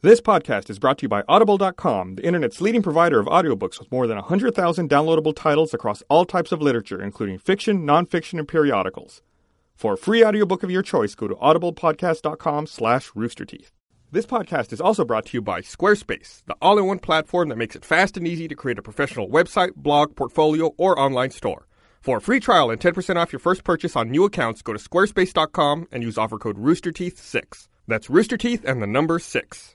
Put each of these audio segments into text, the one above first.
This podcast is brought to you by Audible.com, the internet's leading provider of audiobooks with more than 100,000 downloadable titles across all types of literature, including fiction, nonfiction, and periodicals. For a free audiobook of your choice, go to audiblepodcast.com slash roosterteeth. This podcast is also brought to you by Squarespace, the all-in-one platform that makes it fast and easy to create a professional website, blog, portfolio, or online store. For a free trial and 10% off your first purchase on new accounts, go to squarespace.com and use offer code roosterteeth6. That's roosterteeth and the number 6.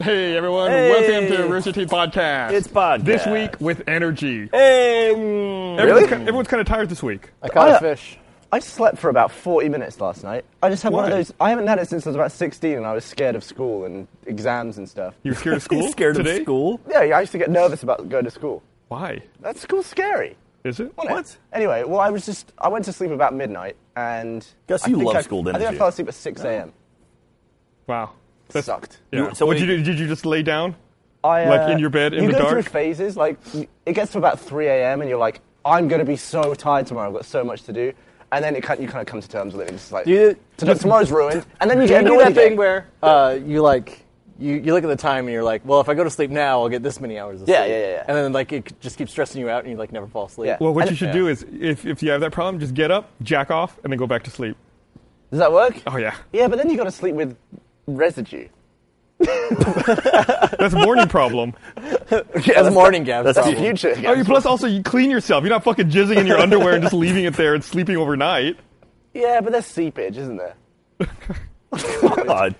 Hey everyone, Hey. welcome to Rooster Teeth Podcast. It's podcast. This week with energy. Hey, Everyone's, ki- everyone's kind of tired this week. I caught I- a fish. I slept for about 40 minutes last night. I just had one of Why? those. I haven't had it since I was about 16 and I was scared of school and exams and stuff. You were scared of school scared today? of school? Yeah, I used to get nervous about going to school. Why? That school's scary. Is it? wasn't it? Anyway, well, I was just. I went to sleep about midnight and. Gus, I you think love I- school, I didn't think I you? fell asleep at 6 a.m. Wow. Sucked. Yeah. so what wait- did you do? Did you just lay down? I, uh, Like in your bed in you the go through dark? phases. Like you- it gets to about 3 a.m. and you're like, I'm gonna be so tired tomorrow. I've got so much to do. And then it kind, you kind of come to terms with it. And it's just like You- "Today- tomorrow's ruined. And then you Do get you do annoyed that thing again. where uh, you like you, you look at the time and you're like, well, if I go to sleep now, I'll get this many hours of Yeah, sleep. yeah, yeah, yeah. And then like it just keeps stressing you out, and you like never fall asleep. Yeah. Well, what And- you should yeah. do is, if, if you have that problem, just get up, jack off, and then go back to sleep. Does that work? Oh, yeah. Yeah, but then you got to sleep with residue. That's a morning problem. that's morning Gab's that's problem. the- Future. Oh, you plus also you clean yourself. You're not fucking jizzing in your underwear and just leaving it there and sleeping overnight. Yeah, but there's seepage, isn't there? God.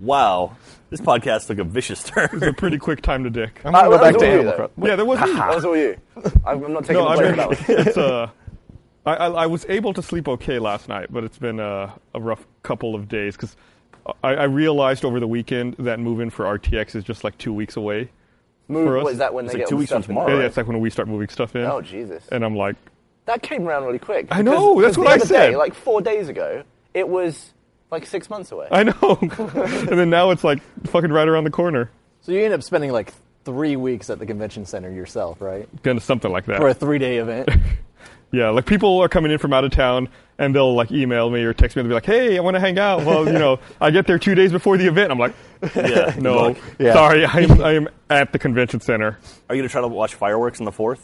Wow. This podcast took a vicious It's a turn. pretty quick time to dick. I'm Uh, gonna well, go that back was to all you, animal though. Crossing. Yeah, there was me. Ah. That was all you. I'm, I'm not taking No, the I blame mean, for that one. it's uh, I, I, I was able to sleep okay last night, but it's been uh, a rough couple of days because I, I realized over the weekend that move-in for RTX is just like two weeks away. Move, for us, what is that when it's they like get two all the weeks from stuff in? tomorrow. Yeah, Alright. it's like when we start moving stuff in. Oh, Jesus. And I'm like, That came around really quick. I know, that's because- because what the I other said. Day, like four days ago, it was like six months away. I know. and then now it's like fucking right around the corner, So you end up spending like three weeks at the convention center yourself, right? kind of something like that. For a three-day event. Yeah, like people are coming in from out of town and they'll like email me or text me and they'll be like, "Hey, I want to hang out." Well, you know, I get there two days before the event. I'm like, yeah. "No, Look, yeah. sorry, I'm I am at the convention center." are you going to try to watch fireworks on the 4th?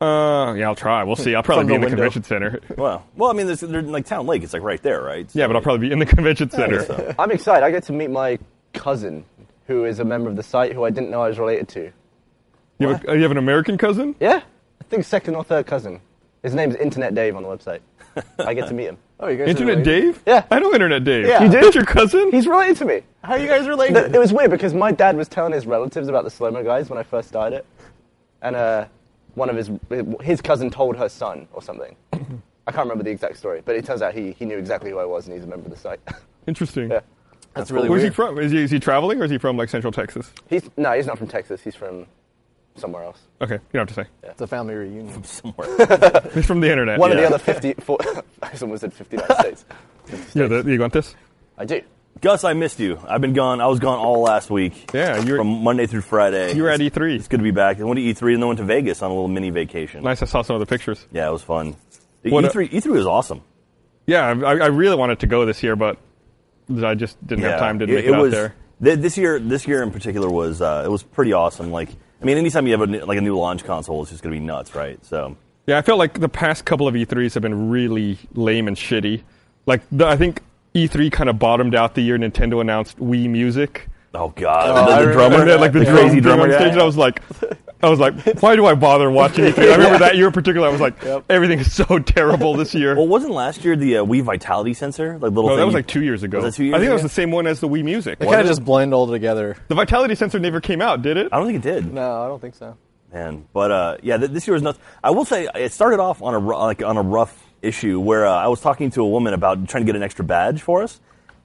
Uh, yeah, I'll try. We'll see. I'll probably From be the in the window. convention center. Wow. Well, I mean, there's, they're in like Town Lake. It's like right there, right? Yeah, but I'll probably be in the convention center. I'm excited. I get to meet my cousin, who is a member of the site, who I didn't know I was related to. You have, a, you have an American cousin? Yeah, I think second or third cousin. His name's Internet Dave on the website. I get to meet him. Oh, you guys are Internet related? Dave? Yeah. I know Internet Dave. Yeah. You do? That's your cousin? He's related to me. How are you guys Th- related? it was weird because my dad was telling his relatives about the slow mo guys when I first started it, and uh, one of his his cousin told her son or something. I can't remember the exact story, but it turns out he, he knew exactly who I was and he's a member of the site. Interesting. yeah. That's really Where's he weird. from? Is he, is he traveling or is he from like Central Texas? He's no, he's not from Texas. He's from somewhere else. Okay, you don't have to say. It's a family reunion. Somewhere. He's from the internet. One yeah. of the other fifty. Four, I almost said fifty-nine states. yeah, the, you want this? I do. Gus, I missed you. I've been gone. I was gone all last week. Yeah, you were- From Monday through Friday. You were at E It's- E3. It's good to be back. I went to E3 and then went to Vegas on a little mini vacation. Nice. I saw some of the pictures. Yeah, it was fun. The E What a- E3, E3 was awesome. Yeah, I, I really wanted to go this year, but I just didn't have time. Didn't make it, out was, there. th- this year, this year in particular was uh, it was pretty awesome. Like, I mean, anytime you have a, new- like a new launch console, it's just going to be nuts, right? So, Yeah, I felt like the past couple of E3s have been really lame and shitty. Like, the, I think E3 kind of bottomed out the year Nintendo announced Wii Music. oh god, I the, the remember drummer, and then, like the drum crazy thing drummer on guy. stage. and I was like, I was like, why do I bother watching E3? I remember that year in particular. I was like, everything is so terrible this year. Well, wasn't last year the uh, Wii Vitality sensor like little? no, thing Oh, that was you- like two years ago. Was that two years I think that was ago? the same one as the Wii Music. They kind of just blend all together. The vitality sensor never came out, did it? I don't think it did, No, I don't think so. man. But uh, yeah, th- this year was nuts. I will say it started off on a ru- like on a rough issue where uh, I was talking to a woman about trying to get an extra badge for us,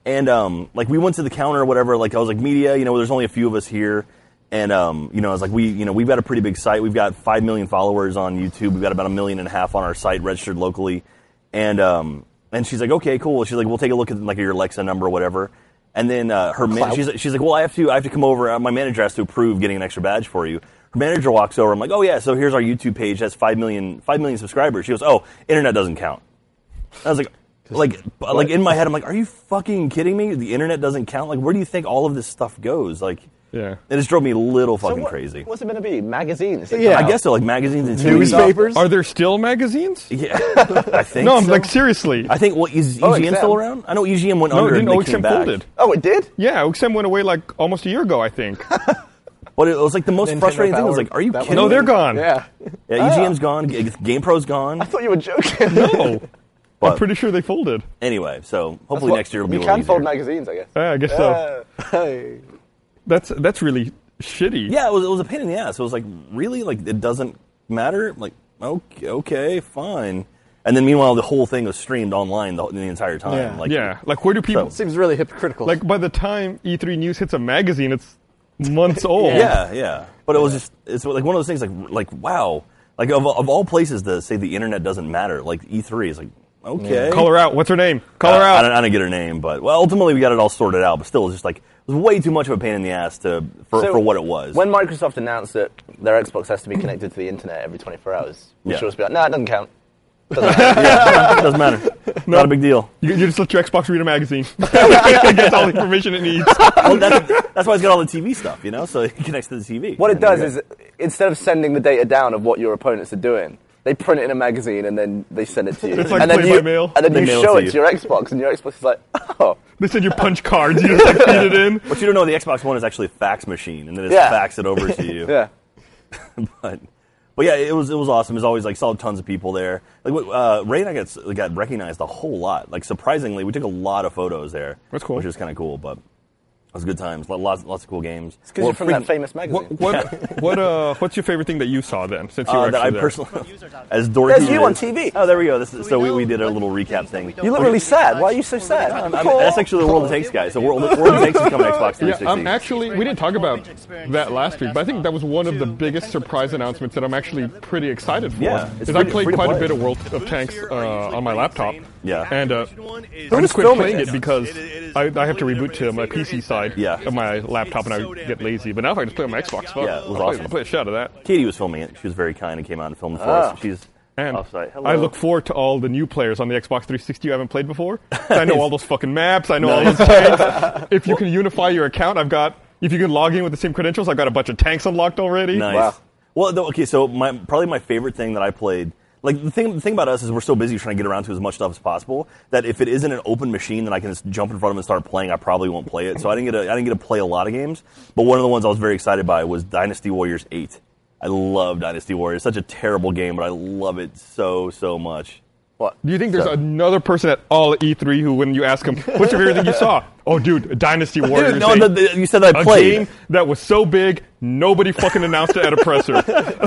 and um, like we went to the counter or whatever. Like I was like, media, you know, there's only a few of us here. And um, you know, I was like, we, you know, we've got a pretty big site. We've got five million followers on YouTube. We've got about a million and a half on our site registered locally. And um, and she's like, okay, cool. She's like, we'll take a look at like your Alexa number or whatever. And then uh, her man, she's, she's like, well, I have to, I have to come over. Uh, My manager has to approve getting an extra badge for you. Her manager walks over. I'm like, oh yeah, so here's our YouTube page. That's five million, five million subscribers. She goes, oh, internet doesn't count. I was like, like like in my head, I'm like, are you fucking kidding me? The internet doesn't count. Like, where do you think all of this stuff goes? Like, Yeah. it just drove me a little So fucking what- crazy. What's it going to be? Magazines? that Yeah. come I out? guess so. Like magazines and TVs. Newspapers. Are there still magazines? Yeah, I think. No, I'm so. like seriously. I think what is Oh, EGM XM. still around? I know EGM went no, it under didn't. and they came OXM back. folded. Oh, it did? Yeah, OXM went away like almost a year ago, I think. Oh, But it was like the most Nintendo frustrating thing was powered like, are you that kidding? no, me? they're gone. Yeah. Yeah, EGM's gone. G- GamePro's gone. I thought you were joking. No, Oh, I'm But pretty sure they folded. anyway, so hopefully Well, next year will be You a can little fold easier. magazines, I guess. Yeah, I guess so. Hey. That's that's really shitty. Yeah, it was, it was a pain in the ass. It was like, really? Like, it doesn't matter? Like, okay, okay, fine. And then meanwhile, the whole thing was streamed online the, the entire time. Yeah. Like, Yeah, like where do people So- Seems really hypocritical. like by the time E3 news hits a magazine, it's months old. Yeah, yeah. But it was just, it's like one of those things like, like wow. Like, of, of all places to say the internet doesn't matter, like E3 is like, okay. Call her out. What's her name? Call Uh, her I out. don't, I don't get her name, but well, ultimately we got it all sorted out. But still, it's just like it was way too much of a pain in the ass to for, So, for what it was. When Microsoft announced that their Xbox has to be connected to the internet every 24 hours, you Yeah. should just be like, nah, it doesn't count. yeah, doesn't matter. Not a big deal. You, you just let your Xbox read a magazine. it gets all the information it needs. Well, that's, that's why it's got all the TV stuff, you know. So it connects to the TV. What it And there does you is, go. instead of sending the data down of what your opponents are doing, they print it in a magazine and then they send it to you. It's like and then play you, by mail. And then They you mail it show to it you. to your Xbox, and your Xbox is like, oh. They said you punch cards. You just like feed it in. But you don't know the Xbox One is actually a fax machine, and then it's Yeah. fax it over to you. Yeah. But, but yeah, it was it was awesome. As always, like saw tons of people there. Like what- uh, Ray and I got s- got recognized a whole lot. Like surprisingly, we took a lot of photos there. That's cool. which is kind of cool. But it was good times. Lo- Lots lots of cool games. Because Well, you're from that freaking- famous magazine. What what what uh what's your favorite thing that you saw then? Since you were Uh, that I actually there? personally, as dorky There's you as- on TV. Oh, there we go. This is, so we, know we did a what little recap things that we thing. don't You look know. really sad. Why are you so sad? I'm- I'm- that's actually the World of Tanks guy. So World, World of Tanks is coming to Xbox 360. Yeah, I'm actually. We didn't talk about that last week, but I think that was one of the biggest surprise announcements that I'm actually pretty excited for. Yeah, it's because I free to- played free to quite a play. bit of World of Tanks uh, on my laptop. Yeah. and uh, I I'm just quit playing it this? because It is- it is I, I have to completely reboot to my different. PC It's side Yeah. of my laptop, and I get lazy. But now if I just play on my Xbox, fuck, Yeah, it was I'll, play, awesome. I'll play a shot of that. Katie was filming it. She was very kind and came out and filmed for us. She's And offsite. Hello. I look forward to all the new players on the Xbox 360 you haven't played before. 'Cause I know all those fucking maps. I know all those tanks. If you can unify your account, I've got. If you can log in with the same credentials, I've got a bunch of tanks unlocked already. Nice. Wow. Well, though, okay. So my probably my favorite thing that I played. Like the thing, the thing about us is we're so busy trying to get around to as much stuff as possible that if it isn't an open machine that I can just jump in front of and start playing, I probably won't play it. So I didn't get to, I didn't get to play a lot of games. But one of the ones I was very excited by was Dynasty Warriors Eight. I love Dynasty Warriors. Such a terrible game, but I love it so so much. What? Do you think there's another person at all E3 who, when you ask him, "What's your favorite thing you saw?" Oh, dude, Dynasty Warriors. Dude, no, eight. the, the, you said that I a played. game that was so big nobody fucking announced it at a presser.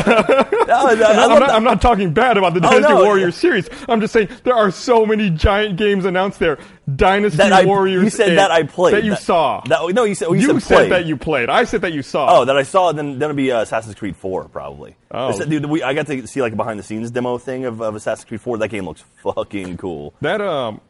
No, no, I love I'm, not, that. I'm not talking bad about the Oh, Dynasty no. Warriors series. I'm just saying there are so many giant games announced there. Dynasty That I- Warriors. You said eight, that I played. That you saw. That, no, you said oh, you, you said, said played. that you played. I said that you saw. Oh, that I saw. Then that'll be uh, Assassin's Creed Four, probably. Oh. I said- dude, we, I got to see like a behind the scenes demo thing of, of Assassin's Creed Four. That game looks fucking cool. That um,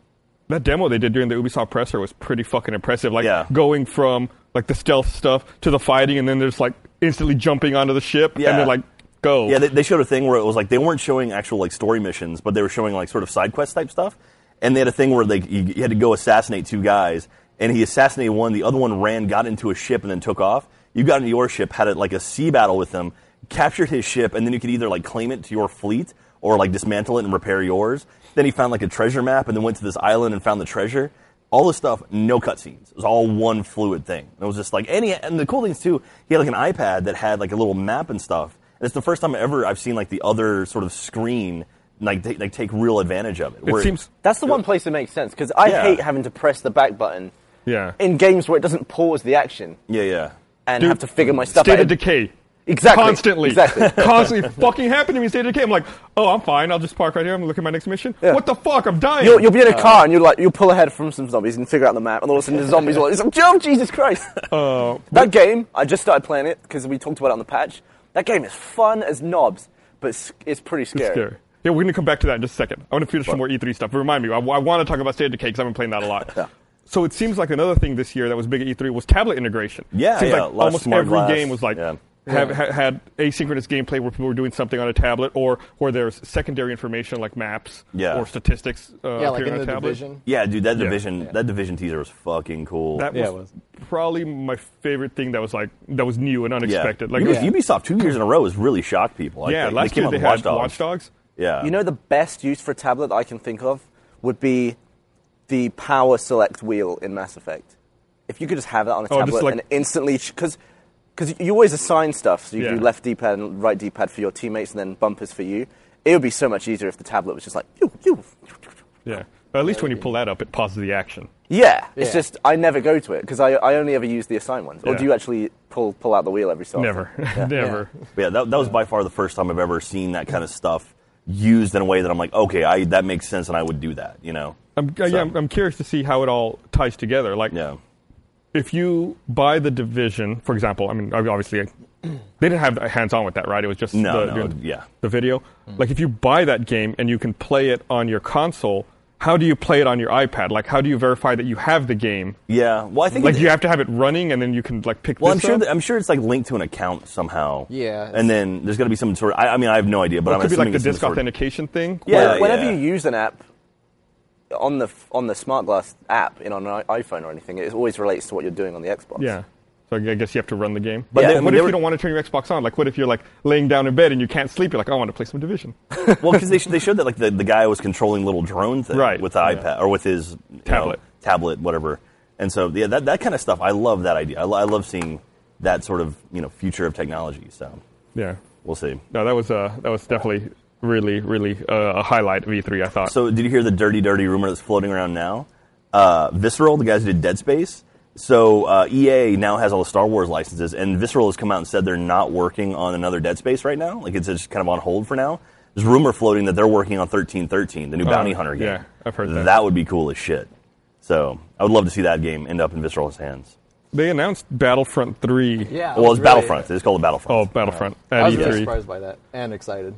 that demo they did during the Ubisoft presser was pretty fucking impressive. Like Yeah. going from like the stealth stuff to the fighting, and then there's like instantly jumping onto the ship, Yeah. and then like go. Yeah, they, they showed a thing where it was like they weren't showing actual like story missions, but they were showing like sort of side quest type stuff. And they had a thing where like you, you had to go assassinate two guys, and he assassinated one. The other one ran, got into a ship, and then took off. You got into your ship, had a, like a sea battle with him, captured his ship, and then you could either like claim it to your fleet or like dismantle it and repair yours. Then he found like a treasure map, and then went to this island and found the treasure. All this stuff, no cutscenes. It was all one fluid thing. And it was just like, and, he, and the cool thing is too, he had like an iPad that had like a little map and stuff. And it's the first time ever I've seen like the other sort of screen like ta- like take real advantage of it. it where- seems. That's the one place that makes sense because I Yeah. hate having to press the back button Yeah. in games where it doesn't pause the action yeah, yeah. and Dude, have to figure my stuff State out. of decay. Exactly. Constantly. Exactly. Constantly fucking happened to me. in State of decay. I'm like, oh, I'm fine. I'll just park right here. I'm looking at my next mission. Yeah. What the fuck? I'm dying. You'll, you'll be in Uh. a car and you'll like you'll pull ahead from some zombies and figure out the map, and all of a sudden the zombies are like, "Oh Jesus Christ!" Uh, that game I just started playing it because we talked about it on the patch. That game is fun as knobs, but it's, it's pretty scary. It's scary. Yeah, we're going to come back to that in just a second. I want to finish some more E3 stuff. But remind me, I, want to talk about State of Decay because I've been playing that a lot. So it seems like another thing this year that E was big at E3 was tablet integration. Yeah, seems like yeah, a lot of almost smart every glass. game was like Yeah. have ha- had asynchronous gameplay where people were doing something on a tablet, or where there's secondary information like maps Yeah. or statistics uh, yeah, like appearing in on the a tablet. division. Yeah, dude, that division Yeah. that division teaser was fucking cool. That was, Yeah, it was. probably my favorite thing that was like that was new and yeah. unexpected. Like Ubi- it was- Yeah. Ubisoft two years in a row has really shocked people. Like, yeah, they, last they came year out they with had Watch Dogs. Watch Dogs. Yeah, You know, the best use for a tablet I can think of would be the power select wheel in Mass Effect. If you could just have that on a Oh, just tablet like- and instantly, because because you always assign stuff, so you Yeah. do left D pad and right D pad for your teammates, and then bumpers for you. It would be so much easier if the tablet was just like you, you. Yeah, but at least when you pull that up, it pauses the action. Yeah, it's Yeah. just I never go to it because I, I only ever use the assign ones. Or Yeah. do you actually pull pull out the wheel every so often? Never, never. But Oh. yeah, that, that was by far the first time I've ever seen that kind of stuff used in a way that I'm like, okay, I, that makes sense, and I would do that. You know, I'm, uh, So, yeah, I'm, I'm curious to see how it all ties together. Like, yeah, if you buy the division, for example, I mean, ob- obviously, they didn't have hands on with that, right? It was just No, the, no, doing yeah. the video. Like, if you buy that game and you can play it on your console, how do you play it on your iPad? Like, how do you verify that you have the game? yeah. Well, I think Like, it- you have to have it running, and then you can like pick. Well, I'm this sure. up? That, I'm sure it's like linked to an account somehow. Yeah. And then there's going to be some sort. Of, I, I mean, I have no idea, but Or it I'm could be like assuming the it's some disk sort of- authentication thing. Yeah, When- whenever yeah. you use an app on the f- on the smart glass app in on an i- iPhone or anything, it always relates to what you're doing on the Xbox. Yeah. So I guess you have to run the game. But But they- what they if were- you don't want to turn your Xbox on? Like, what if you're like laying down in bed and you can't sleep? You're like, I want to play some Division. well, because they, sh- they showed that like the, the guy was controlling little drone thing Right, with the yeah. iPad or with his you know, Tablet. tablet, whatever. And so yeah, that that kind of stuff. I love that idea. I, lo- I love seeing that sort of you know future of technology. So yeah. we'll see. No, that was uh, that was definitely really really uh, a highlight of E3. I thought. So did you hear the dirty, dirty rumor that's floating around now? Uh, Visceral, the guys who did Dead Space. So uh, EA now has all the Star Wars licenses, and Visceral has come out and said they're not working on another Dead Space right now. Like it's just kind of on hold for now. There's rumor floating that they're working on 1313, the new Bounty Hunter game. Oh, yeah, I've heard that. That would be cool as shit. So I would love to see that game end up in Visceral's hands. they announced Battlefront 3. Yeah. I well, was it's really- Battlefront. It's called the Battlefront. Oh, Battlefront I at was really E3. surprised by that and excited.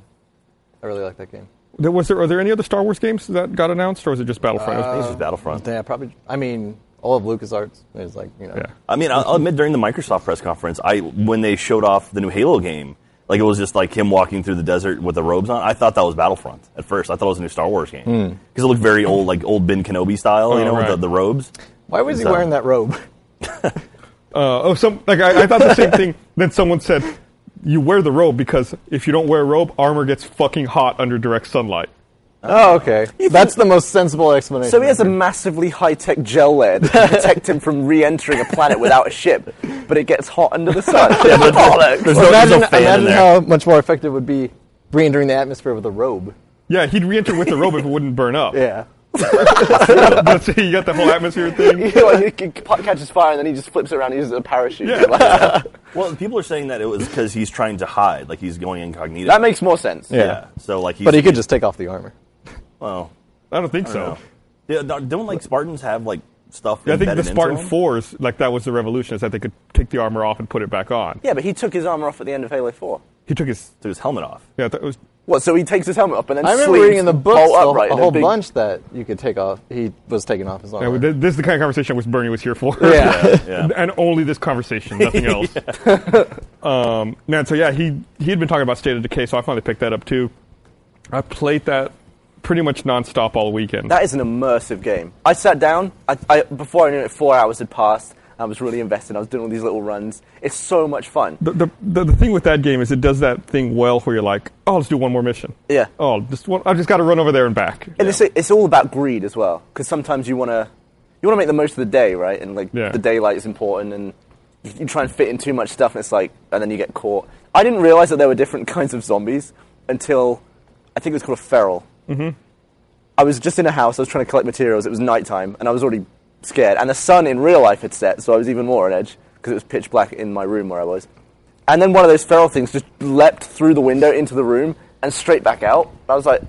I really like that game. there, was there are there any other Star Wars games that got announced, or was it just Uh, Battlefront? It was- This is Battlefront. Yeah, probably. I mean, all of LucasArts is like you know. yeah. I mean, I'll I'll admit during the Microsoft press conference, I when they showed off the new Halo game, like it was just like him walking through the desert with the robes on. I thought that was Battlefront at first. I thought it was a new Star Wars game because it looked very old, like old Ben Kenobi style, you Oh, know, with the, right. the robes. Why was he So- wearing that robe? Uh, oh, some like I, I thought the same thing. Then someone said, "You wear the robe because if you don't wear a robe, armor gets fucking hot under direct sunlight." Oh, okay. That's the most sensible explanation. So he has a massively high-tech gel layer that can protect him from re-entering a planet without a ship, but it gets hot under the sun. Bollocks. There's no, there's imagine no fan in imagine there. how much more effective it would be re-entering the atmosphere with a robe. Yeah, he'd re-enter with the robe if it wouldn't burn up. Yeah. That's- you got the whole atmosphere thing. You know, like, he c- catches fire and then he just flips it around and uses it as a parachute. Yeah. Like, uh, well, people are saying that it was because he's trying to hide, like he's going incognito. that makes more sense. yeah. So like, he's, But he could just take off the armor. well, I don't think I so. don't know. Yeah, don't- don't like Spartans have like I stuff? think the embedded into Spartan them? fours, like that was the revolution, is that they could take the armor off and put it back on. Yeah, but he took his armor off at the end of Halo 4. He took his took his helmet off. yeah, that was What? So he takes his helmet off and then I remember sleeves reading in the books bolt a, upright a in whole big- bunch that you could take off. He was taking off his yeah, armor. th- this is the kind of conversation I wish Bernie was here for. Yeah. Yeah. and only this conversation, nothing else. um, man, so yeah, he he had been talking about State of Decay, so I finally picked that up too. I played that pretty much nonstop all weekend. That is an immersive game. I sat down, I, I, before I knew it, four hours had passed. I was really invested. I was doing all these little runs. It's so much fun. the, the, the, the thing with that game is it does that thing well where you're like, oh, let's do one more mission. Yeah. Oh, just one, I just got to run over there and back. And it's, it's all about greed as well, because sometimes you want to you want to make the most of the day, right? And like Yeah. the daylight is important, and you, you try and fit in too much stuff, and it's like, and then you get caught. I didn't realize that there were different kinds of zombies until I think it was called a feral. Mm-hmm. I was just in a house. I was trying to collect materials. It was nighttime, and I was already scared. And the sun in real life had set, so I was even more on edge because it was pitch black in my room where I was. And then one of those feral things just leapt through the window into the room and straight back out. I was like,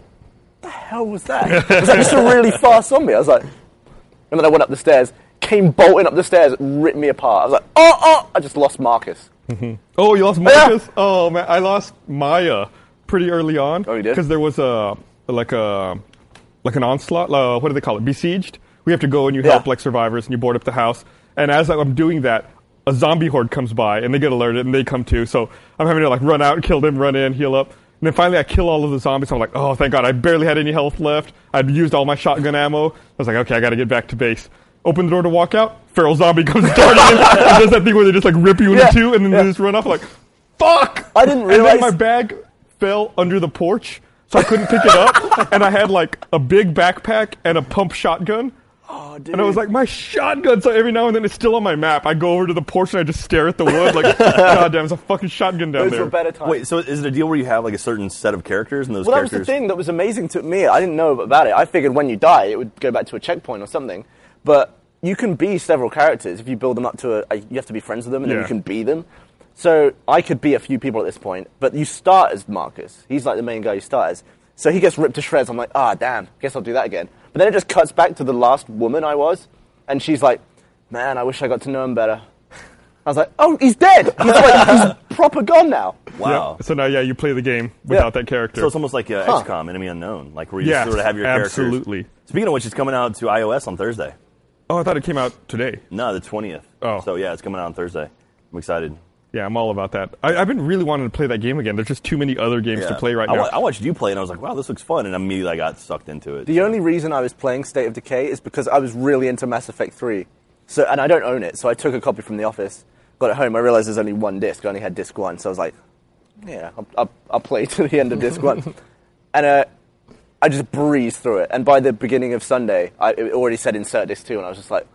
hell was that? was that just a really fast zombie? I was like, and then I went up the stairs, came bolting up the stairs, ripped me apart. I was like, oh, oh, I just lost Marcus. Oh, you lost Marcus? Oh man, I lost Maya pretty early on. Oh, you did? Because there was a like a like an onslaught. Uh, what do they call it? Besieged. We have to go and you help Yeah. like survivors and you board up the house. And as I'm doing that, a zombie horde comes by and they get alerted and they come too. So I'm having to like run out, kill them, run in, heal up. And then finally I kill all of the zombies. I'm like, oh, thank God. I barely had any health left. I'd used all my shotgun ammo. I was like, okay, I got to get back to base. Open the door to walk out. Feral zombie comes darting in and does that thing where they just like rip you into Yeah, two and then they just run off. Like, fuck! I didn't And then realize- my bag fell under the porch, so I couldn't pick it up. and I had like a big backpack and a pump shotgun. Oh, And I was like, my shotgun. So every now and then it's still on my map. I go over to the porch and I just stare at the wood like, God damn, there's a fucking shotgun down Those there. were better times. Wait, so is it a deal where you have like a certain set of characters and those Well, that was characters? the thing that was amazing to me. I didn't know about it. I figured when you die, it would go back to a checkpoint or something. But you can be several characters if you build them up to a. a- You have to be friends with them, and Yeah. then you can be them. So I could be a few people at this point, but you start as Marcus. He's like the main guy you start as. So he gets ripped to shreds. I'm like, ah, damn. Guess I'll do that again. But then it just cuts back to the last woman I was, and she's like, man, I wish I got to know him better. I was like, oh, he's dead. He's, like, he's proper gone now. Wow. So now, yeah, you play the game without that character. So it's almost like uh, XCOM, Enemy Unknown, like where you Yes, sort of have your characters. absolutely. Speaking of which, it's coming out to iOS on Thursday. oh, I thought it came out today. No, the twentieth. Oh. So yeah, it's coming out on Thursday. I'm excited. Yeah, I'm all about that. I, I've been really wanting to play that game again. There's just too many other games to Yeah. play right I, now. wa- I watched you play and I was like, wow, this looks fun, and immediately I got sucked into it. The only reason I was playing State of Decay is because I was really into Mass Effect 3. So, and I don't own it, so I took a copy from the office, got it home. I realized there's only one disc. I only had disc one, so I was like, yeah, I'll, I'll, I'll play to the end of disc one. And uh, I just breezed through it. And by the beginning of Sunday, I, it already said insert disc two, and I was just like,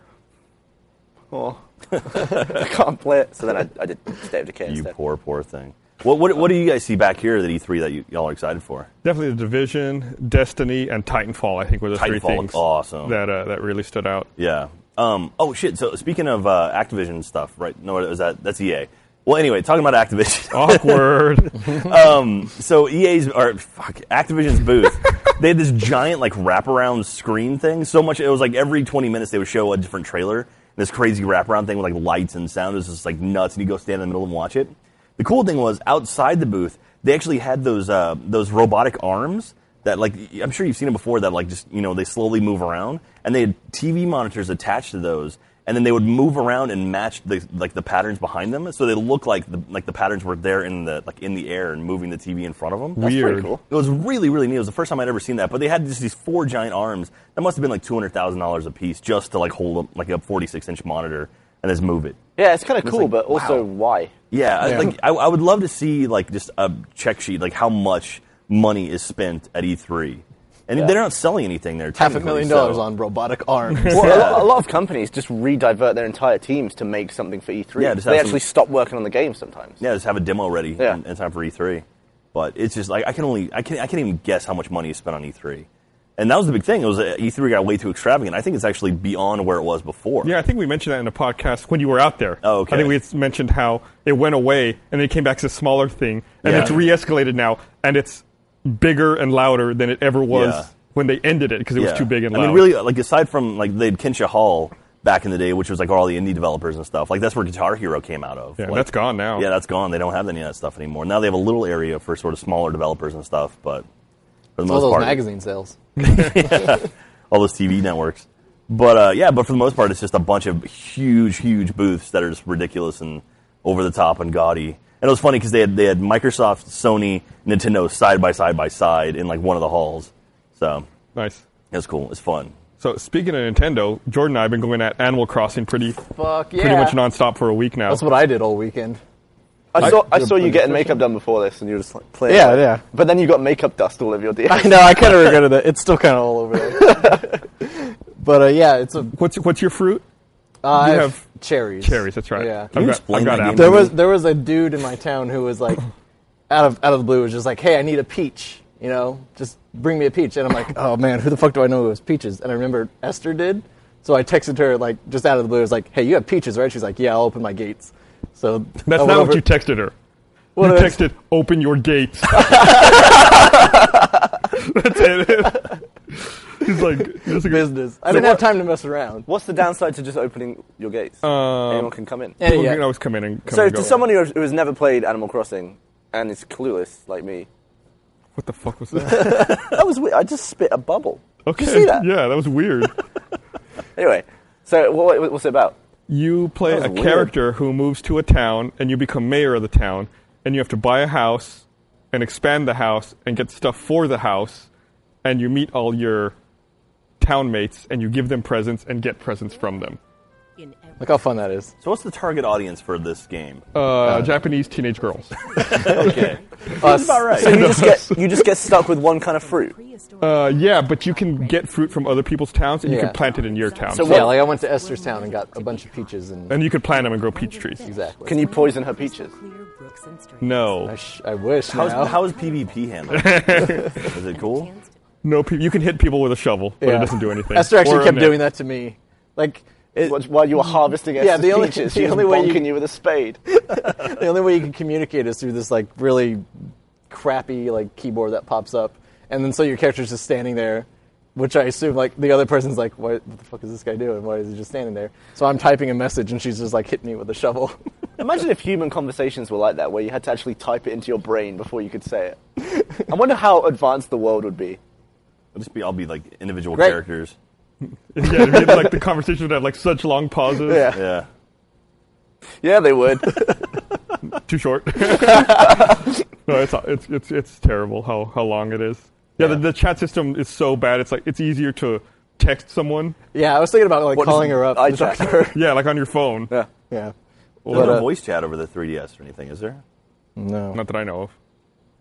oh, I can't play it. So then I, I did State of Decay you instead. poor, poor thing. What, what what do you guys see back here at E3 that you, y'all are excited for? Definitely the Division, Destiny, and Titanfall. I think were the three Titanfall looks things awesome. that uh, that really stood out. Yeah. Um, oh shit. So speaking of uh, Activision stuff, right? No, is that that's EA? Well, anyway, talking about Activision. Awkward. um, so EA's or fuck Activision's booth, they had this giant like wraparound screen thing. So much it was like every twenty minutes they would show a different trailer. This crazy wraparound thing with like lights and sound it was just like nuts, and you go stand in the middle and watch it. The cool thing was outside the booth, they actually had those uh, those robotic arms that like y- I'm sure you've seen them before. That like just you know they slowly move around, and they had TV monitors attached to those. And then they would move around and match the like the patterns behind them, so they look like the like the patterns were there in the like in the air and moving the TV in front of them. Weird. cool. It was really, really neat. It was the first time I'd ever seen that. But they had just these four giant arms. That must have been like two hundred thousand dollars a piece just to like hold up, like a forty-six inch monitor and just move it. Yeah, it's kind of cool, like, but also why? Yeah, I- Yeah. like I, I would love to see like just a check sheet, like how much money is spent at E3, and they're not selling anything there. half a technically, million dollars so- on robotic arms. Well, a lot- a, lot of companies just redivert their entire teams to make something for E3. Yeah, just they have some- actually stop working on the game sometimes. Yeah, just have a demo ready Yeah. in, in time for E3. But it's just like I can only I can I can't even guess how much money is spent on E3, and that was the big thing. It was uh, E3 got way too extravagant. I think it's actually beyond where it was before. Yeah, I think we mentioned that in the podcast when you were out there. Oh, okay. I think we had mentioned how it went away and then it came back as a smaller thing, and Yeah. it's re-escalated now, and it's bigger and louder than it ever was Yeah. when they ended it because it was Yeah. too big and I loud. mean, really, uh, like aside from like they had Kinsha Hall back in the day, which was like all the indie developers and stuff. Like that's where Guitar Hero came out of. Yeah, Like, that's gone now. Yeah, that's gone. They don't have any of that stuff anymore. Now they have a little area for sort of smaller developers and stuff, but for the all most those part, magazine sales. all those TV networks. But uh, yeah, but for the most part, it's just a bunch of huge, huge booths that are just ridiculous and over the top and gaudy. And it was funny because they had they had Microsoft, Sony, Nintendo side by side by side in like one of the halls. So nice. it's cool. It's fun. So speaking of Nintendo, Jordan and I have been going at Animal Crossing pretty Fuck yeah. pretty much nonstop for a week now. That's what I did all weekend. I saw, I saw you getting makeup done before this, and you were just like playing. Yeah, it. yeah. But then you got makeup dust all over your DS. I know. I kind of regretted that. It's still kind of all over. There. but uh, yeah, it's a. what's what's your fruit? I You have, have cherries. Cherries. That's right. Yeah. I've you got, explain I've got that apples. game? There was there was a dude in my town who was like, out of out of the blue was just like, hey, I need a peach. You know, just bring me a peach. And I'm like, oh man, who the fuck do I know who has peaches? And I remember Esther did. So I texted her like just out of the blue. I was like, hey, you have peaches, right? She's like, yeah, I'll open my gates. So That's not what you texted her. What you did I s- texted, "Open your gates." That's it. He's like, he's like business. I didn't have time to mess around. What's the downside to just opening your gates? Anyone can come in. People yeah. can always Um, come in and come So and to go. someone who has, who has never played Animal Crossing and is clueless like me, what the fuck was that? that was weird. I just spit a bubble. Okay, you see that? yeah, that was weird. Anyway, so what, what's it about? you play a That was weird. character who moves to a town and you become mayor of the town and you have to buy a house and expand the house and get stuff for the house and you meet all your town mates and you give them presents and get presents from them. in every Look how fun that is. So what's the target audience for this game? Uh, Japanese teenage girls. okay, Us. that's about right. So you just get you just get stuck with one kind of fruit. prehistoric Uh, yeah, but you can get fruit from other people's towns and you Yeah. can plant it in your town. So yeah, what- like I went to Esther's town and got a bunch of peaches and and you can plant them and grow peach trees. exactly. Can you poison her peaches? clear brooks and streams. I, No, sh- I wish How's, now. how is PvP handled? is it cool? Chance to- no. Pe- you can hit people with a shovel, but Yeah. it doesn't do anything. Esther Or actually a kept net. doing that to me. Like it, Which- While you were harvesting Yeah, Esther's the only- peaches, the she was only way you- bonking you with a spade. the only way you can communicate is through this like really crappy like keyboard that pops up, and then so your character's just standing there, which I assume like the other person's like, what, what the fuck is this guy doing? Why is he just standing there? So I'm typing a message and she's just like hitting me with a shovel. Imagine if human conversations were like that, where you had to actually type it into your brain before you could say it. I wonder how advanced the world would be. I'll just be I'll be like individual Great. characters. yeah, it'd be like the conversation would have like such long pauses. Yeah. Yeah. Yeah, they would. too short. no, it's, it's it's it's terrible how how long it is. Yeah, The, the chat system is so bad. It's like it's easier to text someone. yeah, I was thinking about like What is calling it? her up. I to talk to her. Yeah, like on your phone. Yeah. yeah. There's But, no uh, voice chat over the 3DS or anything, is there? No. Not that I know of.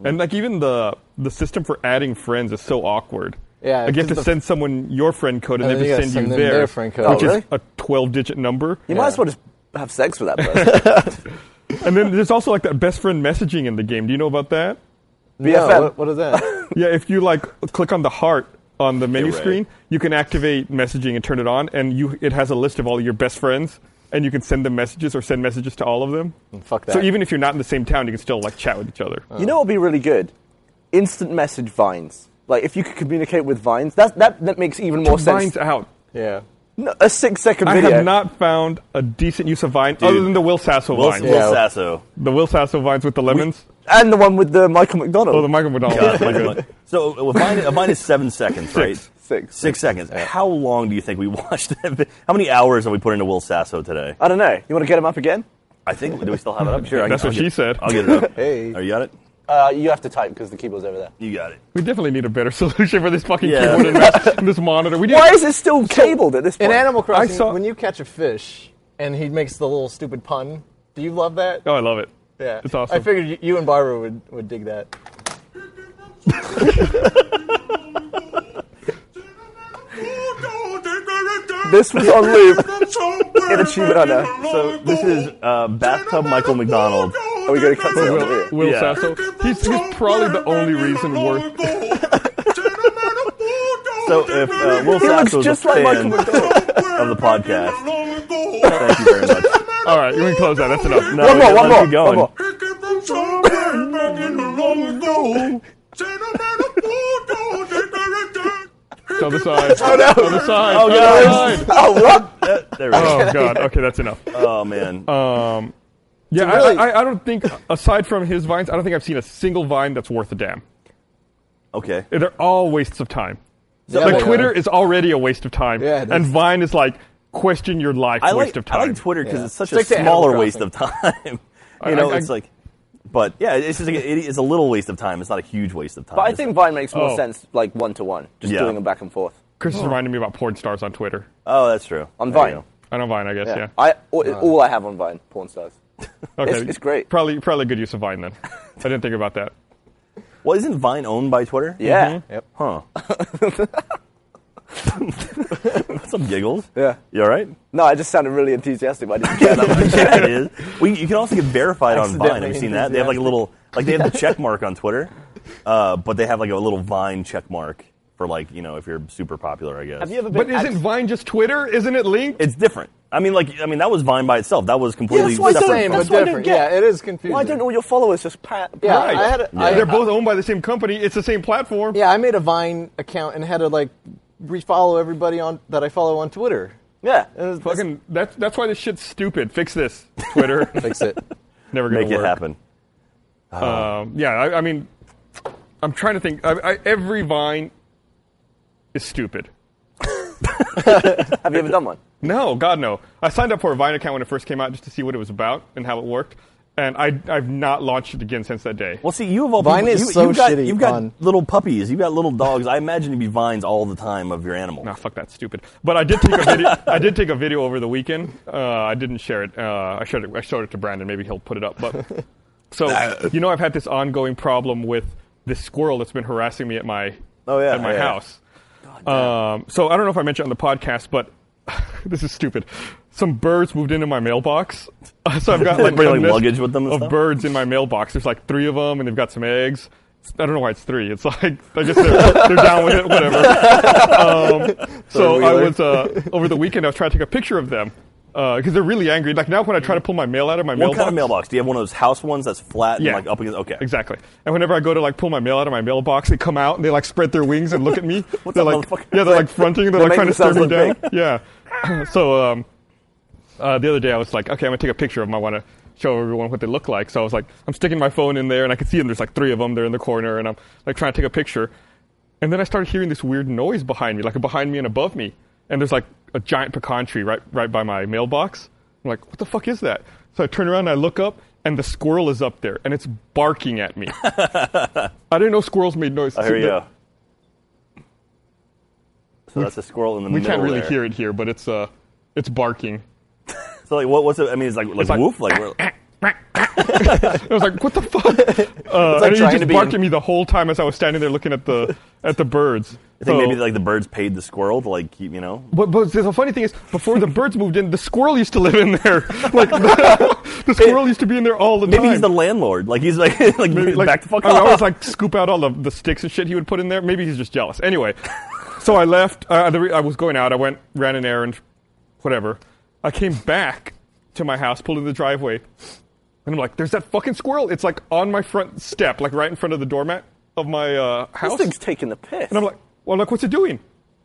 And like even the the system for adding friends is so awkward. Yeah, like you have 'cause to the- send someone your friend code and, And they then have you to gotta send you send them theirs, their friend code. which Oh, is really? a twelve-digit number. You might as well just have sex with that person. And then there's also like that best friend messaging in the game. Do you know about that? BFM. what, what is that? Yeah, if you like click on the heart on the menu right. screen, you can activate messaging and turn it on, and you it has a list of all your best friends, and you can send them messages or send messages to all of them. Fuck that. So even if you're not in the same town, you can still like chat with each other. You know what would be really good? Instant message vines. Like if you could communicate with vines, that that, that makes even more sense. Vine's out. yeah. No, a six second I video. have not found a decent use of Vine other than the Will Sasso Will, Vine. Will Yeah. Sasso. The Will Sasso Vines with the lemons. And the one with the Michael McDonald. oh, the Michael McDonald. God, That's my- good. my- so uh, a vine, a vine is seven seconds, right? Six. Six. seconds. How long do you think we watched that? vi- How many hours have we put into Will Sasso today? I don't know. You want to get him up again? I think. Do we still have it up? Sure. I- That's I'll what get- she said. I'll get it up. Hey. Are you got it? Uh, you have to type because the keyboard's over there. You got it. We definitely need a better solution for this fucking Yeah. keyboard and mouse and this monitor. We need Why is it still cabled at this point? In Animal Crossing, saw- when you catch a fish and he makes the little stupid pun, do you love that? Oh, I love it. yeah, It's awesome. I figured you, you and Barbara would, would dig that. this was on loop. Get achievement on So this is uh, bathtub Michael McDonald. Are we going to cut to Will, the Will Yeah. Sasso. He's, he's probably the only reason worth So if uh, Will He looks Sasso is a just like Michael fan of McDonald. the podcast, thank you very much. All right, you can close that. That's enough. No, One more, one yeah, let's more, keep going. one more. To the side. Oh, no. To the side. Oh, God. God. Oh, what? Uh, There we go. Oh, God. Okay, that's enough. Oh man. Yeah, I- really- I, I, I don't think, aside from his vines, I don't think I've seen a single vine that's worth a damn. Okay. They're all wastes of time. Yeah, like, they are. Twitter is already a waste of time. Yeah, it and is. Vine is like, question your life, I waste like, of time. I like Twitter because it's such Stick a to Animal smaller waste of Crossing. time. I- you know, I- it's like, but yeah, it's just like it, it's a little waste of time. It's not a huge waste of time. But I It's- think Vine makes more Oh. sense, like one to one, just Yeah. doing them back and forth Chris is reminding me about porn stars on Twitter. oh, that's true. on There Vine. you go. I know Vine, I guess, Yeah. yeah. I all, all I have on Vine, porn stars. okay. it's- it's great. Probably, probably good use of Vine then. I didn't think about that. Well, isn't Vine owned by Twitter? Yeah. Yep. Huh. Mm-hmm. Some giggles. Yeah. You all right? No, I just sounded really enthusiastic, but I didn't care that much. yeah, it is. Well, you, you can also get verified on Vine. Have you Accidentally seen that? They have like a little, like they have the check mark on Twitter, uh, but they have like a little Vine check mark for like you know if you're super popular, I guess. Have you ever been? But isn't act- Vine just Twitter? Isn't it linked? it's different. I mean, like I mean that was Vine by itself. That was completely that's why I separate. said- Same, from- but that's what I don't different. get. Yeah, it is confusing. Why don't all your followers just pat? Yeah, pat- I had. A, I- They're both owned by the same company. It's the same platform. yeah, I made a Vine account and had to like refollow everybody on that I follow on Twitter. yeah. It was- Fucking. That's that's why this shit's stupid. Fix this, Twitter. fix it. Never gonna make work. it happen. Um, yeah, I, I mean, I'm trying to think. I, I, every Vine is stupid. Have you ever done one? No, God, no. I signed up for a Vine account when it first came out just to see what it was about and how it worked, and I, I've not launched it again since that day. Well, see, you of all Vine people, is you, so you've got, shitty You've got on- little puppies. You've got little dogs. I imagine you'd be vines all the time of your animal. Nah, fuck that, stupid. But I did take a video. I did take a video over the weekend. Uh, I didn't share it. Uh, I shared it. I showed it to Brandon. Maybe he'll put it up. But so you know, I've had this ongoing problem with this squirrel that's been harassing me at my Oh, yeah, at my yeah, yeah. house. Um, so I don't know if I mentioned it on the podcast, but this is stupid. Some birds moved into my mailbox, so I've got They like, bring, a like, nest luggage with them and of stuff? birds in my mailbox. There's like three of them, and they've got some eggs. It's- I don't know why it's three. It's like I guess they're, they're down with it, whatever. Um, so I was uh, over the weekend. I was trying to take a picture of them because they're really angry. Like now, when I try to pull my mail out of my What mailbox, kind of mailbox? Do you have one of those house ones that's flat Yeah. and like up against? Okay, Exactly. And whenever I go to like pull my mail out of my mailbox, they come out and they like spread their wings and look at me. What's they're up, like, motherfucker? yeah, they're like fronting. They're, like trying to making stare me down. themselves Yeah. so um, uh, the other day I was like, okay, I'm gonna take a picture of them. I want to show everyone what they look like. So I was like, I'm sticking my phone in there and I can see them. There's like three of them. They're in the corner and I'm like trying to take a picture. And then I started hearing this weird noise behind me, like behind me and above me. And there's like a giant pecan tree right right by my mailbox. I'm like, what the fuck is that? So I turn around and I look up. And the squirrel is up there, and it's barking at me. I didn't know squirrels made noise. I hear So you. the- So that's a squirrel in the We middle. can't really there. hear it here, but it's uh, it's barking. So like, what, what's it? I mean, it's like like, like- woof. Like, where- I was like, "What the fuck?" Uh, and he trying just to be barked in- at me the whole time as I was standing there looking at the at the birds. I think So- maybe like the birds paid the squirrel to like keep you know. but, but the funny thing is, before the birds moved in, the squirrel used to live in there. Like the, the squirrel used to be in there all the Maybe time. he's the landlord. Like he's like like, Maybe, like, back the fuck I would up. always like scoop out all the, the sticks and shit he would put in there. Maybe he's just jealous. Anyway, so I left. Uh, the re- I was going out. I went, ran an errand, whatever. I came back to my house, pulled in the driveway, and I'm like, "There's that fucking squirrel! It's like on my front step, like right in front of the doormat of my uh, house." This thing's taking the piss. and I'm like, "Well, look, what's it doing?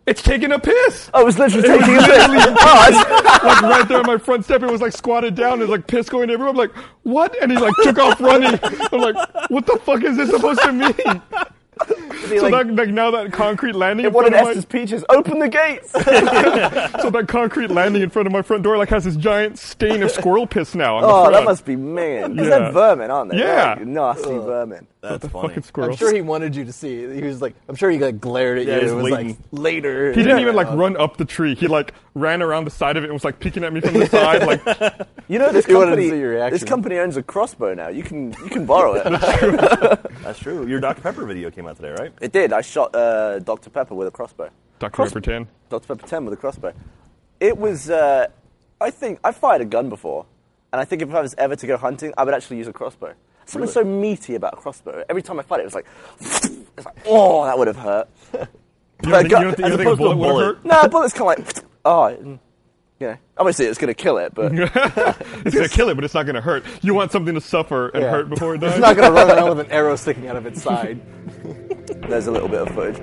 It's taking a piss!" I was literally It was taking a piss. literally like right there on my front step. It was like squatted down. There's like piss going everywhere. I'm like, what? And he like took off running. I'm like, what the fuck is this supposed to mean? So like- that, like now that concrete landing in What front an of my, Esther's peaches. Open the gates. so that concrete landing in front of my front door like has this giant stain of squirrel piss now. On the Oh, front. that must be mean. 'Cause Yeah. They're vermin, aren't they? They're Yeah. like nasty vermin. That's funny. fucking squirrel. I'm sure he wanted you to see. it. He was like, I'm sure he like glared at Yeah, you. he's and was like waiting. later. he didn't even like run up the tree. He like ran around the side of it and was like peeking at me from the side. Like You know this You wanted to company. see your reaction. This company owns a crossbow now. You can you can borrow it. That's true. Your Dr Pepper video came out today, right? it did. I shot uh, Dr Pepper with a crossbow. Dr. Cross- Pepper Tan. Dr Pepper Ten with a crossbow. It was. Uh, I think I fired a gun before, and I think if I was ever to go hunting, I would actually use a crossbow. Something so meaty about a crossbow. Every time I fired it, it was like, it's like, oh, that would have hurt. You don't think, got- you don't think, you as don't think a opposed to a bullet would bullet. hurt? No, but it's kind of like, oh, mm, yeah. Obviously, it's going to kill it, but It's gonna kill it, but it's not gonna hurt. You want something to suffer and Yeah. hurt before it dies. He's not gonna run around with an arrow sticking out of its side. there's a little bit of footage. I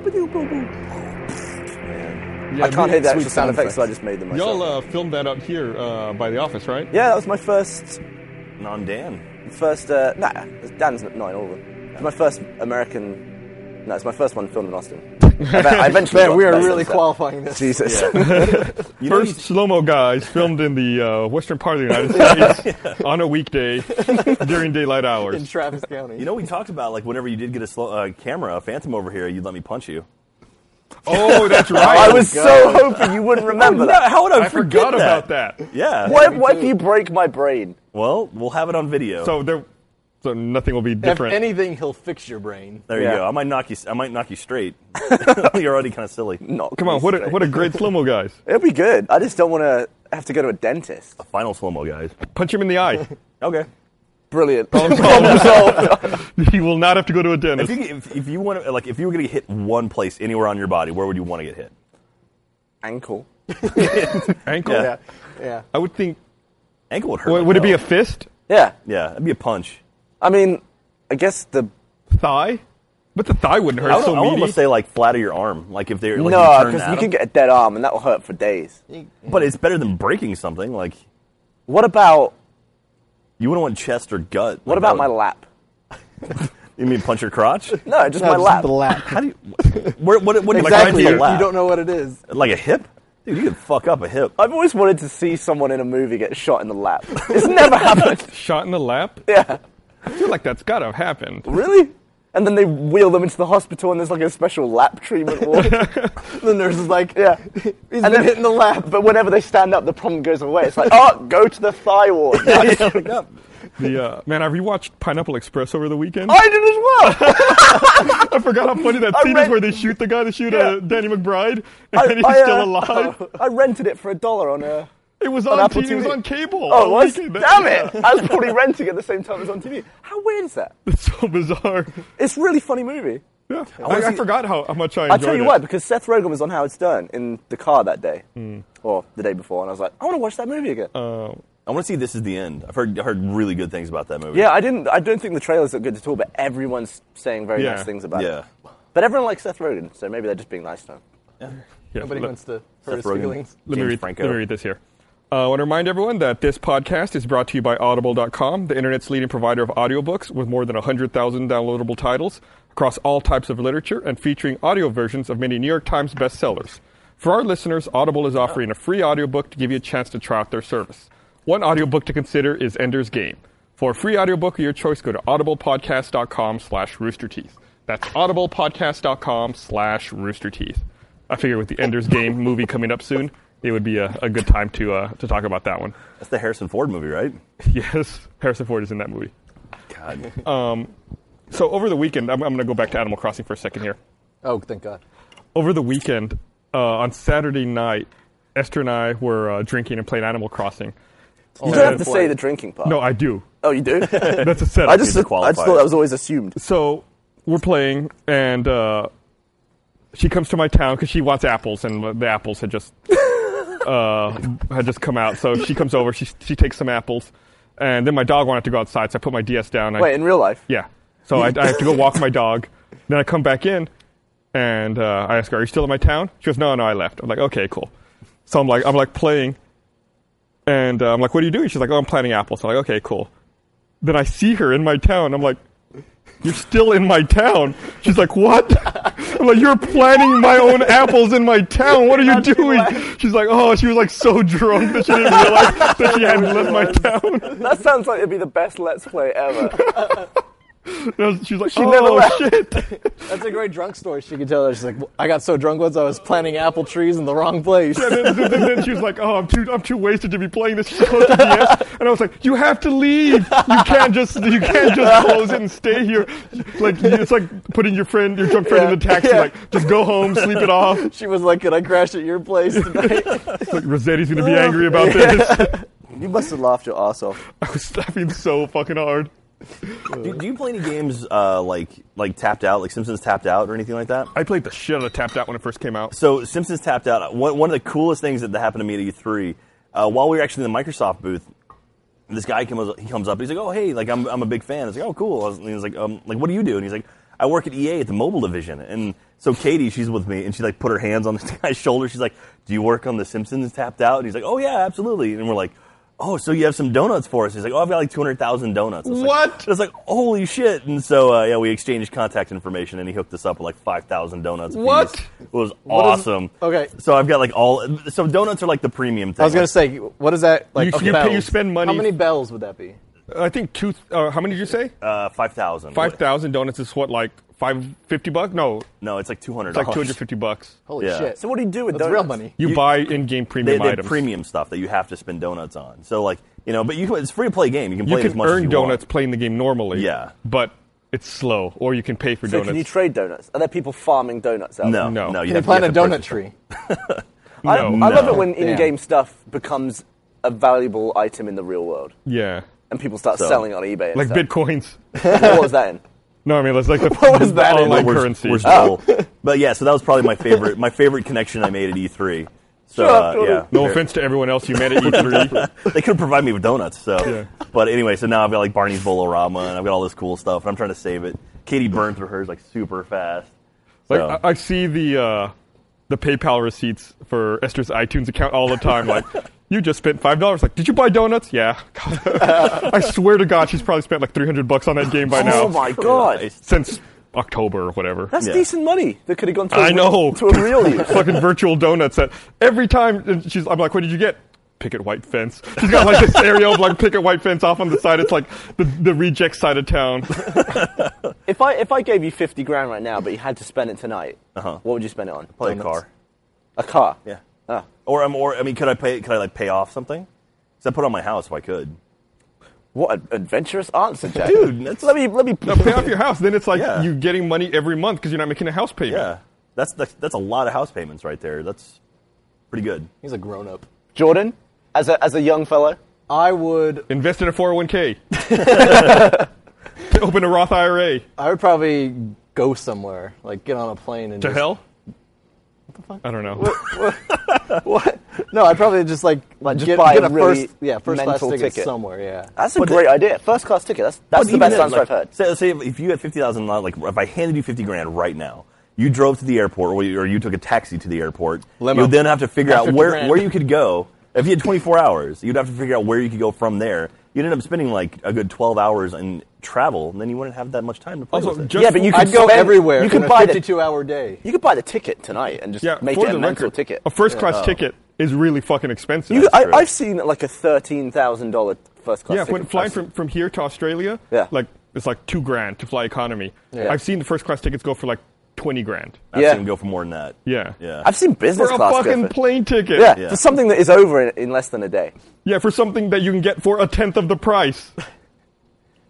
we- can't hear the actual sweet sound sound effects, so I effects. just made them myself. Y'all uh, filmed that out here uh, by the office, right? yeah, that was my first, Non Dan. first. Uh, nah, Dan's not not in all of them. It's my first American. No, it's my first one filmed in Austin. I, ve- I eventually. Man, got we the are best really of that. qualifying this. Jesus. You know First slow mo guys filmed in the uh, western part of the United States on a weekday during daylight In hours. Travis County. You know, we talked about like whenever you did get a slow, uh, camera, a Phantom over here, you'd let me punch you. Oh, that's I right. was so hoping you wouldn't remember that. how would I forgot about that. Yeah. What, if- what if you break my brain? Well, we'll have it on video. So there, so nothing will be if different. anything, he'll fix your brain. there you Yeah. go. I might knock you. I might knock you straight. You're already kind of silly. No. Come on, what a, what a great slow mo guys. It'll be good. I just don't want to have to go to a dentist. Final slow mo, guys. Punch him in the eye. Okay. Brilliant. he will not have to go to a dentist. If you if, if you want to like if you were going to hit one place anywhere on your body, where would you want to get hit? Ankle. Ankle. Yeah. Yeah. I would think. Ankle would hurt. Would, like would it be a hell. fist? Yeah. yeah? It'd be a punch. I mean, I guess the Thigh? But the thigh wouldn't hurt. I, It's would- so I would meaty. almost say like flat of your arm, like if they're like no, you, turn because at you can them. get a dead arm and that will hurt for days. But it's better than breaking something. Like What about you wouldn't want chest or gut. what Like, about that my would- lap? You mean punch your crotch? No, just my No, just lap. The lap. How do you? Where, what? What? do you- exactly. You Like, right to your lap? don't know what it is. Like a hip? Dude, you could fuck up a hip. I've always wanted to see someone in a movie get shot in the lap. It's never happened. Shot in the lap? Yeah. I feel like that's gotta have happened. Really? And then they wheel them into the hospital, and there's like a special lap treatment ward. The nurse is like, yeah. he's and been hit in the lap. But whenever they stand up, the problem goes away. It's like, oh, go to the thigh ward. I did as The uh, man, I rewatched Pineapple Express over the weekend. well. I forgot how funny that I scene is read- where they shoot the guy to shoot uh, Yeah. Danny McBride, and I, he's I, uh, still alive. I rented it for a dollar on a. It was on on, Apple TV. It was TV. on cable. Oh, it all was? weekend. Damn it! I was probably renting at the same time as on TV. How weird is that? It's so bizarre. It's a really funny movie. Yeah. I, I forgot how, how much I enjoyed I tell you it. why, because Seth Rogen was on Howard Stern in the car that day, Hmm. or the day before, and I was like, I want to watch that movie again. Oh. I want to see This Is the End. I've heard, I heard really good things about that movie. yeah, I didn't. I don't think the trailers look good at all, but everyone's saying very Yeah. nice things about Yeah. it. But everyone likes Seth Rogen, so maybe they're just being nice to him. Yeah, Nobody let- wants to hurt his Rogen. feelings. Let me, James read, Franco. let me read this here. Uh, I want to remind everyone that this podcast is brought to you by Audible.com, the internet's leading provider of audiobooks with more than 100,000 downloadable titles across all types of literature and featuring audio versions of many New York Times bestsellers. For our listeners, Audible is offering a free audiobook to give you a chance to try out their service. One audiobook to consider is Ender's Game. For a free audiobook of your choice, go to audiblepodcast.com slash roosterteeth. That's audiblepodcast.com slash roosterteeth. I figure with the Ender's Game movie coming up soon, it would be a, a good time to uh, to talk about that one. That's the Harrison Ford movie, right? Yes, Harrison Ford is in that movie. God. So over the weekend, I'm, I'm going to go back to Animal Crossing for a second here. Oh, thank God. Over the weekend, uh, on Saturday night, Esther and I were uh, drinking and playing Animal Crossing. You don't have Oh, yeah. to say the drinking part. No, I do. Oh, you do? That's a setup. I just, I Need to just qualify. thought that was always assumed. so we're playing, and uh, she comes to my town because she wants apples, and the apples had just uh, had just come out. So she comes over, she she takes some apples, and then my dog wanted to go outside, so I put my DS down. I, Wait, in real life? yeah. So I, I have to go walk my dog. Then I come back in, and uh, I ask her, "Are you still in my town?" She goes, "No, no, I left." I'm like, "Okay, cool." So I'm like, I'm like playing, and uh, I'm like, "What are you doing?" She's like, "Oh, I'm planting apples." I'm like, "Okay, cool." Then I see her in my town. I'm like, "You're still in my town?" She's like, "What?" I'm like, "You're planting my own apples in my town. What are you doing?" She's like, "Oh," she was like so drunk that she didn't realize that she had left my town. That sounds like it'd be the best Let's Play ever. And I was- She was like, "Oh never left." shit." That's a great drunk story she could tell. She's like, "Well, I got so drunk once I was planting apple trees in the wrong place. And then, then- then she was like, "Oh, I'm too, I'm too wasted to be playing this." She closed the DS, and I was like, "You have to leave. You can't just, you can't just close it and stay here. Like it's like putting your friend, your drunk friend, in the taxi. Yeah. Like just go home, sleep it off. It's She was like, Can I crash at your place tonight? like Rossetti's gonna be angry about this. you must have laughed your ass off. I was laughing so fucking hard. Do, do you play any games uh, like like Tapped Out, like Simpsons Tapped Out, or anything like that? I played the shit out of Tapped Out when it first came out. So Simpsons Tapped Out. One, one of the coolest things that happened to me at E3, uh, while we were actually in the Microsoft booth, this guy comes he comes up. He's like, "Oh hey, like I'm I'm a big fan." I was like, "Oh cool." I was, and he was like, um, "Like what do you do?" And he's like, "I work at EA at the mobile division." And so Katie, she's with me, and she like put her hands on this guy's shoulder. She's like, "Do you work on the Simpsons Tapped Out?" And he's like, "Oh yeah, absolutely." And we're like. Oh, so you have some donuts for us? He's like, oh, I've got like two hundred thousand donuts. I was like- What? I was like, holy shit! And so, uh, yeah, we exchanged contact information, and he hooked us up with like five thousand donuts. apiece. What? It was What is- awesome. okay. So I've got like all. So donuts are like the premium thing. I was going to say, What is that? Like, You- you pay- bells? you spend money- How many bells would that be? I think two. Uh, how many did you say? uh, five thousand. Five thousand donuts is what like five fifty bucks? No, it's No, it's like two hundred. like two hundred fifty bucks. Holy Yeah. shit. So what do you do with That's donuts? real money. You, buy in-game They, premium they have items. premium stuff that you have to spend donuts on. So like you know, but you can, it's free to play game. You can you play it as can much as earn you donuts Want. playing the game normally. Yeah. But it's slow, or you can pay for So donuts. can you trade donuts? Are there people farming donuts out No, there? No. Can no. you Can you have to plant a get the donut purchase. tree? I, No. I love No. it when Damn. in-game stuff becomes a valuable item in the real world, yeah. and people start So- selling it on eBay. And Like stuff. bitcoins. what was that in? No, I mean, it's like the, was the that in? online We're- currency. we're still- But yeah, so that was probably my favorite. My favorite connection I made at E3. So Shut up, uh, Jordan. yeah. no offense to everyone else you E met at E3. they could provide me with donuts. So, Yeah. but anyway, so now I've got like Barney's Bolorama, and I've got all this cool stuff, and I'm trying to save it. Katie burned through hers like super fast. like, So- I, I see the uh, the PayPal receipts for Esther's iTunes account all the time. Like, you just spent five dollars. Like, did you buy donuts? Yeah. God. Oh I swear to God, she's probably spent like three hundred bucks on that game by now Oh my god! since October or whatever. That's Yeah. decent money that could have gone to a I real- know. to a real use. fucking virtual donuts that every time and she's I'm like, what did you get? Picket white fence. She's got like this area of like picket white fence off on the side. It's like the, the reject side of town. If I if I gave you fifty grand right now, but you had to spend it tonight, Uh-huh. what would you spend it on? Probably a car. A car. Yeah. Oh. Or I'm or I mean, could I pay? Could I like pay off something? 'Cause I put on my house if I could. What an adventurous answer, Jack. Dude, that's- let me let me. Now pay off your house. Then it's like Yeah. you getting money every month because you're not making a house payment. Yeah, that's that's, that's a lot of house payments right there. That's pretty good. He's a grown up. Jordan, as a as a young fellow, I would Invest in a 401k. Open a Roth IRA. I would probably go somewhere, like get on a plane and To just, hell? I don't know. No, I'd probably just like, Like, just get, buy get a a really first yeah first class mental ticket, ticket. somewhere. Yeah, that's a great idea. First class ticket. That's that's But the even best then, answer like, I've heard. Say, say if if you had fifty thousand, like if I handed you fifty grand right now, you drove to the airport, or you, or you took a taxi to the airport. Limo. You'd then have to figure Not out 50 where grand. where you could go. If you had twenty four hours, you'd have to figure out where you could go from there. You'd end up spending like a good twelve hours in travel, and then you wouldn't have that much time to play Also, with it. just- Yeah, but you I'd go spend- everywhere. You could in buy a the fifty-two hour day. you could buy the ticket tonight and just Yeah, make for it a the mental record, ticket. a first class ticket is really fucking expensive. You, I, true. I've seen like a thirteen thousand dollar first class. yeah, ticket. when flying from, from here to Australia, Yeah. like it's like two grand to fly economy. Yeah. I've seen the first class tickets go for like twenty grand. I've yeah. seen them go for more than that. Yeah. yeah. I've seen For business a class go fucking for- plane ticket. yeah, Yeah. for something that is over in, in less than a day. Yeah, for something that you can get for a tenth of the price.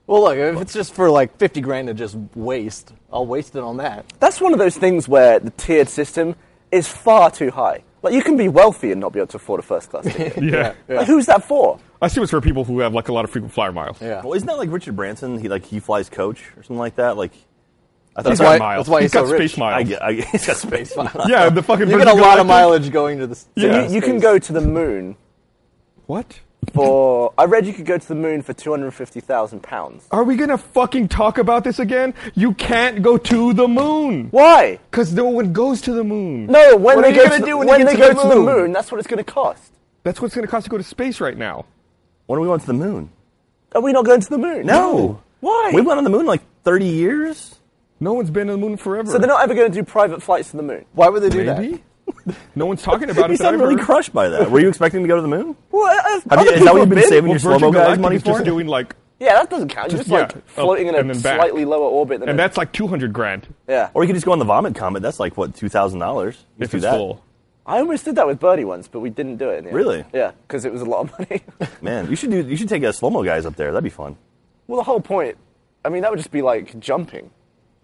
Well, look, if it's just for like fifty grand to just waste, I'll waste it on that. That's one of those things where the tiered system is far too high. Like you can be wealthy and not be able to afford a first class ticket. Yeah. Like, who's that for? I see it's for people who have like a lot of frequent flyer miles. Yeah, Well, isn't that like Richard Branson? He like he flies coach or something like that. Like I thought He's That's got why- miles. that's why he's got so space rich. I, miles. get- I, he's got space. yeah, the fucking you get a Virgin lot Galactic- of mileage going to the. s- Yeah. You, you can go to the moon What? for. I read you could go to the moon for two hundred fifty thousand pounds. Are we gonna fucking talk about this again? You can't go to the moon Why? because no one goes to the moon. No, when What are they you go gonna to, do the- when when, you they get go to the to the moon? moon, that's what it's going to cost. that's what it's gonna cost to go to space right now. When are we going to the moon? Are we not going to the moon? No. Why? We went on the moon like 30 years. No one's been to the moon forever. so they're not ever going to do private flights to the moon. Why would they do that? Maybe. no one's talking about it. You that sound I've really heard. crushed by that. Were you expecting to go to the moon? Well, uh, Have you, other is that people what you've have been, been. saving Well, your slow Virgin mo guys Galactic money is for? just doing like, Yeah, that doesn't count. You're Just- just like yeah, up floating and in a then back. slightly lower orbit than and a- that's like two hundred grand yeah. Or you could just go on the Vomit Comet. That's like, what, $2,000? Just if do it's that. full. I almost did that with Birdie once, but we didn't do it. In the end. Really? Yeah, because it was a lot of money. Man, you should, do, you should take a slow mo guys up there. That'd be fun. well, the whole point. I mean, that would just be like jumping.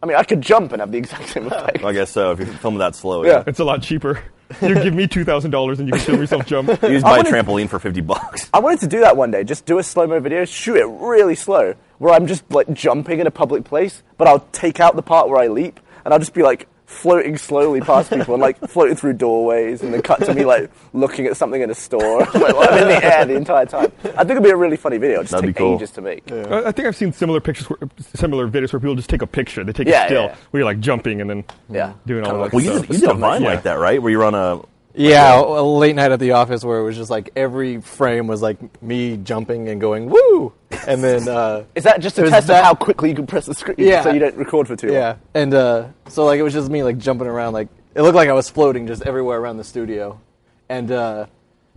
I mean, I could jump and have the exact same effect. Well, I guess so, if you're filming that slow. Yeah. It's a lot cheaper. You give me two thousand dollars and you can film yourself jump. You just buy a wanna- trampoline for 50 bucks. I wanted to do that one day. Just do a slow mo video, shoot it really slow, where I'm just like jumping in a public place, but I'll take out the part where I leap, and I'll just be like floating slowly past people and like floating through doorways, and then cut to me like looking at something in a store. like, I'm in the air the entire time. I think it'd be a really funny video. It'd just That'd be take cool. ages to make. I I think I've seen similar pictures, where, similar videos where people just take a picture. They take Yeah, a yeah, still yeah. where you're like jumping and then Yeah. doing all Kinda that. like Well, you stuff. did, you did a Vine Yeah. like that, right? Where you're on a. Yeah, a late night at the office where it was just like every frame was like me jumping and going woo, and then uh, Is that just a Is test that- of how quickly you can press the screen Yeah. so you don't record for too long? yeah, and uh, so like it was just me like jumping around, like it looked like I was floating just everywhere around the studio, and uh,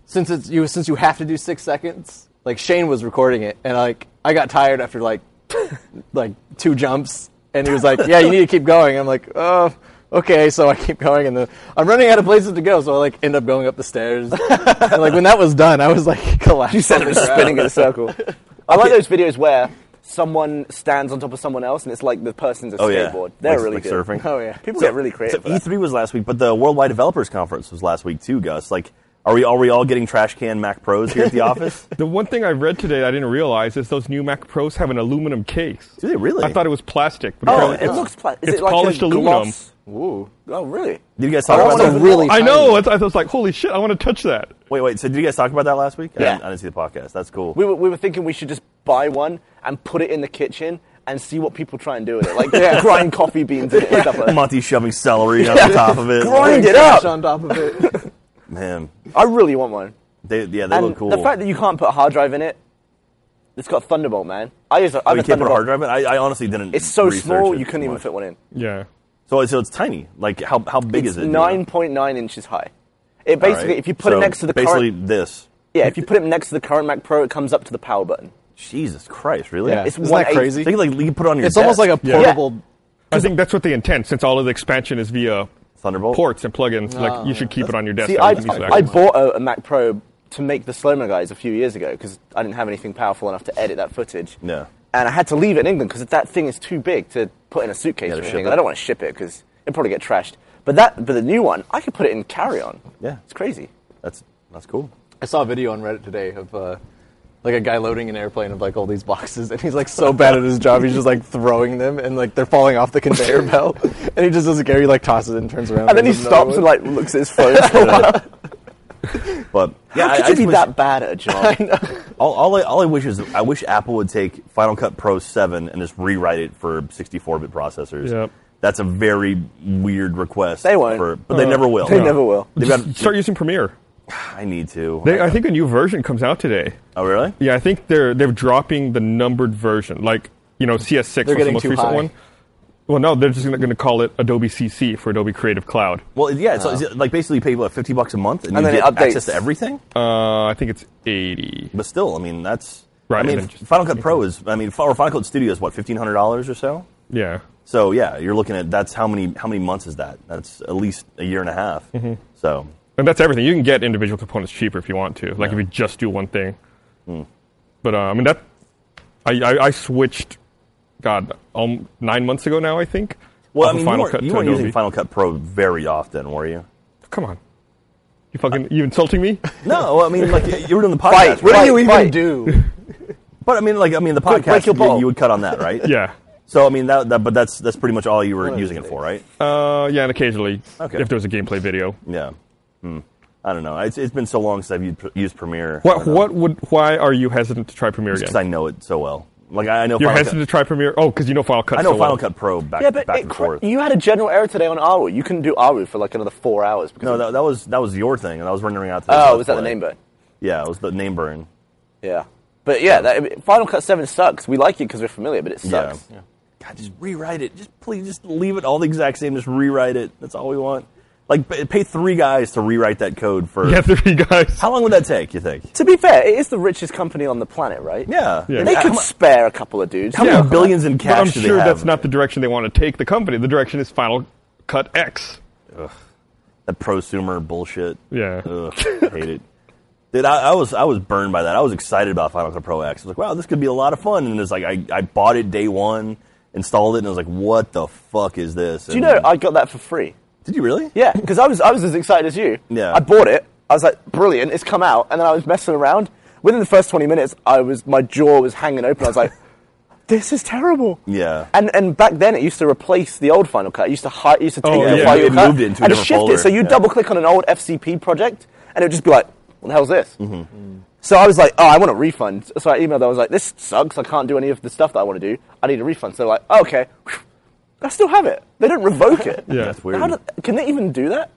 since it's you since you have to do six seconds, like Shane was recording it, and like I got tired after like like two jumps, and he was like, "Yeah, you need to keep going." I'm like, "Oh." Okay, so I keep going, and then I'm running out of places to go, so I like end up going up the stairs. and like when that was done, I was like collapsing. You said it was spinning in a circle. I like those videos where someone stands on top of someone else and it's like the person's a Oh, yeah. skateboard. They're Like- really like good. surfing. Oh yeah, People So- get really creative. So with that. E3 was last week, but the Worldwide Developers Conference was last week too, Gus. Like, are we are we all getting trash can Mac Pros here at the office? The one thing I read today that I didn't realize is those new Mac Pros have an aluminum case. Do they really? I thought it was plastic. but Oh, apparently it looks pla- Is it's it like polished a aluminum. gloss? Woo. Oh, really? Did you guys I talk don't about wanna- that? That's a really. I tiny- know. that's- I was like, holy shit, I want to touch that. Wait, wait. So did you guys talk about that last week? I Yeah. didn't, I didn't see the podcast. That's cool. We were, we were thinking we should just buy one and put it in the kitchen and see what people try and do with it. Like grind coffee beans in it and stuff like that. Monty shoving celery on top of it. Grind it up! Trash on top of it. Man, I really want one. they, yeah, they and look cool. the fact that you can't put a hard drive in it It's got Thunderbolt, man. I use. A, I Oh, have you a can't put a Thunderbolt. hard drive in. I, I honestly didn't. it's so research small it you couldn't too even much. fit one in. Yeah. So so it's tiny. Like how how big is it? do you know? Nine point nine inches high. It All right. basically, if you put So it next to the basically current, this. yeah, if you put it next to the current Mac Pro, it comes up to the power button. Jesus Christ, really? Yeah. It's Isn't that 180. I crazy? think like you can put it on your. It's almost desk. like a Yeah. portable. I think that's what the intent, since all of the expansion is via Thunderbolt? ports and plugins. like you should keep it on your desk. See, That I, would be useful. I bought a, a Mac Pro to make the slow mo guys a few years ago because I didn't have anything powerful enough to edit that footage. Yeah. And I had to leave it in England because that thing is too big to put in a suitcase Yeah, or to ship anything. it. And I don't want to ship it because it'd probably get trashed. But that, but the new one, I could put it in carry on. Yeah. It's crazy. That's that's cool. I saw a video on Reddit today of uh, like a guy loading an airplane of like all these boxes, and he's like so bad at his job, he's just like throwing them, and like they're falling off the conveyor belt, and he just doesn't care. He like tosses it and turns around, And then he stops and like looks at his phone for a while. But yeah, How I, could I you just be wish- that bad at a job? All, all, I, all I wish is I wish Apple would take Final Cut Pro 7 and just rewrite it for 64-bit processors. Yep. That's a very weird request. They won't. Uh, For, but they never will. They never will. They've Just got- start using Premiere. I need to. They, I think a new version comes out today. Oh really? Yeah, I think they're they're dropping the numbered version. Like you know, CS6 was the getting most too recent high. one. Well, no, they're just going to call it Adobe CC for Adobe Creative Cloud. Well, yeah. So is it like basically you pay what, 50 bucks a month and, Uh-huh. And you then it get updates. access to everything. Uh, I think it's eighty. But still, I mean that's. Right, I and mean, then just- Final Cut Pro is. I mean, fi- or Final Cut Studio is what fifteen hundred dollars or so. Yeah, So yeah, you're looking at that's how many how many months is that? That's at least a year and a half. So and that's everything. You can get individual components cheaper if you want to. Like if you just do one thing. Hmm. But uh, I mean that, I I, I switched, God, um, nine months ago now I think. off well, I of mean, you Final weren't, Cut you to weren't Adobe. using Final Cut Pro very often, were you? Come on, you fucking you insulting me? No, well, I mean, like you were doing the podcast, What right? do you even Right. do? But I mean, like I mean, the Quick, break podcast your you, ball. you would cut on that, right? yeah. So I mean, that, that but that's that's pretty much all you were using it for, right? Uh, yeah, and occasionally Okay. if there was a gameplay video, yeah. Hmm. I don't know. It's, it's been so long since I've used, used Premiere. I What don't know. what would why are you hesitant to try Premiere Because again? I know it so well. Like I I know You're Final hesitant Cut. to try Premiere. Oh, because you know Final Cut. I know so Final well. Cut Pro back yeah, but back it and cra- forth. you had a general error today on Aru. You couldn't do Aru for like another four hours because No, of- that, that was that was your thing, and I was rendering out. the- oh, was that the name burn? Yeah, it was the name burn. Yeah. But yeah, that, Final Cut 7 sucks. We like it because we're familiar, but it sucks. Yeah. God, just rewrite it. Just please, just leave it all the exact same. Just rewrite it. That's all we want. Like, pa- pay three guys to rewrite that code for. Yeah, three guys. How long would that take? You think? To be fair, it is the richest company on the planet, right? Yeah. Yeah. They How could mu- spare a couple of dudes. how Yeah. many billions in But cash I'm do they sure have? that's not the direction they want to take the company. The direction is Final Cut X. that prosumer bullshit. Yeah. Ugh, hate it. Dude, I, I was I was burned by that. I was excited about Final Cut Pro X. I was like, wow, this could be a lot of fun. And it's like I, I bought it day one, installed it, and I was like, what the fuck is this? Do you know I got that for free? did you really? Yeah, because I was, I was as excited as you. Yeah. I bought it. I was like, brilliant, it's come out. And then I was messing around. Within the first 20 minutes, I was my jaw was hanging open. I was like, this is terrible. Yeah. And and back then it used to replace the old Final Cut. It used to hi- it used to take Oh, the yeah. Final It Cut moved it into a and different shift folder. it. So you Yeah. double click on an old FCP project, and it would just be like, "What the hell's this?" Mm-hmm. So I was like, "Oh, I want a refund." So I emailed. them. I was like, "This sucks. I can't do any of the stuff that I want to do. I need a refund." So they're like, oh, "Okay, I still have it. They don't revoke it. Yeah. That's weird. How do, can they even do that?"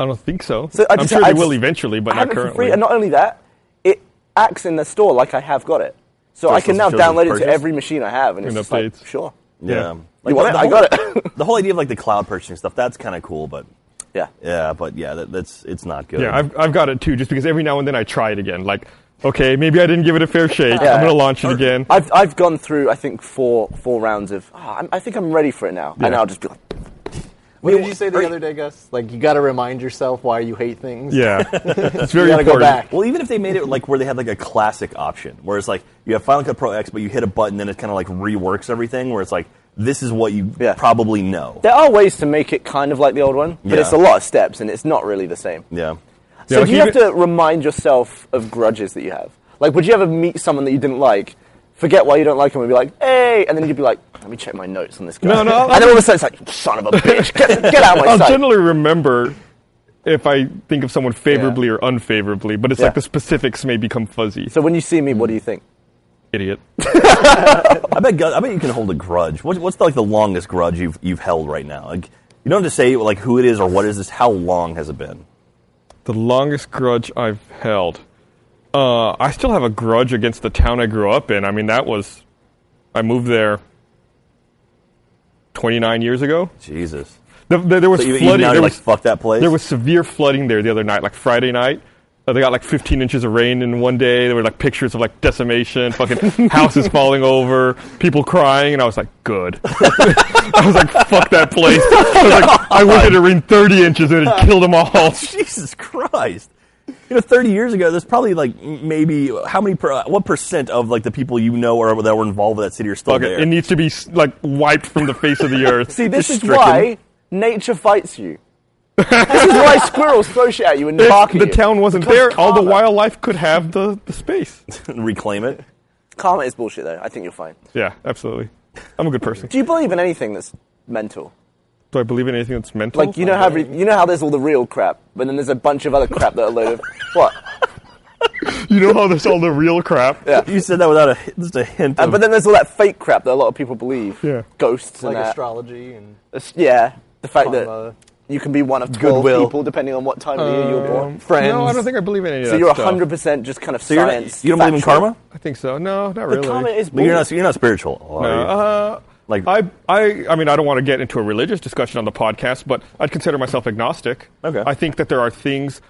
I don't think so. So I'm sure they I will eventually, but I not have it for currently. free, and not only that, it acts in the store like I have got it. So, So I it's can now supposed to show download the it to purchase? every machine I have, and, And it's just like, updates. sure. Yeah. Yeah. You want it? the I whole- got it. the whole idea of like the cloud purchasing stuff, that's kind of cool, but Yeah. yeah, but yeah, that, that's it's not good. yeah, I've I've got it too. Just because every now and then I try it again. Like, okay, maybe I didn't give it a fair shake. Yeah. I'm gonna launch it again. I've, I've gone through, I think, four four rounds of, "Ah, I'm, I think I'm ready for it now. And I'll just be like, What did you say the other day, Gus? Like you got to remind yourself why you hate things. yeah, it's very you got to important. go back. Well, even if they made it like where they had like a classic option, where it's like you have Final Cut Pro X, but you hit a button and it kind of like reworks everything, where it's like this is what you Yeah. probably know. there are ways to make it kind of like the old one, but Yeah. it's a lot of steps and it's not really the same. yeah. So Yeah, do you like have to remind yourself of grudges that you have? Like, would you ever meet someone that you didn't like, forget why you don't like them, and be like, hey, and then you'd be like, let me check my notes on this guy. No, no, I'll- and then all of a sudden it's like, son of a bitch, get, get out of my I'll sight. generally remember if I think of someone favorably or unfavorably, but it's Yeah. like the specifics may become fuzzy. so when you see me, what do you think? Idiot. I bet Gus- I bet you can hold a grudge. What, what's the, like the longest grudge you've you've held right now? Like you don't have to say like who it is or what is this. How long has it been? The longest grudge I've held. Uh, I still have a grudge against the town I grew up in. I mean, that was. I moved there 29 years ago. Jesus. The, the, there was So even, flooding. even now there you're like, was- fuck that place. There was severe flooding there the other night, like Friday night. Uh, they got like 15 inches of rain in one day. There were like pictures of like decimation, fucking houses falling over, people crying, and I was like, good. I was like, fuck that place. I was like, I wanted to rain 30 inches and it killed them all. Jesus Christ. You know, 30 years ago, there's probably like m- maybe how many, per, what percent of like the people you know or that were involved with that city are still Fuck there? it. It needs to be s- like wiped from the face of the earth. See, this Just is stricken. why nature fights you. this is why squirrels throw shit at you and If bark at the you. town wasn't Because there, all the karma- wildlife could have the, the space. Reclaim it. Karma is bullshit, though. I think you're fine. Yeah, absolutely. I'm a good person. Do you believe in anything that's mental? Do I believe in anything that's mental? Like you know how re- you know how there's all the real crap, but then there's a bunch of other crap that are a load of what? you know how there's all the real crap? Yeah. You said that without a, just a hint And, of Uh, but then there's all that fake crap that a lot of people believe. Yeah. Ghosts and like that. astrology and It's- Yeah. The fact Karma. that you can be one of 12 Goodwill. people depending on what time of year you're born. friends. Um, No, I don't think I believe in any of So that you're stuff. 100% just kind of So you're not, science. you don't believe in factual. karma? I think so. No, not But really. karma is But you're bullshit. not, you're not spiritual. are No, you? uh, Like- I, I, I mean, I don't want to get into a religious discussion on the podcast, but I'd consider myself agnostic. Okay. I think that there are things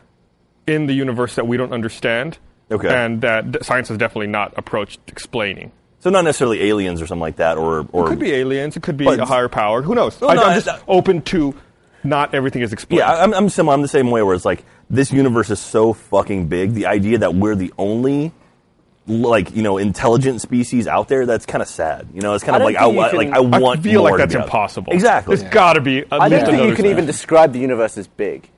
in the universe that we don't understand. Okay. And that d- science has definitely not approached explaining. so not necessarily aliens or something like that, or or It could be aliens. It could be But- a higher power. Who knows? Well, I, no, I'm I- just I- open to not everything is explained. Yeah, I- I'm, I'm similar. I'm the same way. Where it's like this universe is so fucking big. The idea that we're the only like you know intelligent species out there that's kind of sad. You know, it's I kind of don't like I, think wa- you like can- I I want. feel like more to that's be out there. impossible. Exactly. It's got to be. At I least don't think another you can thing. even describe the universe as big.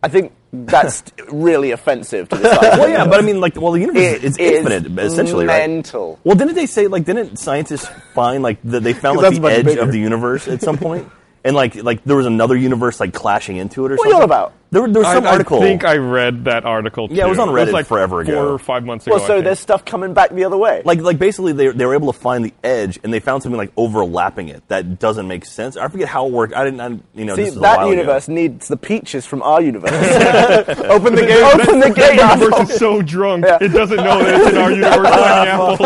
I think that's really offensive to the science. well, yeah, but I mean, like, well, the universe It is is infinite, essentially, right? mental. Well, didn't they say like didn't scientists find like the, they found 'Cause like that's the much edge bigger. of the universe at some point, and like like there was another universe like clashing into it or What are something? you on about? There, were- there was I- some I, article. think I read that article. Yeah, it was too. on Reddit like forever ago. four or five months ago. Well, I so think. there's stuff coming back the other way. like like basically they they were able to find the edge and they found something like overlapping it that doesn't make sense. I forget how it worked. I didn't I, didn't- you know See, this is a that while ago. universe needs the peaches from our universe. open the gate. Open the gate. The asshole. universe is so drunk, Yeah. it doesn't know that it's in our universe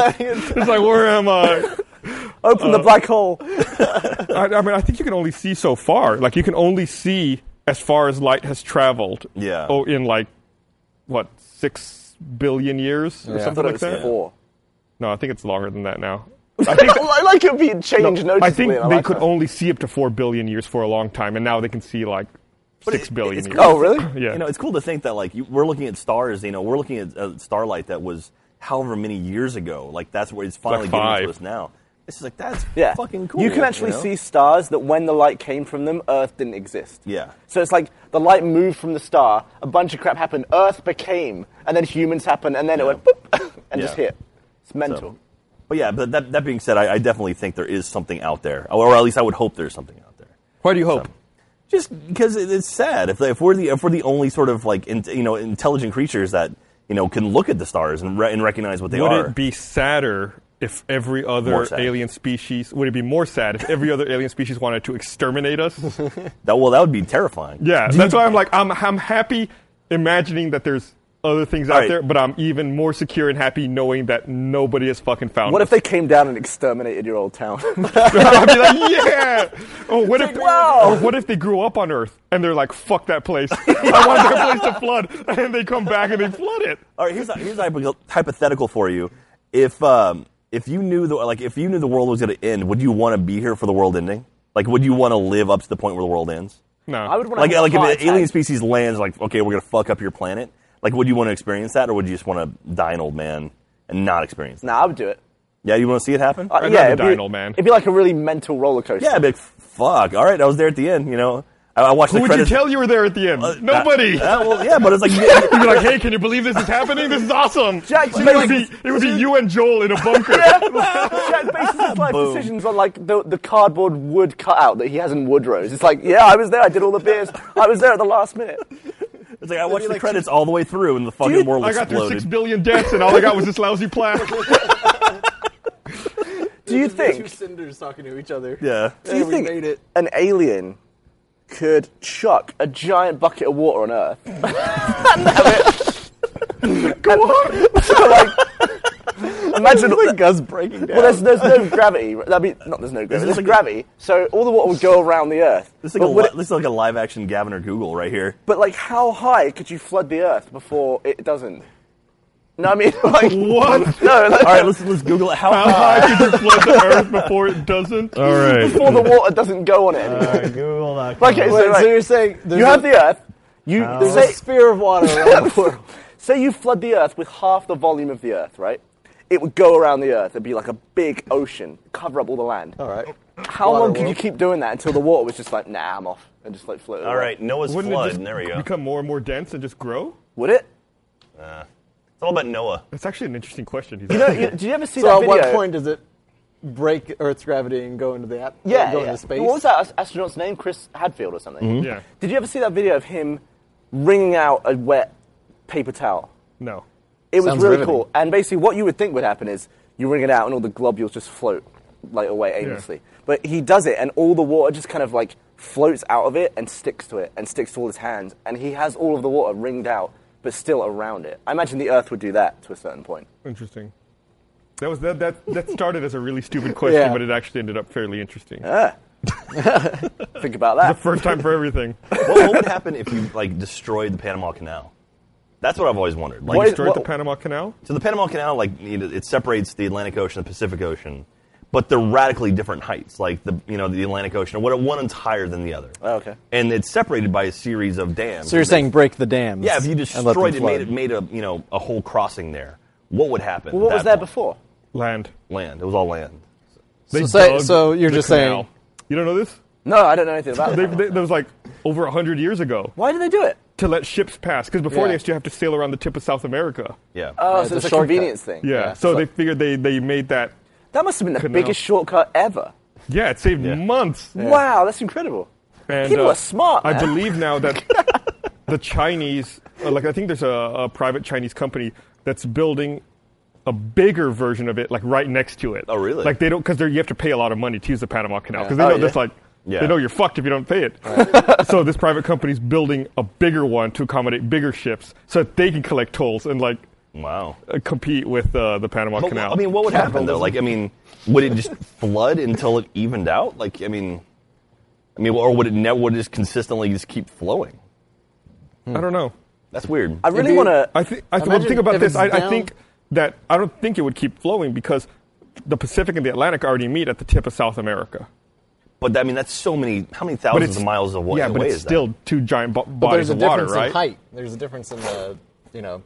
finding apples. It's like, where am I? Open the black hole. I? I mean, I think you can only see so far. Like, you can only see as far as light has traveled. Yeah. Oh, in like, what, six billion years or Yeah. I something thought like it was that? four. No, I think it's longer than that now. I, like it being changed I noticeably. think in our they could lifetime. only see up to four billion years for a long time, and now they can see like six billion it's years. cool. Oh, really? Yeah. You know, it's cool to think that like you, we're looking at stars. You know, we're looking at uh, starlight that was however many years ago. Like that's where it's finally getting five. to us now. It's just like that's Yeah. fucking cool. You can actually know? see stars that when the light came from them, Earth didn't exist. Yeah. So it's like the light moved from the star, a bunch of crap happened, Earth became, and then humans happened, and then it Yeah. went boop, and Yeah. just hit. It's mental. But yeah, but that that being said, I, I definitely think there is something out there, or at least I would hope there's something out there. Why do you hope? just because it, it's sad if, if we're the if we're the only sort of like in, you know intelligent creatures that you know can look at the stars and, re- and recognize what they would are. it be sadder if every other More sad. alien species would it be more sad if every other alien species wanted to exterminate us that, well, that would be terrifying. yeah that's why i'm like I'm, I'm happy imagining that there's other things out Alright. there but i'm even more secure and happy knowing that nobody has fucking found What if us. they came down and exterminated your old town? i'd be like yeah oh what if wow. or what if they grew up on earth and they're like fuck that place i want that place to flood and they come back and they flood it All right, here's a, here's a hypo- hypothetical for you. If um, if you knew the like if you knew the world was going to end, would you want to be here for the world ending? Like, would you want to live up to the point where the world ends? no I would want Like, to like if an alien species lands, like, okay, we're going to fuck up your planet. Like, would you want to experience that, or would you just want to die an old man and not experience that? Nah, I would do it. Yeah, you want to see it happen? Uh, I'd yeah, rather it'd die be, an old man. It'd be like a really mental roller coaster. Yeah, I'd be like, fuck. All right, I was there at the end. You know, I, I watched who the would you credits. tell you were there at the end Uh, nobody Uh, uh, well, yeah, but it's like yeah, You'd be like, hey, can you believe this is happening? This is awesome. Jack, it, you know, would like- be, it would be you and Joel in a bunker. Jack bases his life decisions on like the, the cardboard wood cutout that he has in Woodrow's. It's like, yeah, I was there. I did all the beers. I was there at the last minute. it's like I watched the credits all the way through, and the fucking Dude, world I got through six exploded. billion deaths, and all I got was this lousy plaque. Do you two think? cinders talking to each other. Yeah. Do you we think made it. an alien could chuck a giant bucket of water on Earth and have it Go on. so like, imagine like Gus breaking down. Well, there's, there's no gravity. I mean, not there's no gravity. This There's is like a- gravity. So all the water would go around the Earth. This is like, but, a, would li- it- this is like a live action Gavin or Google right here. but like, how high could you flood the Earth before it doesn't? No, I mean, like, what? No, like, All right, let's let's Google it. How How high could you flood the earth before it doesn't? All right. before the water doesn't go on it. anymore. Google.com. Okay, so, Wait, like, so you're saying there's you a, have the Earth. You there's a say, sphere of water around the world. say you flood the Earth with half the volume of the Earth, right? It would go around the Earth. It'd be like a big ocean, cover up all the land. All right. How Water long could you world. keep doing that until the water was just like, nah, I'm off, and just like floated? All away? right, Noah's Wouldn't flood. it just there we go. become more and more dense and just grow? would it? it's all about Noah. That's actually an interesting question. He's You know, you, did you ever see So that at video? what point does it break Earth's gravity and go into the at- Yeah, go yeah. into space? What was that as- astronaut's name? Chris Hadfield or something. Yeah. Did you ever see that video of him wringing out a wet paper towel? No. It was Sounds really riveting. cool. And basically, what you would think would happen is you wring it out, and all the globules just float like away aimlessly. But he does it, and all the water just kind of like floats out of it and sticks to it, and sticks to all his hands, and he has all of the water wringed out, but still around it. I imagine the Earth would do that to a certain point. Interesting. That was that that that started as a really stupid question, Yeah. Uh, but it actually ended up fairly interesting. Think about The that. first time for everything. what, what would happen if you like destroyed the Panama Canal? That's what I've always wondered. Like, What is- Destroyed the what- Panama Canal. so the Panama Canal, like, you know, it separates the Atlantic Ocean and the Pacific Ocean, but they're radically different heights. Like the you know the Atlantic Ocean, what one is higher than the other. Oh, okay. And it's separated by a series of dams. So you're And saying break the dams? Yeah, if you and let them destroyed it, made it flood. made a you know a whole crossing there. What would happen? Well, what at was that there point? before? Land. Land. It was all land. They So say- dug so you're the just saying- You don't know this? No, I don't know anything about They, it. they, that was like over hundred years ago Why did they do it? to let ships pass because before Yeah. they used to have to sail around the tip of South America. Yeah. Oh, Yeah, so it's it's a a shortcut. convenience thing. Yeah. Yeah, so so- they figured they they made that. That must have been the Canal. biggest shortcut ever. Yeah, it saved Yeah. months. Wow, that's incredible. And, People uh, are smart, I man. believe now that the Chinese, uh, like I think there's a, a private Chinese company that's building a bigger version of it, like right next to it. Oh, really? Like they don't because you have to pay a lot of money to use the Panama Canal because they Oh, know yeah. that's like. Yeah. They know you're fucked if you don't pay it. so this private company's building a bigger one to accommodate bigger ships, so that they can collect tolls and like Wow. uh, compete with uh, the Panama But, Canal. I mean, what would happen though? Like, I mean, would it just flood until it evened out? Like, I mean, I mean, or would it never would it just consistently just keep flowing? I don't know. That's weird. I If really you- want to. I think. I th- Imagine well, think about if this. it's I, I down- think that I don't think it would keep flowing because the Pacific and the Atlantic already meet at the tip of South America. but I mean, that's so many. How many But thousands of miles of wa- Yeah, away but it's is still two giant bo- But bodies there's a of water, difference right? in height. There's a difference in the you know that?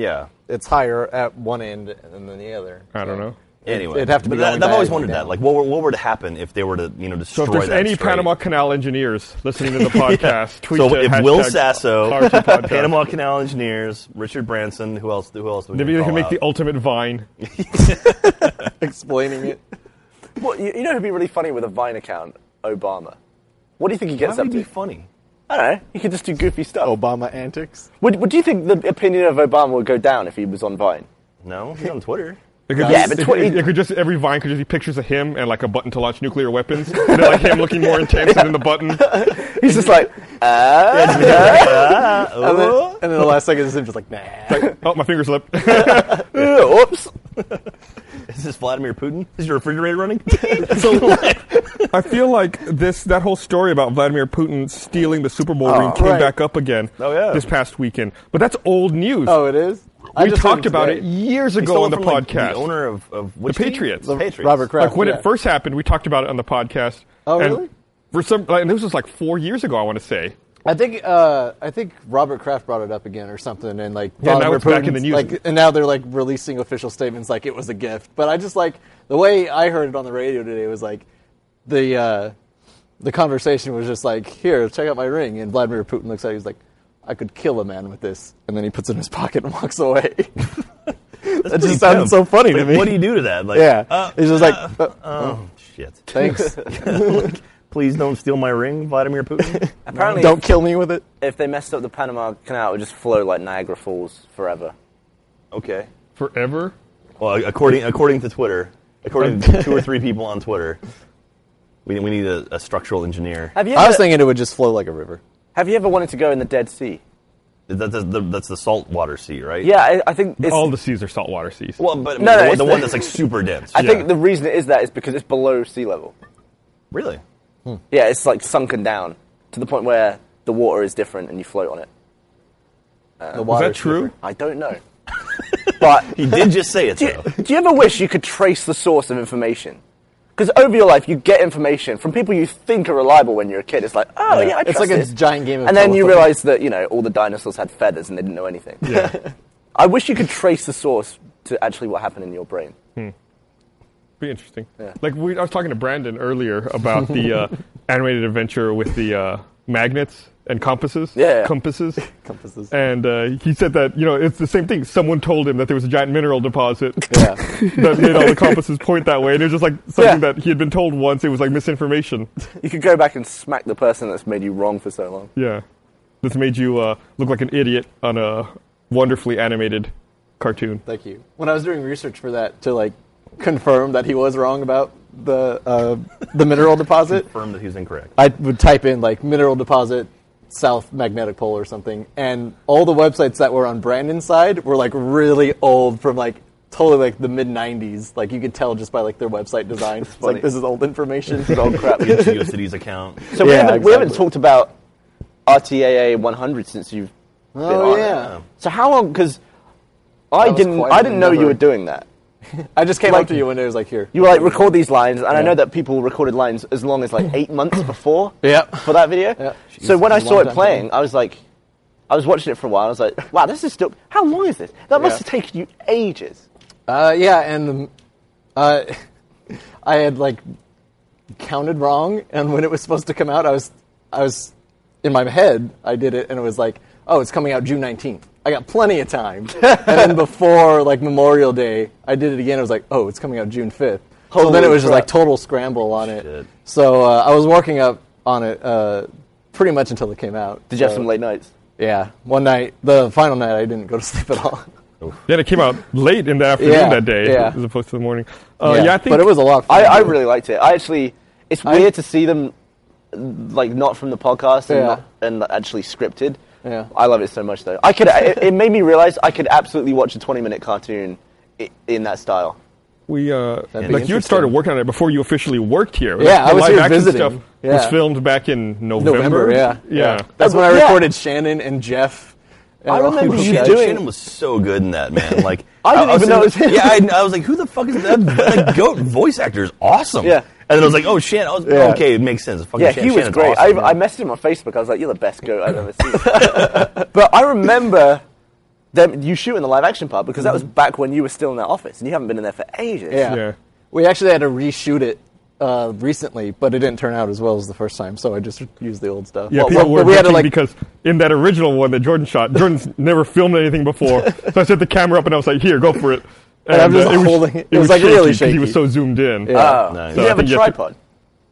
Yeah. it's higher at one end than the other. I don't know. Anyway, it'd have to But be that- going I've always back wondered that. down. Like, what were, what were to happen if they were to you know So destroy if there's that any strait? Panama Canal engineers listening to the podcast, tweet so to if Will hashtag Sasso, RT podcast. Panama Canal engineers, Richard Branson, who else? Who else? would Maybe we they can call make out? the ultimate vine. Explaining it. Well, you, you know who'd be really funny with a Vine account? Obama. What do you think he Why gets up would it to? be funny? I don't know. He could just do goofy stuff. Obama antics. Would, would you think the opinion of Obama would go down if he was on Vine? No, he's on Twitter. It could, Yeah, just, but it could- tw- it could just every vine could just be pictures of him and like a button to launch nuclear weapons, and then, like him looking more intense than the button. He's just like, Ah, And oh. then, and then the last second is him just like nah. Oh, my finger slipped. "Ugh, oops. Is this Vladimir Putin? Is your refrigerator running? I feel like this that whole story about Vladimir Putin stealing the Super Bowl ring came right. back up again Oh, yeah. this past weekend. But that's old news. Oh, it is. we talked about it years He ago stole on the it from, like, podcast. the owner of, of which The team? Patriots. The The Patriots. Robert Kraft. like when yeah. it first happened, we talked about it on the podcast. Oh, and really? For some, like, and this was like four years ago. I want to say. I think uh, I think Robert Kraft brought it up again or something, and like Yeah, now Vladimir it's back in Putin's, the news. Like, and now they're like releasing official statements like it was a gift. But I just like the way I heard it on the radio today was like the uh, the conversation was just like, "Here, check out my ring," and Vladimir Putin looks at it, he's like, "I could kill a man with this," and then he puts it in his pocket and walks away. that Pretty just sounded pimp. so funny to Like, me. What do you do to that? Like, yeah, uh, he's just like, uh, oh shit! "Thanks, Please don't steal my ring, Vladimir Putin. Apparently, don't kill me with it." if they messed up the Panama Canal, it would just flow like Niagara Falls forever. okay. Forever. Well, according according to Twitter, according to two or three people on Twitter, we, we need a, a structural engineer. Have you, I was ever, thinking it would just flow like a river. have you ever wanted to go in the Dead Sea? That, that, the, that's the saltwater sea, right? Yeah, I, I think it's. All the seas are saltwater seas. Well, but I mean, No, no, the, one- it's the the- one that's like super dense. I yeah. think the reason it is that is because it's below sea level. really? Yeah, it's like sunken down to the point where the water is different and you float on it. The Is water that true? I don't know. but He did just say it do, though. you- do you ever wish you could trace the source of information? Because over your life, you get information from people you think are reliable when you're a kid. It's like, oh, yeah, I It's trust like a this. giant game of And then you telephone. realize that, you know, all the dinosaurs had feathers and they didn't know anything. Yeah. I wish you could trace the source to actually what happened in your brain. Be interesting. Like we, I was talking to Brandon earlier about the uh, animated adventure with the uh, magnets and compasses. Yeah, yeah. Compasses. Compasses. And uh, he said that you know it's the same thing. Someone told him that there was a giant mineral deposit Yeah. that made all the compasses point that way, and it was just like something Yeah. that he had been told once. It was like misinformation. You could go back and smack the person that's made you wrong for so long. Yeah, that's made you uh, look like an idiot on a wonderfully animated cartoon. Thank you. When I was doing research for that to like confirm that he was wrong about the uh, the mineral deposit, Confirm that he was incorrect. I would type in like mineral deposit South Magnetic Pole or something, and all the websites that were on Brandon's side were like really old from like totally like the mid '90s. Like you could tell just by like their website design. it's funny. like this is old information. Old crap. Into GeoCities account. So we, Yeah, haven't, we haven't exactly. talked about RTAA 100 since you've been Oh, on it. yeah. So how long? Because I was didn't, quite I didn't know you another- were doing that. I just came Like- up to you one day. I was like, "Here, You were like record these lines, and I know that people recorded lines as long as like eight months before. Yeah. For that video. Yeah. So when I It's a saw long it time playing, coming. I was like, I was watching it for a while. I was like, wow, this is still. How long is this? That must have taken you ages. Uh, yeah, and um, uh, I had like counted wrong, and when it was supposed to come out, I was I was in my head. I did it, and it was like, oh, it's coming out June nineteenth. I got plenty of time. and then before like Memorial Day, I did it again. I was like, oh, it's coming out June fifth. So then it Holy was just crap. like total scramble on it. Shit. So uh, I was working up on it uh, pretty much until it came out. Did you have So, some late nights? Yeah, one night, the final night, I didn't go to sleep at all. Yeah, it came out late in the afternoon Yeah, that day, yeah. as opposed to the morning. Uh, yeah. I think but it was a lot. Of fun I, to I do. really liked it. I actually, it's weird to see them like not from the podcast and, Yeah. not, and actually scripted. Yeah. I love it so much though. I could. it, it made me realize I could absolutely watch a twenty-minute cartoon i- in that style. We uh, That'd be like you had started working on it before you officially worked here. Like, Yeah, I the was live here action visiting. stuff was Yeah. filmed back in November. November, yeah. yeah. That's when I Yeah. recorded Shannon and Jeff. and I all remember those you guys. doing- Oh, Shannon was so good in that man. Like I didn't was even know sitting- it was him. Yeah, I, I was like, who the fuck is that? Like, goat voice actor is awesome. Yeah. And then I was like, oh Shannon. I was, Yeah. Okay, it makes sense. Fucking Yeah, Shan- he was Shannon's great. awesome. I, I messaged him on Facebook. I was like, "You're the best goat I've ever seen." but I remember them you shooting the live action part because that was Mm-hmm. back when you were still in that office and you haven't been in there for ages. Yeah. Yeah. We actually had to reshoot it uh, recently, but it didn't turn out as well as the first time, so I just used the old stuff. Yeah, Well, people well, were but we had to bitching like because in that original one that Jordan shot, Jordan's never filmed anything before. So I set the camera up and I was like, "here, go for it. And I'm just uh, was- holding- it was, like, shaky really 'cause He shaky. was so zoomed in. Uh, Yeah. Oh. Nice. Did So you I have a think you have to- tripod?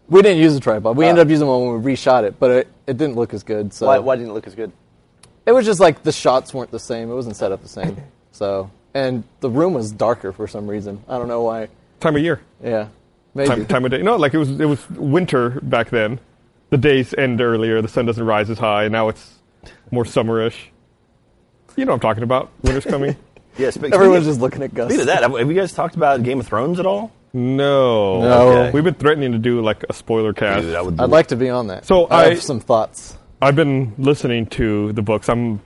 we didn't use the tripod. Uh. We ended up using one when we reshot it, but it, it didn't look as good. So Why, why didn't it look as good? it was just like the shots weren't the same. It wasn't set up the same. So and the room was darker for some reason. I don't know why. Time of year, Yeah, maybe. time, time of day. No, like it was it was winter back then. The days end earlier. The sun doesn't rise as high. Now it's more summerish. You know what I'm talking about. Winter's coming. Yeah, spe- Everyone's speaking of- just looking at Gus. Speaking of that, have, have you guys talked about Game of Thrones at all? No. No. Okay. We've been threatening to do like a spoiler cast. Dude, I would. I'd like to be on that. So I, I- have some thoughts. I've been listening to the books. I'm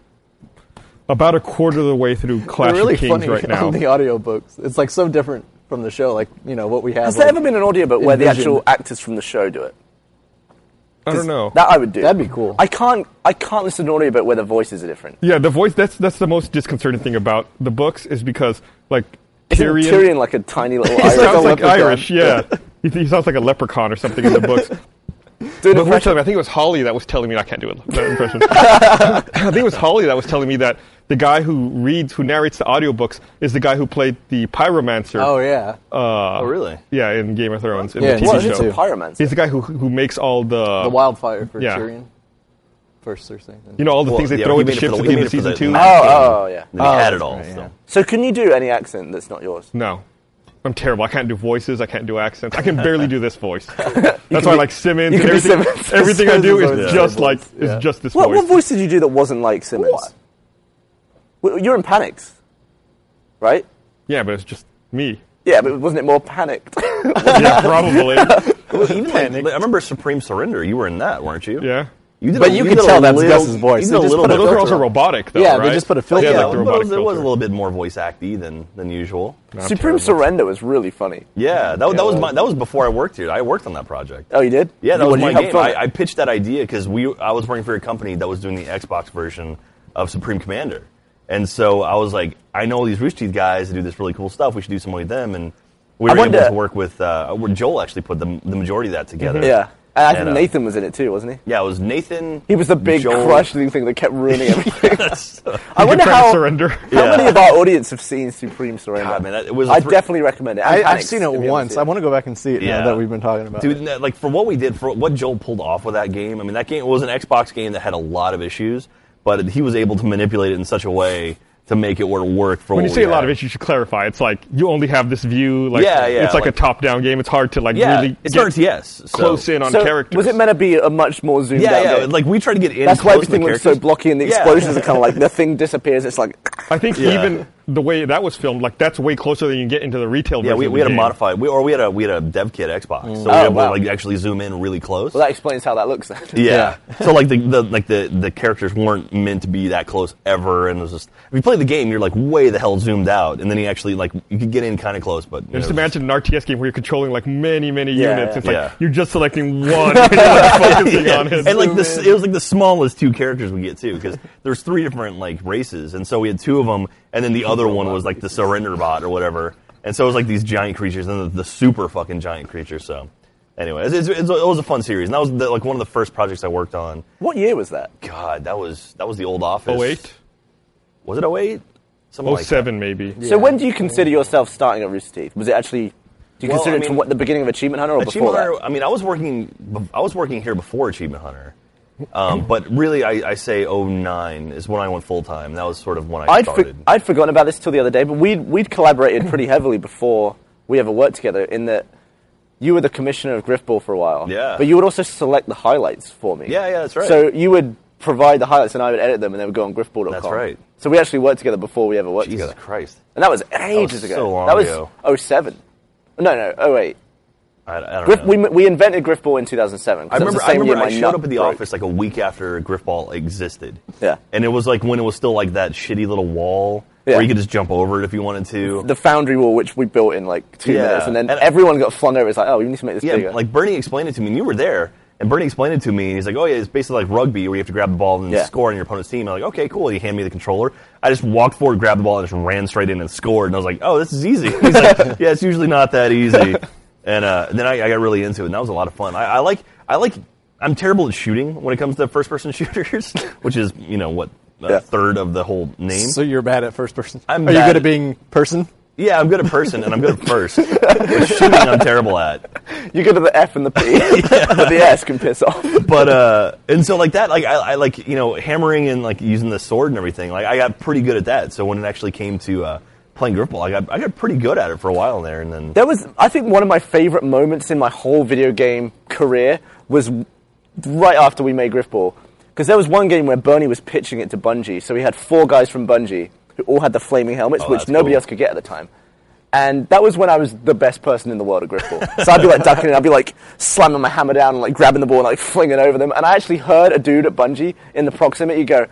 about a quarter of the way through Clash They're really of Kings funny right now. on the audiobooks. It's like so different from the show. Like you know what we have. Has there like- ever been an audiobook where the envisioned. actual actors from the show do it? I don't know. That I would do. That'd be cool. I can't. I can't listen to an audiobook where the voices are different. yeah, the voice. That's that's the most disconcerting thing about the books is because like Isn't Tyrion, Tyrion like a tiny little he Irish? sounds like leprechaun. Irish. Yeah, he, he sounds like a leprechaun or something in the books. Do an But who was impression. telling me? I think it was Holly that was telling me. I can't do it. That impression. I think it was Holly that was telling me that the guy who reads, who narrates the audiobooks, is the guy who played the pyromancer. Oh yeah. Uh, Oh, really? Yeah, in Game of Thrones. In Yeah, the TV What? He's Who's show. a too. pyromancer? He's the guy who who makes all the, the wildfire for Um, yeah. Tyrion. First Cersei. and- You know all the Well, things they yeah, throw he at the made it for ships the- at he the end of made it for season the two. map. oh, oh, yeah. Then he had it that's all. right, so. yeah. So can you do any accent that's not yours? No, I'm terrible. I can't do voices. I can't do accents. I can barely do this voice. That's why I like Simmons. you and can be everything Simmons. everything I Simmons do is is always just terrible. like Yeah. is just this What, voice. what voice did you do that wasn't like Simmons? What? Well, You're in panics, right? Yeah, but it's just me. Yeah, but wasn't it more panicked? Yeah, probably. Even like, I remember Supreme Surrender. You were in that, weren't you? yeah. You did But a- you could did a tell that's little- Gus's voice. They You did a just little put bit But a of those are filter also on. robotic, though, Yeah, they right? just put a They filter had, Yeah, like, on the but it robotic was, it was a filter. little bit more voice acty than than usual. Not Supreme terrible. Surrender was really funny. Yeah, that, that was my, that was before I worked here. I worked on that project. Oh, you did? Yeah, that You- was well, you my helped game. film I, it. I pitched that idea because we I was working for a company that was doing the Xbox version of Supreme Commander, and so I was like, I know all these Rooster Teeth guys that do this really cool stuff. We should do something with them, and we I were wonder- able to work with uh, where Joel actually put the, the majority of that together. Mm-hmm. Yeah. And I think And, uh, Nathan was in it too, wasn't he? Yeah, it was Nathan. He was the big Joel- crushing thing that kept ruining everything. That's- I wonder Supreme how, Surrender. how Yeah. many of our audience have seen Supreme Surrender. God, man, that- it was a I thr- definitely recommend it. And I, I've Panics, if seen it you haven't once. seen I it. want to go back and see it Yeah. now that we've been talking about Dude, it. that- like for what we did, for what Joel pulled off with that game, I mean, that game it was an Xbox game that had a lot of issues, but he was able to manipulate it in such a way to make it where it worked for When what you say we a lot had. of it, you should clarify. It's like you only have this view. Like, Oh, Yeah, yeah, It's like, like- a top-down game. It's hard to like yeah, really it's get an RTS. So. close in on So, characters. Was it meant to be a much more zoomed Yeah, out yeah. game? Like we tried to get in. That's why close to the everything was so characters. blocky and the Yeah. explosions are kind of like the thing disappears. It's like, I think Yeah. even the way that was filmed, like that's way closer than you can get into the retail. Yeah, version we, of we the had a game. modified, we, or we had a we had a dev kit Xbox, Mm. so we Oh, were able wow. to like actually zoom in really close. well, that explains how that looks. then. Yeah. so like the, the like the the characters weren't meant to be that close ever, and it was just if you play the game, you're like way the hell zoomed out, and then you actually like you could get in kind of close, but you know, And just it was imagine an RTS game where you're controlling like many, many Yeah, units. yeah. It's like Yeah. you're just selecting one and you're like, focusing Yeah. Oh, on it. And like this, it was like the smallest two characters we get too, because there's three different like races, and so we had two of them, and then the other one was like the surrender bot or whatever, and so it was like these giant creatures, and the, the super fucking giant creature. So, anyway, it's, it's, it's, it was a fun series, and that was the, like one of the first projects I worked on. What year was that? God, that was that was the old office. 08, was it 08? Something like that. 07 Oh, maybe. So when do you consider yourself starting at Rooster Teeth? Was it actually? Do you Well, consider I it to mean- what, the beginning of Achievement Hunter or before Achievement that? Hunter. I mean, I was working. bef- I was working here before Achievement Hunter, um, but really, I, I say 09 is when I went full time. That was sort of when I I'd, for, started. I'd forgotten about this till the other day, but we'd, we'd collaborated pretty heavily before we ever worked together in that you were the commissioner of Griffball for a while. Yeah. But you would also select the highlights for me. Yeah, yeah, that's right. So you would provide the highlights and I would edit them and they would go on griffball.com. That's right. So we actually worked together before we ever worked Jesus together. Christ! And that was ages so ago. long that was ago. 07. No, no, oh wait. I, I don't Griff, know. we, we invented Griffball in 2007. 'cause I that was remember. the I same remember. year I my showed nut up at the broke. office like a week after Griffball existed. Yeah. and it was like when it was still like that shitty little wall Yeah. where you could just jump over it if you wanted to. The foundry wall, which we built in like two Yeah. minutes, and then And- everyone got flung over. It's like, oh, we need to make this yeah, bigger. like Bernie explained it to me, and you were there. And Bernie explained it to me, and he's like, "Oh yeah, it's basically like rugby, where you have to grab the ball and Yeah. score on your opponent's team." I'm like, "Okay, cool." He handed me the controller. I just walked forward, grabbed the ball, and just ran straight in and scored. And I was like, "Oh, this is easy." He's like, "Yeah, it's usually not that easy." And uh, then I, I got really into it, and that was a lot of fun. I, I like, I like, I'm terrible at shooting when it comes to first-person shooters, which is you know what a Yeah. third of the whole name. So you're bad at first person. I'm Are you bad good at at- being person? yeah, I'm good at person, and I'm good at first. But shooting, I'm terrible at. You go to the F and the P, but the S can piss off. but uh and so like that like I, I like you know hammering and like using the sword and everything like i got pretty good at that so when it actually came to uh playing grip ball i got i got pretty good at it for a while there and then There was, I think, one of my favorite moments in my whole video game career was right after we made Griffball, because there was one game where Bernie was pitching it to Bungie, so we had four guys from Bungie who all had the flaming helmets, Oh, which that's nobody cool. else could get at the time. And that was when I was the best person in the world at Griffball. so I'd be like ducking, and I'd be like slamming my hammer down and like grabbing the ball and like flinging over them. And I actually heard a dude at Bungie in the proximity go,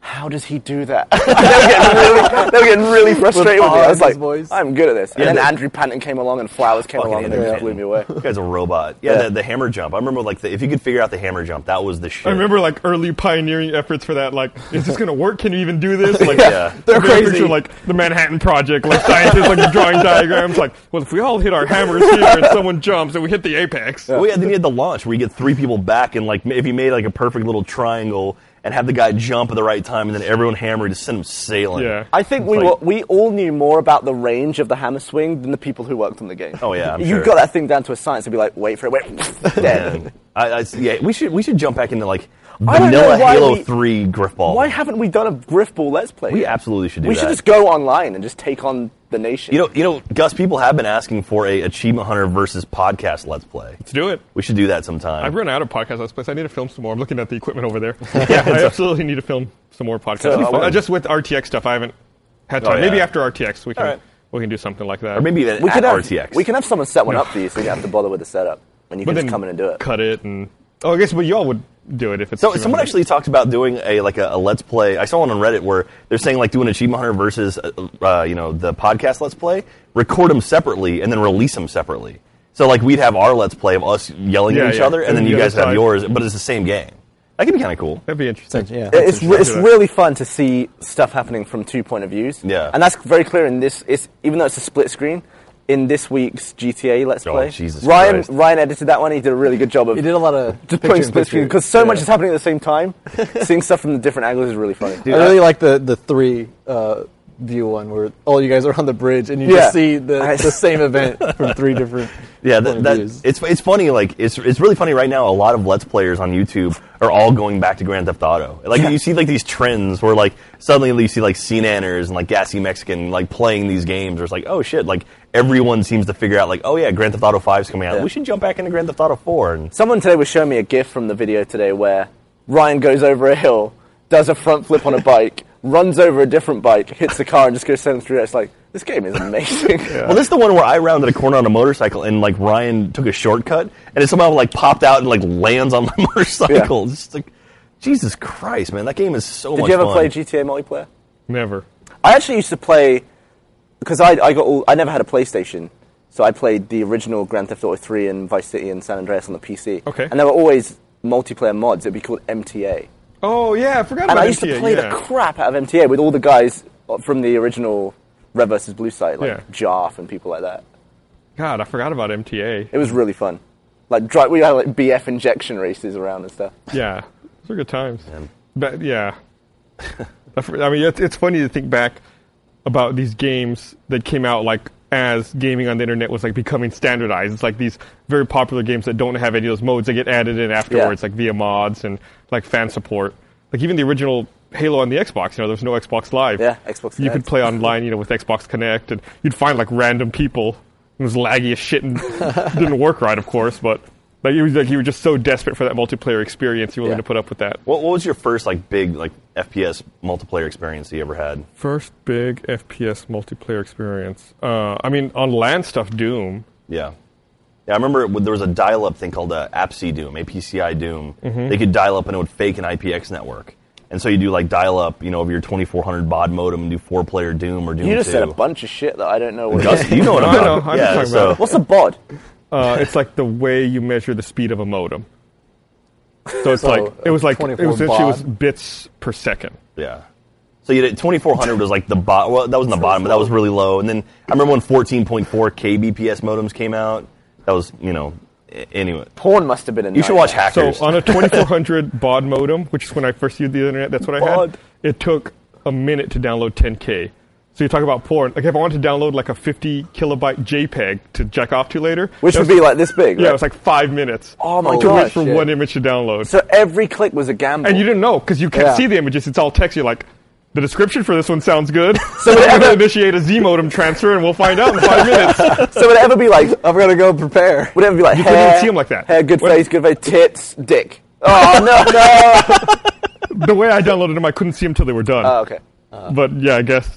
"How does he do that?" they, were getting really, they were getting really frustrated with, me. awe I in was his like, voice. "I'm good at this." And Yeah, then the- Andrew Panton came along and Flowers came fucking along and they Andrew just Patton. blew me away. you guys are a robot yeah, Yeah. The, the hammer jump i remember like the, if you could figure out the hammer jump that was the shit I remember like early pioneering efforts for that. Like, is this gonna work? Can you even do this? Like, Yeah. they're crazy. like the Manhattan Project, like scientists like drawing diagrams. Like, well, if we all hit our hammers here and someone jumps and we hit the apex, Oh yeah, then you had the launch where you get three people back, and like if you made like a perfect little triangle and have the guy jump at the right time, and then everyone hammer to send him sailing. Yeah. I think we Like- were, we all knew more about the range of the hammer swing than the people who worked on the game. Oh, yeah, I'm you sure. got that thing down to a science and be like, wait for it, wait, dead. And I I, I, yeah, we should we should jump back into like I don't know vanilla why Halo we- Three griff ball. Why haven't we done a Griffball Let's Play? we yet? absolutely should do We that. should just go online and just take on the nation. You know, you know, Gus. People have been asking for a achievement hunter versus podcast let's play. Let's do it. We should do that sometime. I've run out of podcasts. Let's Plays. I need to film some more. I'm looking at the equipment over there. yeah, I absolutely need to film some more podcasts. So, uh, Uh, just with RTX stuff, I haven't had time. Oh, yeah. Maybe after RTX, we can right. we can do something like that. or maybe even we at could have, RTX. We can have someone set one up for you, so you don't have to bother with the setup, and you but can then just come in and do it. Cut it and oh, I guess but y'all would do it if it's So too someone much. actually talked about doing a like a, a let's play. I saw one on Reddit where they're saying like do an achievement hunter versus uh, uh, you know the podcast let's play. Record them separately and then release them separately. So like we'd have our let's play of us yelling Yeah, at each yeah. other, and, And then the you other guys have side. yours, but it's the same game. That could be kind of cool. that'd be interesting. Yeah. it's re- I'll it's do that. really fun to see stuff happening from two point of views. Yeah. and that's very clear in this. It's, even though it's a split screen, in this week's GTA Let's Oh, Play, Jesus Ryan Christ. Ryan edited that one. He did a really good job of He did a lot of just picture putting in split screen picture. because so much Yeah. is happening at the same time. Seeing stuff from the different angles is really funny. I really like the the three uh, view one where all you guys are on the bridge and you Yeah. just see the, I- the same event from three different. Yeah, point that, of that views. it's it's funny. Like it's it's really funny right now. A lot of Let's Players on YouTube are all going back to Grand Theft Auto. Like you see like these trends where like suddenly you see like CNNers and like gassy Mexican like playing these games. Where it's like oh shit, like everyone seems to figure out like oh yeah, Grand Theft Auto Five's coming out. Yeah. We should jump back into Grand Theft Auto Four. And Someone today was showing me a GIF from the video today where Ryan goes over a hill, does a front flip on a bike, runs over a different bike, hits the car, and just goes 7 through. It's like this game is amazing. well, this is the one where I rounded a corner on a motorcycle and like Ryan took a shortcut and it somehow like popped out and like lands on my motorcycle. It's just like Jesus Christ, man, that game is so Did much you ever fun. play GTA multiplayer? never. I actually used to play because I, I got all, I never had a PlayStation, so I played the original Grand Theft Auto 3 and Vice City and San Andreas on the PC. Okay. And there were always multiplayer mods. It'd be called MTA. Oh yeah, I forgot And about I used to MTA, play yeah. the crap out of MTA with all the guys from the original Red vs. Blue site, like Yeah. Jaff and people like that. God, I forgot about MTA. It was really fun. Like dri we had like BF injection races around and stuff. Yeah, those are good times. But yeah, I fr- I mean, it's, it's funny to think back about these games that came out like as gaming on the internet was like becoming standardized. It's like these very popular games that don't have any of those modes that get added in afterwards, like via mods and like fan support. Like even the original Halo on the Xbox, you know, there was no Xbox Live. Yeah, Xbox You could Connect. play online, you know, with Xbox Connect, and you'd find like random people. It was laggy as shit and didn't work right, of course, but. Like it was like you were just so desperate for that multiplayer experience, you were willing Yeah. to put up with that. What, what was your first like big like FPS multiplayer experience you ever had? First big FPS multiplayer experience. Uh, I mean, on land stuff, Doom. Yeah, yeah. I remember it, there was a dial-up thing called uh, APC Doom, APCI Doom. Mm-hmm. They could dial up and it would fake an IPX network, and so you do like dial-up, you know, over your 2400 baud modem and do four-player Doom or Doom You 2. just said a bunch of shit that I don't know what it Gus, is. you know what I'm I know, talking I'm yeah, talking so, about it. What's a bod? Uh, it's like the way you measure the speed of a modem. So it's So, like it was uh, like it 24 was essentially was baud. bits per second. Yeah. So you did 2400 was like the bot. Well, that wasn't the bottom, but that was really low. And then I remember when 14.4 kbps modems came out. That was you know a- anyway. Porn must have been a You should watch nightmare. Hackers. So on a 2400 baud modem, which is when I first used the internet, that's what I Baud. had. It took a minute to download 10k. So you talk about porn. Like if I wanted to download like a 50 kilobyte JPEG to jack off to later, Which it would was- be like this big. yeah, right? it was like five minutes. Oh my to wait gosh, for yeah. one image to download. so every click was a gamble. and you didn't know because you can't Yeah. see the images. It's all text. You're like, the description for this one sounds good. So we're going to initiate a Z modem transfer, and we'll find out in five minutes. so would it ever be like? uh, I'm gonna go prepare. Would it ever be like You couldn't hair? even see 'em like that. Hair, good What- face, good face, tits, dick. Oh no, no. the way I downloaded them, I couldn't see them till they were done. Oh, okay. but yeah, I guess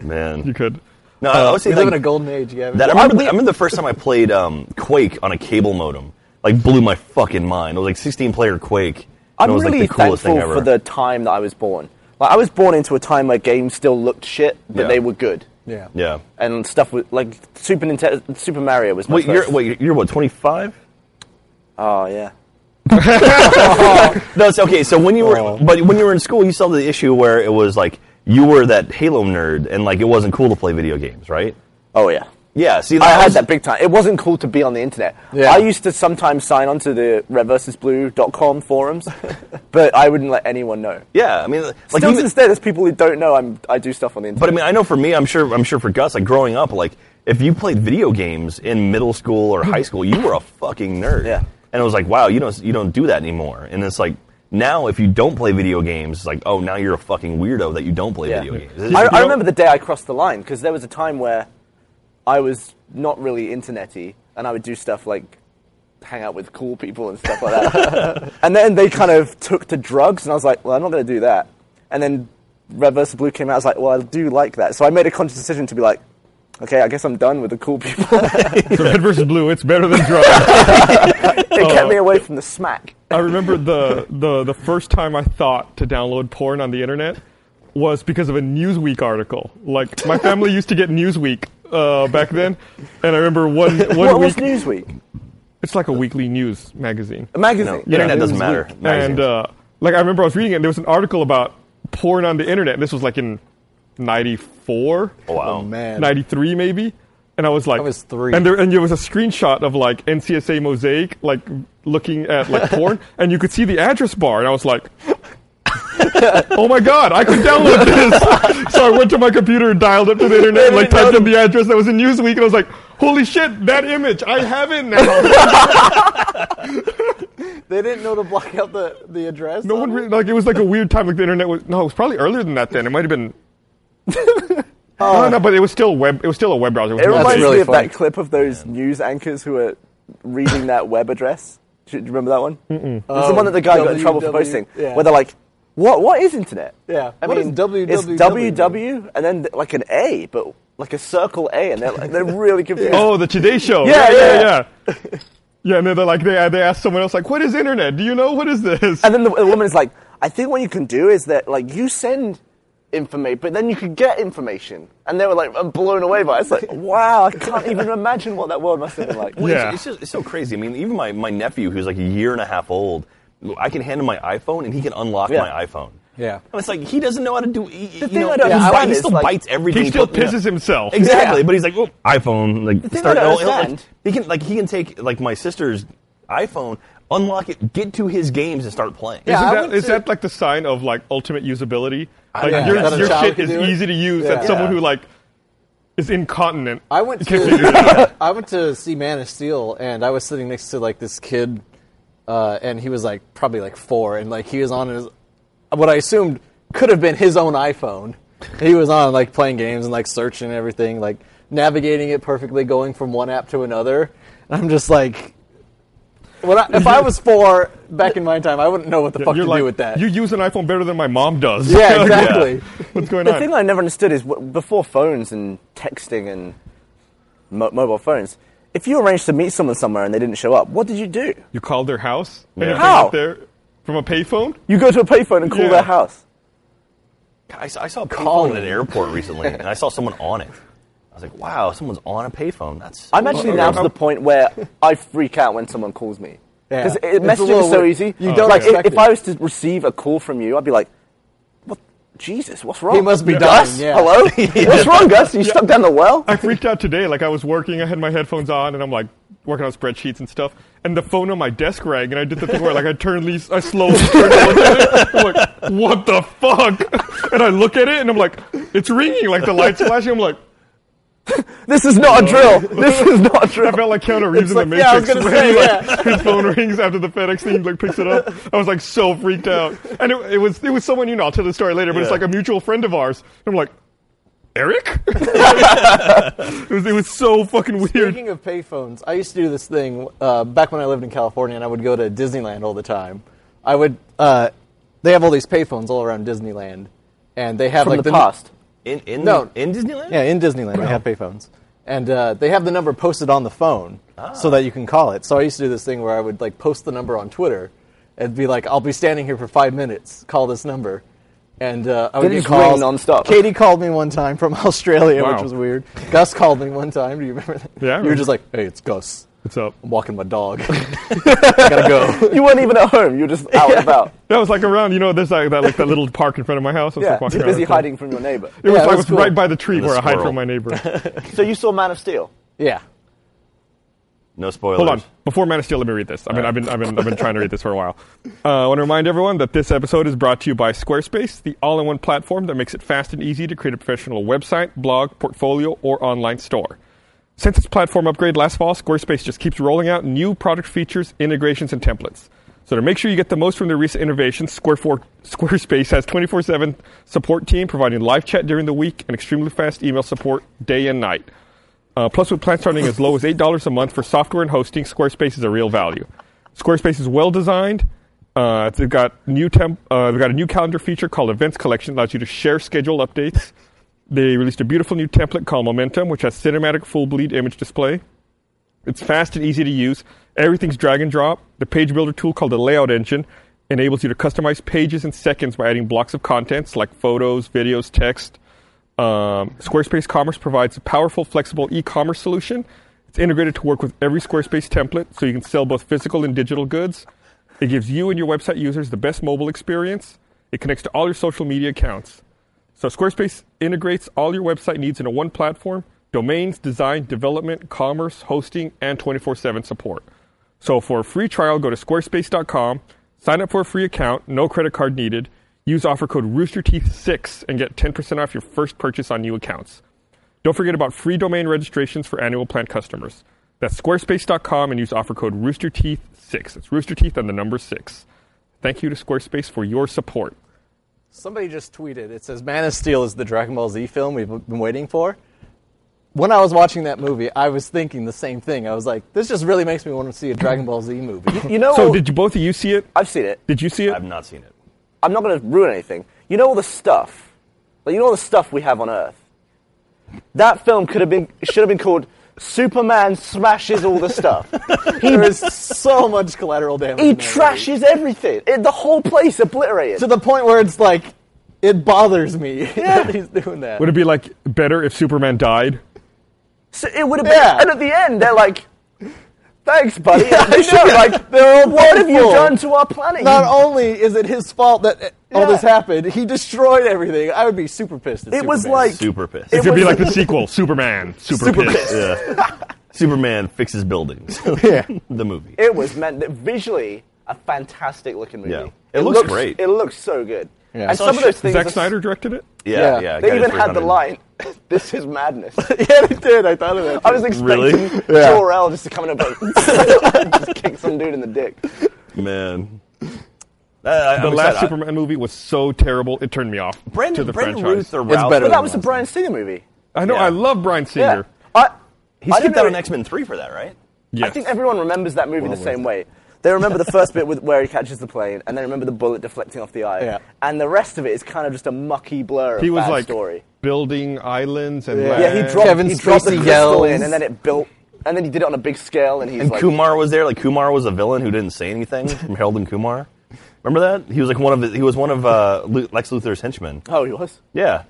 man. you could. No, Uh, I I would say We live like- in a golden age, Gavin. That I remember, the, I remember the first time I played um, Quake on a cable modem. Like blew my fucking mind. It was like 16 player Quake. and I'm it was really like the coolest thankful thing ever. for the time that I was born. Like I was born into a time where games still looked shit, but Yeah. they were good. yeah. yeah. And stuff was like Super Nintendo, Super Mario was my Wait, you're first. wait, you're what 25? Oh yeah. No, it's okay. So when you were, Oh. but when you were in school, you saw the issue where it was like you were that Halo nerd, and like it wasn't cool to play video games, right? Oh yeah. Yeah. See, I had was- that big time. It wasn't cool to be on the internet. Yeah. I used to sometimes sign onto the redversusblue.com forums, but I wouldn't let anyone know. Yeah, I mean, like Still even- to this day, there's people who don't know I'm, I do stuff on the internet. But I mean, I know for me, I'm sure, I'm sure for Gus, like growing up, like if you played video games in middle school or high school, you were a fucking nerd. Yeah. And it was like, wow, you don't you don't do that anymore. And it's like now if you don't play video games, it's like, oh, now you're a fucking weirdo that you don't play Yeah. video games. It's I, just- I remember the day I crossed the line because there was a time where I was not really internety and I would do stuff like hang out with cool people and stuff like that. and then they kind of took to drugs and I was like, well, I'm not going to do that. And then Red vs. Blue came out. I was like, well, I do like that. So I made a conscious decision to be like, okay, I guess I'm done with the cool people. it So red versus blue, it's better than drugs. Oh. kept me away from the smack. I remember the, the, the first time I thought to download porn on the internet was because of a Newsweek article. Like, my family used to get Newsweek uh, back then, and I remember one, one What was week. Newsweek? It's like a weekly news magazine. A magazine. no, internet doesn't Newsweek. matter. And Magazines. uh, like I remember, I was reading it. and There was an article about porn on the internet. And this was like in '94, Oh, wow. Oh, man. '93 maybe. And I was like, I was three. And there and there was a screenshot of like NCSA Mosaic, like looking at like porn, and you could see the address bar. And I was like. oh my god, I can download this. so I went to my computer and dialed up to the internet and like typed in the address that was in Newsweek and I was like, holy shit, that image, I have it now. They didn't know to block out the, the address. No on one it? really, like it was like a weird time. Like the internet was no, it was probably earlier than that. Then it might have been. no, no, but it was still web. It was still a web browser. It was It not reminds big. Oh. really me of funny. that clip of those news anchors who were reading that web address. Do you do you remember that one? Mm-mm. It's the one that the guy got in trouble for WW, posting, Oh, yeah. where they're like, "What? What is internet?" Yeah. I What mean, is WWW? It's www and then th- like an A, but like a circle A, and they're like, they're really confused. Oh, the Today Show. Yeah, yeah, yeah. yeah. Yeah, Yeah, and then they're like they they asked someone else like, "What is internet? Do you know what is this?" And then the, the woman is like, "I think what you can do is that like you send." Information, but then you could get information, and they were like blown away by it. It's like, wow, I can't even imagine what that world must have been like. Well, Yeah. it's, it's just it's so crazy. I mean, even my, my nephew, who's like a year and a half old, I can hand him my iPhone and he can unlock Yeah. my iPhone. Yeah. And it's like he doesn't know how to do. He, the thing I don't he, understand he is, still like, bites everything. he still put- you know. pisses himself. Exactly, but he's like, oh, iPhone. Like, thing start, I don't oh, he'll- like, understand- he can like he can take like my sister's iPhone, unlock it, get to his games, and start playing. Yeah, I Isn't went that, is to- that like the sign of like ultimate usability? Like yeah. your, That a your child shit can is do it? easy to use. Yeah. That someone Yeah. who like is incontinent. I went can't really do that. to I went to see Man of Steel, and I was sitting next to like this kid, uh, and he was like probably like four, and like he was on his what I assumed could have been his own iPhone. He was on like playing games and like searching and everything, like navigating it perfectly, going from one app to another. And I'm just like, when I, if I was four back in my time, I wouldn't know what the fuck You're to like, do with that. You use an iPhone better than my mom does. Yeah, Like, exactly. What's going The on? thing I never understood is wh- before phones and texting and mo- mobile phones, if you arranged to meet someone somewhere and they didn't show up, what did you do? You called their house? And Yeah. if they got How? there from a payphone? You go to a payphone and call Yeah. their house. I, saw- I saw a payphone at an airport recently, and I saw someone on it. I was like, wow, someone's on a payphone. That's I'm actually now to the point where I freak out when someone calls me. Yeah. Because It's a messaging little is so weird. easy. You don't like, i- expect if, it. I was to receive a call from you, I'd be like, "What? Jesus, what's wrong? He must be Gus? dying, yeah. Hello? What's wrong, Gus? You stuck down the well? I freaked out today. Like I was working, I had my headphones on, and I'm like working on spreadsheets and stuff. And the phone on my desk rang, and I did the thing where like I turned leaves, I slowly turned and looked at it. I'm like, what the fuck? And I look at it, and I'm like, it's ringing, like the lights flashing. I'm like, This is not a drill. This is not a drill. I felt like Keanu Reeves in the like- yeah, I was Matrix. gonna when he, say, like, His phone rings after the FedEx thing, like picks it up. I was like so freaked out, and it, it was it was someone you know. I'll tell the story later, but it's Yeah. like a mutual friend of ours. And I'm like, Eric. it, was, it was so fucking weird. Speaking of payphones, I used to do this thing uh, back when I lived in California, and I would go to Disneyland all the time. I would. Uh, they have all these payphones all around Disneyland, and they have From like the past. in in, No. in Disneyland. Yeah, in Disneyland they have payphones, and uh, they have the number posted on the phone so Ah. that you can call it. So I used to do this thing where I would like post the number on Twitter and be like, "I'll be standing here for five minutes. Call this number." And uh, I would They get just ring calls. nonstop. Katie called me one time from Australia, Wow. which was weird. Gus called me one time. Do you remember that? Yeah, I You were remember. just like, "Hey, it's Gus." What's up? I'm walking my dog. I gotta go. You weren't even at home. You were just out and about. That was like around, you know, there's like that, like that little park in front of my house. I was Yeah, like walking you're around busy with them. hiding from your neighbor. It was, I Yeah, that was, was cool. right by the tree And the where I hide squirrel. from my neighbor. So you saw Man of Steel. Yeah. No spoilers. Hold on, before Man of Steel, let me read this. I mean, I've been, I've been, I've been trying to read this for a while. Uh, I want to remind everyone that this episode is brought to you by Squarespace, the all-in-one platform that makes it fast and easy to create a professional website, blog, portfolio, or online store. Since its platform upgrade last fall, Squarespace just keeps rolling out new product features, integrations, and templates. So to make sure you get the most from their recent innovations, Square four- Squarespace has 24/7 support team providing live chat during the week and extremely fast email support day and night. Uh, plus, with plans starting as low as eight dollars a month for software and hosting, Squarespace is a real value. Squarespace is well designed. Uh, they've got new temp, uh, they've got a new calendar feature called Events Collection, allows you to share schedule updates. They released a beautiful new template called Momentum, which has cinematic full bleed image display. It's fast and easy to use. Everything's drag and drop. The page builder tool called the Layout Engine enables you to customize pages in seconds by adding blocks of contents like photos, videos, text. Um, Squarespace Commerce provides a powerful, flexible e commerce solution. It's integrated to work with every Squarespace template so you can sell both physical and digital goods. It gives you and your website users the best mobile experience. It connects to all your social media accounts. So Squarespace integrates all your website needs into one platform: domains, design, development, commerce, hosting, and 24/7 support. So for a free trial, go to squarespace.com, sign up for a free account, no credit card needed. Use offer code roosterteeth6 and get 10% off your first purchase on new accounts. Don't forget about free domain registrations for annual plan customers. That's squarespace.com and use offer code roosterteeth6. It's roosterteeth and the number 6. Thank you to Squarespace for your support. Somebody just tweeted. It says Man of Steel is the Dragon Ball Z film we've been waiting for. When I was watching that movie, I was thinking the same thing. I was like, this just really makes me want to see a Dragon Ball Z movie. You know, So did you both of you see it? I've seen it. Did you see it? I've not seen it. I'm not going to ruin anything. You know all the stuff. Like, you know all the stuff we have on Earth. That film could have been should have been called Superman smashes all the stuff. he there is so much collateral damage. he in that movie. trashes everything. It, the whole place obliterated. to the point where it's like it bothers me that he's doing that. Would it be like better if Superman died? So it would have been. Yeah. And at the end, they're like, "Thanks, buddy." And they I should be know. like, They're all "What have you thankful. done to our planet?" Not you only is it his fault that uh, all this Yeah. happened, he destroyed everything. I would be super pissed. At It was Superman. like- Super pissed. It could be like the sequel, Superman, Super, Super Pissed. pissed. Yeah. Superman fixes buildings. Yeah. the movie. it was meant that visually a fantastic looking movie. Yeah. It looks great. It looks so good. Yeah. And So some of those things. Zack are- Snyder directed it? yeah, yeah. yeah. got They his even first had the nomination. line, "This is madness." yeah, it did. I thought of that. I was Really? expecting Yeah. Jor-El just to come in and like, just kick some dude in the dick. Man. I, I, The I'm last excited. Superman movie was so terrible it turned me off Brandon, to the Brandon franchise. Ruth or better Ralph. But than that was a last Brian Singer movie. I know Yeah. I love Brian Yeah. Singer. I, He I skipped didn't out know- on X Men Three for that, right? Yes. I think everyone remembers that movie the was same it? way. They remember the first bit with where he catches the plane, and they remember the bullet deflecting off the eye. Yeah. And the rest of it is kind of just a mucky blur of he was bad like story. building islands and Yeah. Yeah, land. he dropped, Kevin he dropped the Spacey crystal yells. in, and then it built, and then he did it on a big scale, and he's And like, Kumar was there. Like Kumar was a villain who didn't say anything. from Harold and Kumar. Remember that? He was like one of his, he was one of uh, Lu- Lex Luthor's henchmen. "Oh, he was." Yeah.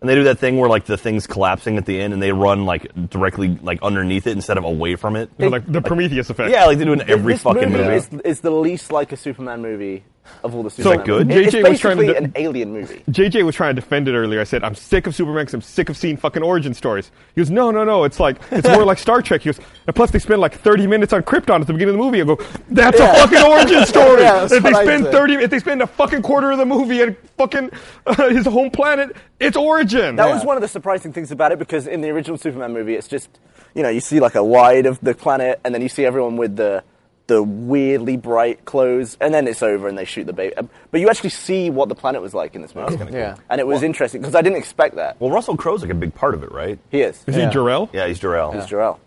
And they do that thing where like the thing's collapsing at the end, and they run like directly like underneath it instead of away from it. They're like the Prometheus effect. Yeah, like they do in every this fucking movie. movie, Is, is the least like a Superman movie of all the So Superman. good. movies. It- JJ it's was trying to basically d- an alien movie. JJ was trying to defend it earlier. I said, I'm sick of Superman 'cause I'm sick of seeing fucking origin stories. He goes, no, no, no. It's like, it's more like Star Trek. He goes, and plus they spend like 30 minutes on Krypton at the beginning of the movie. I go, that's a fucking origin story. Yeah, that's if they what I spend said. 30, if they spend a fucking quarter of the movie and fucking uh, his home planet, it's origin. That was one of the surprising things about it because in the original Superman movie, it's just you know you see like a wide of the planet, and then you see everyone with the the weirdly bright clothes, and then it's over, and they shoot the baby. Um, But you actually see what the planet was like in this movie, kinda Yeah. cool. and it was interesting because I didn't expect that. Well, Russell Crowe's like a big part of it, right? He is. Is Yeah. he Jarrell? Yeah, he's Jor-El. He's Jor-El.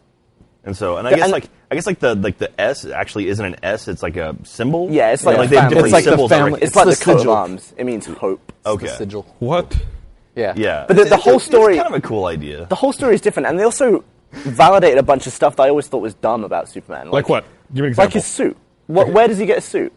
And so, and I Yeah, guess and- like I guess like the like the S actually isn't an S; it's like a symbol. Yeah, it's like And, a they have family. different It's like the symbols that family- rec- It's, It's like the the, coat of sigil. arms. It means hope. okay. The sigil. What? Yeah. Yeah, But the- It's- the it's- whole story- It's kind of a cool idea. The whole story is different, and they also validated a bunch of stuff that I always thought was dumb about Superman. Like what? Give me an Like example. his suit. What, where does he get a suit?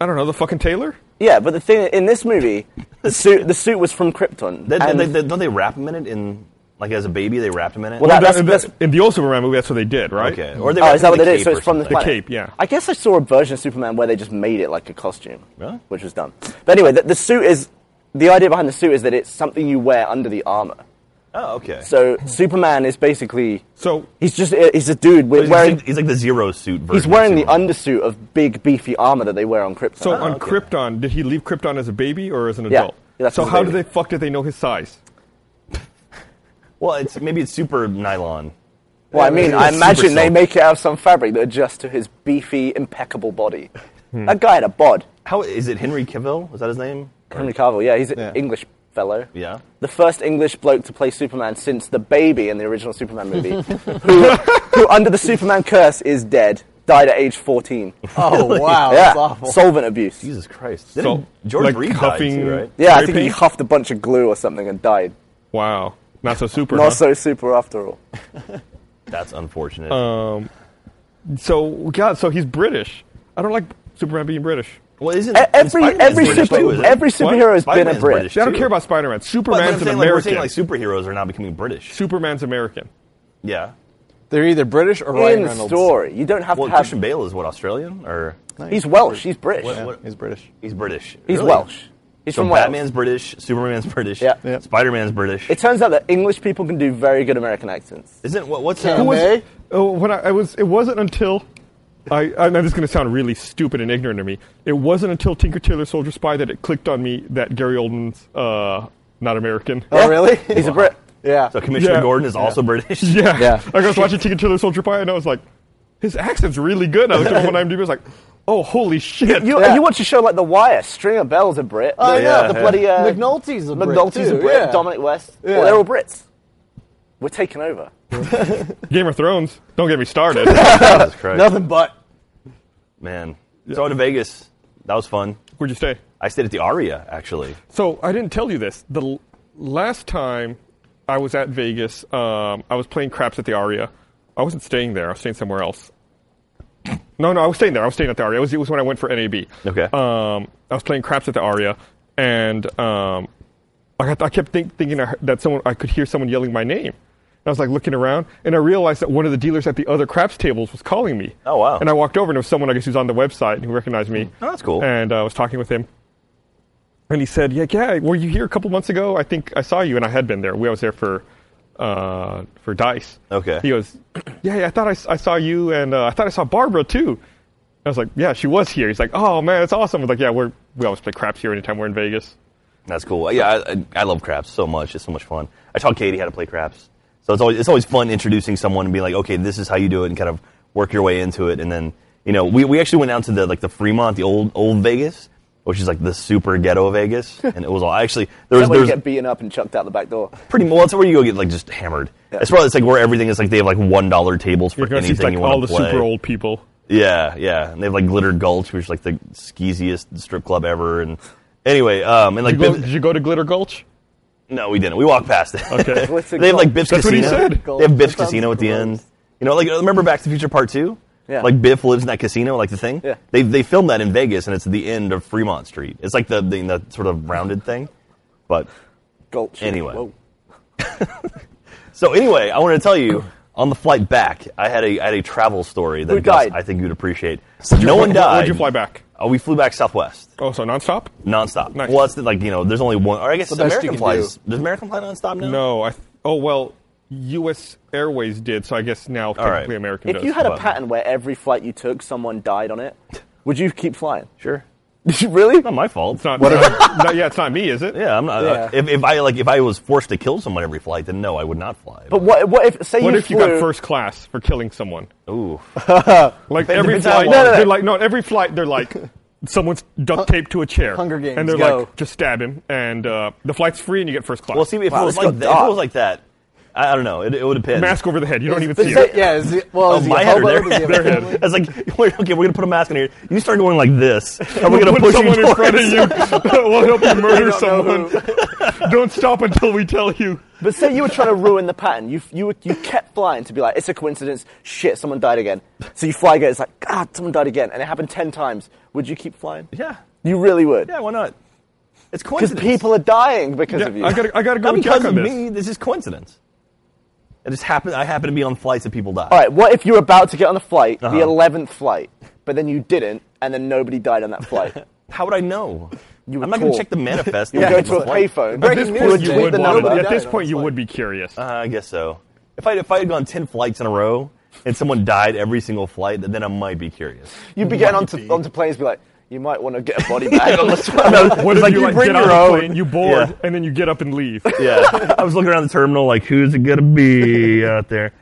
I don't know, the fucking Taylor? Yeah, but the thing in this movie, the suit the suit was from Krypton. They- they- and- they- don't they wrap him in it in like as a baby? They wrapped him in it. Well, that- that's- in, the, that's- in the old Superman movie, that's what they did, right? okay. Or they oh, wrapped is that him in what a they did? cape So or it's from the something. planet. cape, yeah. I guess I saw a version of Superman where they just made it like a costume, Really? which was dumb. But anyway, the, the suit is the idea behind the suit is that it's something you wear under the armor. Oh, okay. So Superman is basically So- he's just he's a dude with he's, wearing like, he's like the zero suit version. he's wearing of the undersuit Superman. of big beefy armor that they wear on Krypton. So on okay. Krypton, did he leave Krypton as a baby or as an Yeah, adult? that's so as a how did baby. they fuck did they know his size? Well, it's maybe it's super nylon. Well, I mean, I Super imagine they soft. make it out of some fabric that adjusts to his beefy, impeccable body. Hmm. That guy had a bod. How is it? Henry Cavill? Is that his name? Henry Cavill, yeah, he's an Yeah. English fellow. Yeah. The first English bloke to play Superman since the baby in the original Superman movie, who, who, under the Superman curse, is dead. Died at age 14. Oh wow, yeah, that's awful. solvent abuse. Jesus Christ. So, Didn't George like Reed huffing- died too, right? yeah, I spray think he paint? huffed a bunch of glue or something and died. Wow. Not so super. Uh-huh. Not huh? so super after all. E-, That's unfortunate. Uh, So God, so he's British. I don't like Superman being British. well, isn't E- and Every, Spider-Man's every, British too, super, isn't it? every superhero has been a Spider-Man's Brit. British. See, I don't Too. care about Spider-Man. But, but Superman's an I'm saying, like, we're American. saying like superheroes are now becoming British. Superman's American. Yeah. They're either British or Ryan In the Reynolds. story, you don't have Well, to have. Christian Bale is what Australian or He's Welsh. He's British. What- Yeah, what- he's British. he's British. He's Really? Welsh. He's So from Wales. Batman's British. Superman's British. Yeah. Yep. Spider-Man's British. It turns out that English people can do very good American accents. Isn't what what's Can who was- they? Oh, when I, I was, it wasn't until I. I know this is going to sound really stupid and ignorant to me. It wasn't until Tinker Tailor Soldier Spy that it clicked on me that Gary Oldman's uh, not American. Oh really? He's a Brit. yeah. So Commissioner Yeah. Gordon is also British. Yeah. Yeah. Like, I was watching Tinker Tailor Soldier Spy and I was like, his accent's really good. I looked at him on IMDb. I was like, oh holy shit. You, Yeah. you watch a show like The Wire, Stringer Bell's a Brit. I The- know. The bloody. Uh, McNulty's a Brit, McNulty's too, a Brit. yeah. Dominic West. Yeah. Well, they're all Brits. We're taking over. Game of Thrones. Don't get me started. Jesus Christ. Nothing but. Man. So I went to Vegas. That was fun. Where'd you stay? I stayed at the Aria actually. So I didn't tell you this. The l- last time I was at Vegas, um, I was playing craps at the Aria. I wasn't staying there. I was staying somewhere else. No, no, I was staying there. I was staying at the Aria. It was, it was when I went for NAB. Okay. Um, I was playing craps at the Aria, and um, I, got, I kept think, thinking I heard- that someone I could hear someone yelling my name. And I was like looking around, and I realized that one of the dealers at the other craps tables was calling me. Oh, wow. And I walked over, and it was someone I guess who's on the website who recognized me. Oh, that's cool. And uh, I was talking with him, and he said, "Yeah, yeah, were you here a couple months ago? I think I saw you, and I had been there. We I was there for, uh, for dice. Okay. He goes, "Yeah, yeah, I thought I, s- I saw you, and uh, I thought I saw Barbara too." I was like, "Yeah, she was here." He's like, "Oh man, it's awesome." I was like, "Yeah, we're we always play craps here anytime we're in Vegas." That's cool. Yeah, I, I, I love craps so much. It's so much fun. I taught Katie how to play craps, so it's always it's always fun introducing someone and being like, okay, this is how you do it, and kind of work your way into it. And then you know, we, we actually went down to the like the Fremont, the old old Vegas, which is like the super ghetto Vegas, and it was all actually there was That's where you there's get beaten up and chucked out the back door. pretty well. That's where you go get like just hammered. It's probably it's like where everything is like they have like one dollar tables for Because anything he's like you want all to the play. super old people. Yeah, yeah. And they have like Glitter Gulch, which is like the skeeziest strip club ever. And anyway, um, and like Did you, go, Bib- did you go to Glitter Gulch? No, we didn't. We walked past it. Okay. What's it they have like called? Biff's That's what he Casino. said. They have Biff's That sounds Casino at the gross. end. You know, like remember Back to the Future Part Two? Yeah. Like Biff lives in that casino, like the thing. Yeah. They they filmed that in Vegas, and it's at the end of Fremont Street. It's like the the, the sort of rounded thing. But Gulch. Anyway. Whoa. so anyway, I wanted to tell you on the flight back, I had a I had a travel story that Who Gus, died? I think you'd appreciate. no one Where- died. Where'd you fly back? Oh, we flew back Southwest. Oh, so nonstop? nonstop. Nice. Well, it's like you know, there's only one. Or I guess The best you American can flies. do. Does American fly nonstop now? No, I. Th- oh well, U.S. Airways did, so I guess now right. technically American If does. you had a Well. pattern where every flight you took, someone died on it, would you keep flying? Sure. really? Not my fault. it's not, not- yeah, it's not me, is it? Yeah, I'm not. uh, Yeah. If, if I like, if I was forced to kill someone every flight, then no, I would not fly. But what, what if, say What you if you flew, got first class for killing someone? ooh, Like Depends- every depends how flight, long. No, no, no. they're like no. Every flight, they're like someone's duct taped to a chair. Hunger Games, and they're go. like just stab him, and uh, the flight's free, and you get first class. well, see, if, Wow, it was this like got that, if it dark. was like that, I, I don't know. It, it would depend. mask over the head. You don't even see Is it, it. yeah, is he, well, Oh, is he my a head or hobo? their Does he have head? a Their head. family? It's like, wait, okay, we're gonna put a mask on here. You start going like this, and we're gonna Put push you someone in front of towards- you. we'll help you murder don't know someone. don't stop until we tell you. But say you were trying to ruin the pattern. You, you, you kept flying to be like, it's a coincidence. Shit, someone died again. So you fly again. It's like, God, someone died again. And it happened 10 times. Would you keep flying? Yeah, You really would. yeah. Why not? It's Because coincidence. people are dying because Yeah, of you. I gotta, I gotta go not with Jack because on of this. me. This is coincidence. It just happened. I happen to be on flights that people die. All right, what if you're about to get on a flight, Uh-huh. the 11th flight, but then you didn't, and then nobody died on that flight? How would I know? You were I'm not gonna told. check the manifest. You would go to a Flight. payphone. At this Breaking point, news, you Jake. would The want number. to- At this Yeah, point, you that's would be curious. Uh, I guess so. If I if I had gone ten flights in a row and someone died every single flight, then I might be curious. You'd be getting onto, onto planes and be like, you might want to get a body bag on this one. What if like, you, you like, bring get on your own. the plane, you board, Yeah. and then you get up and leave? Yeah, I was looking around the terminal like, who's it gonna be out there?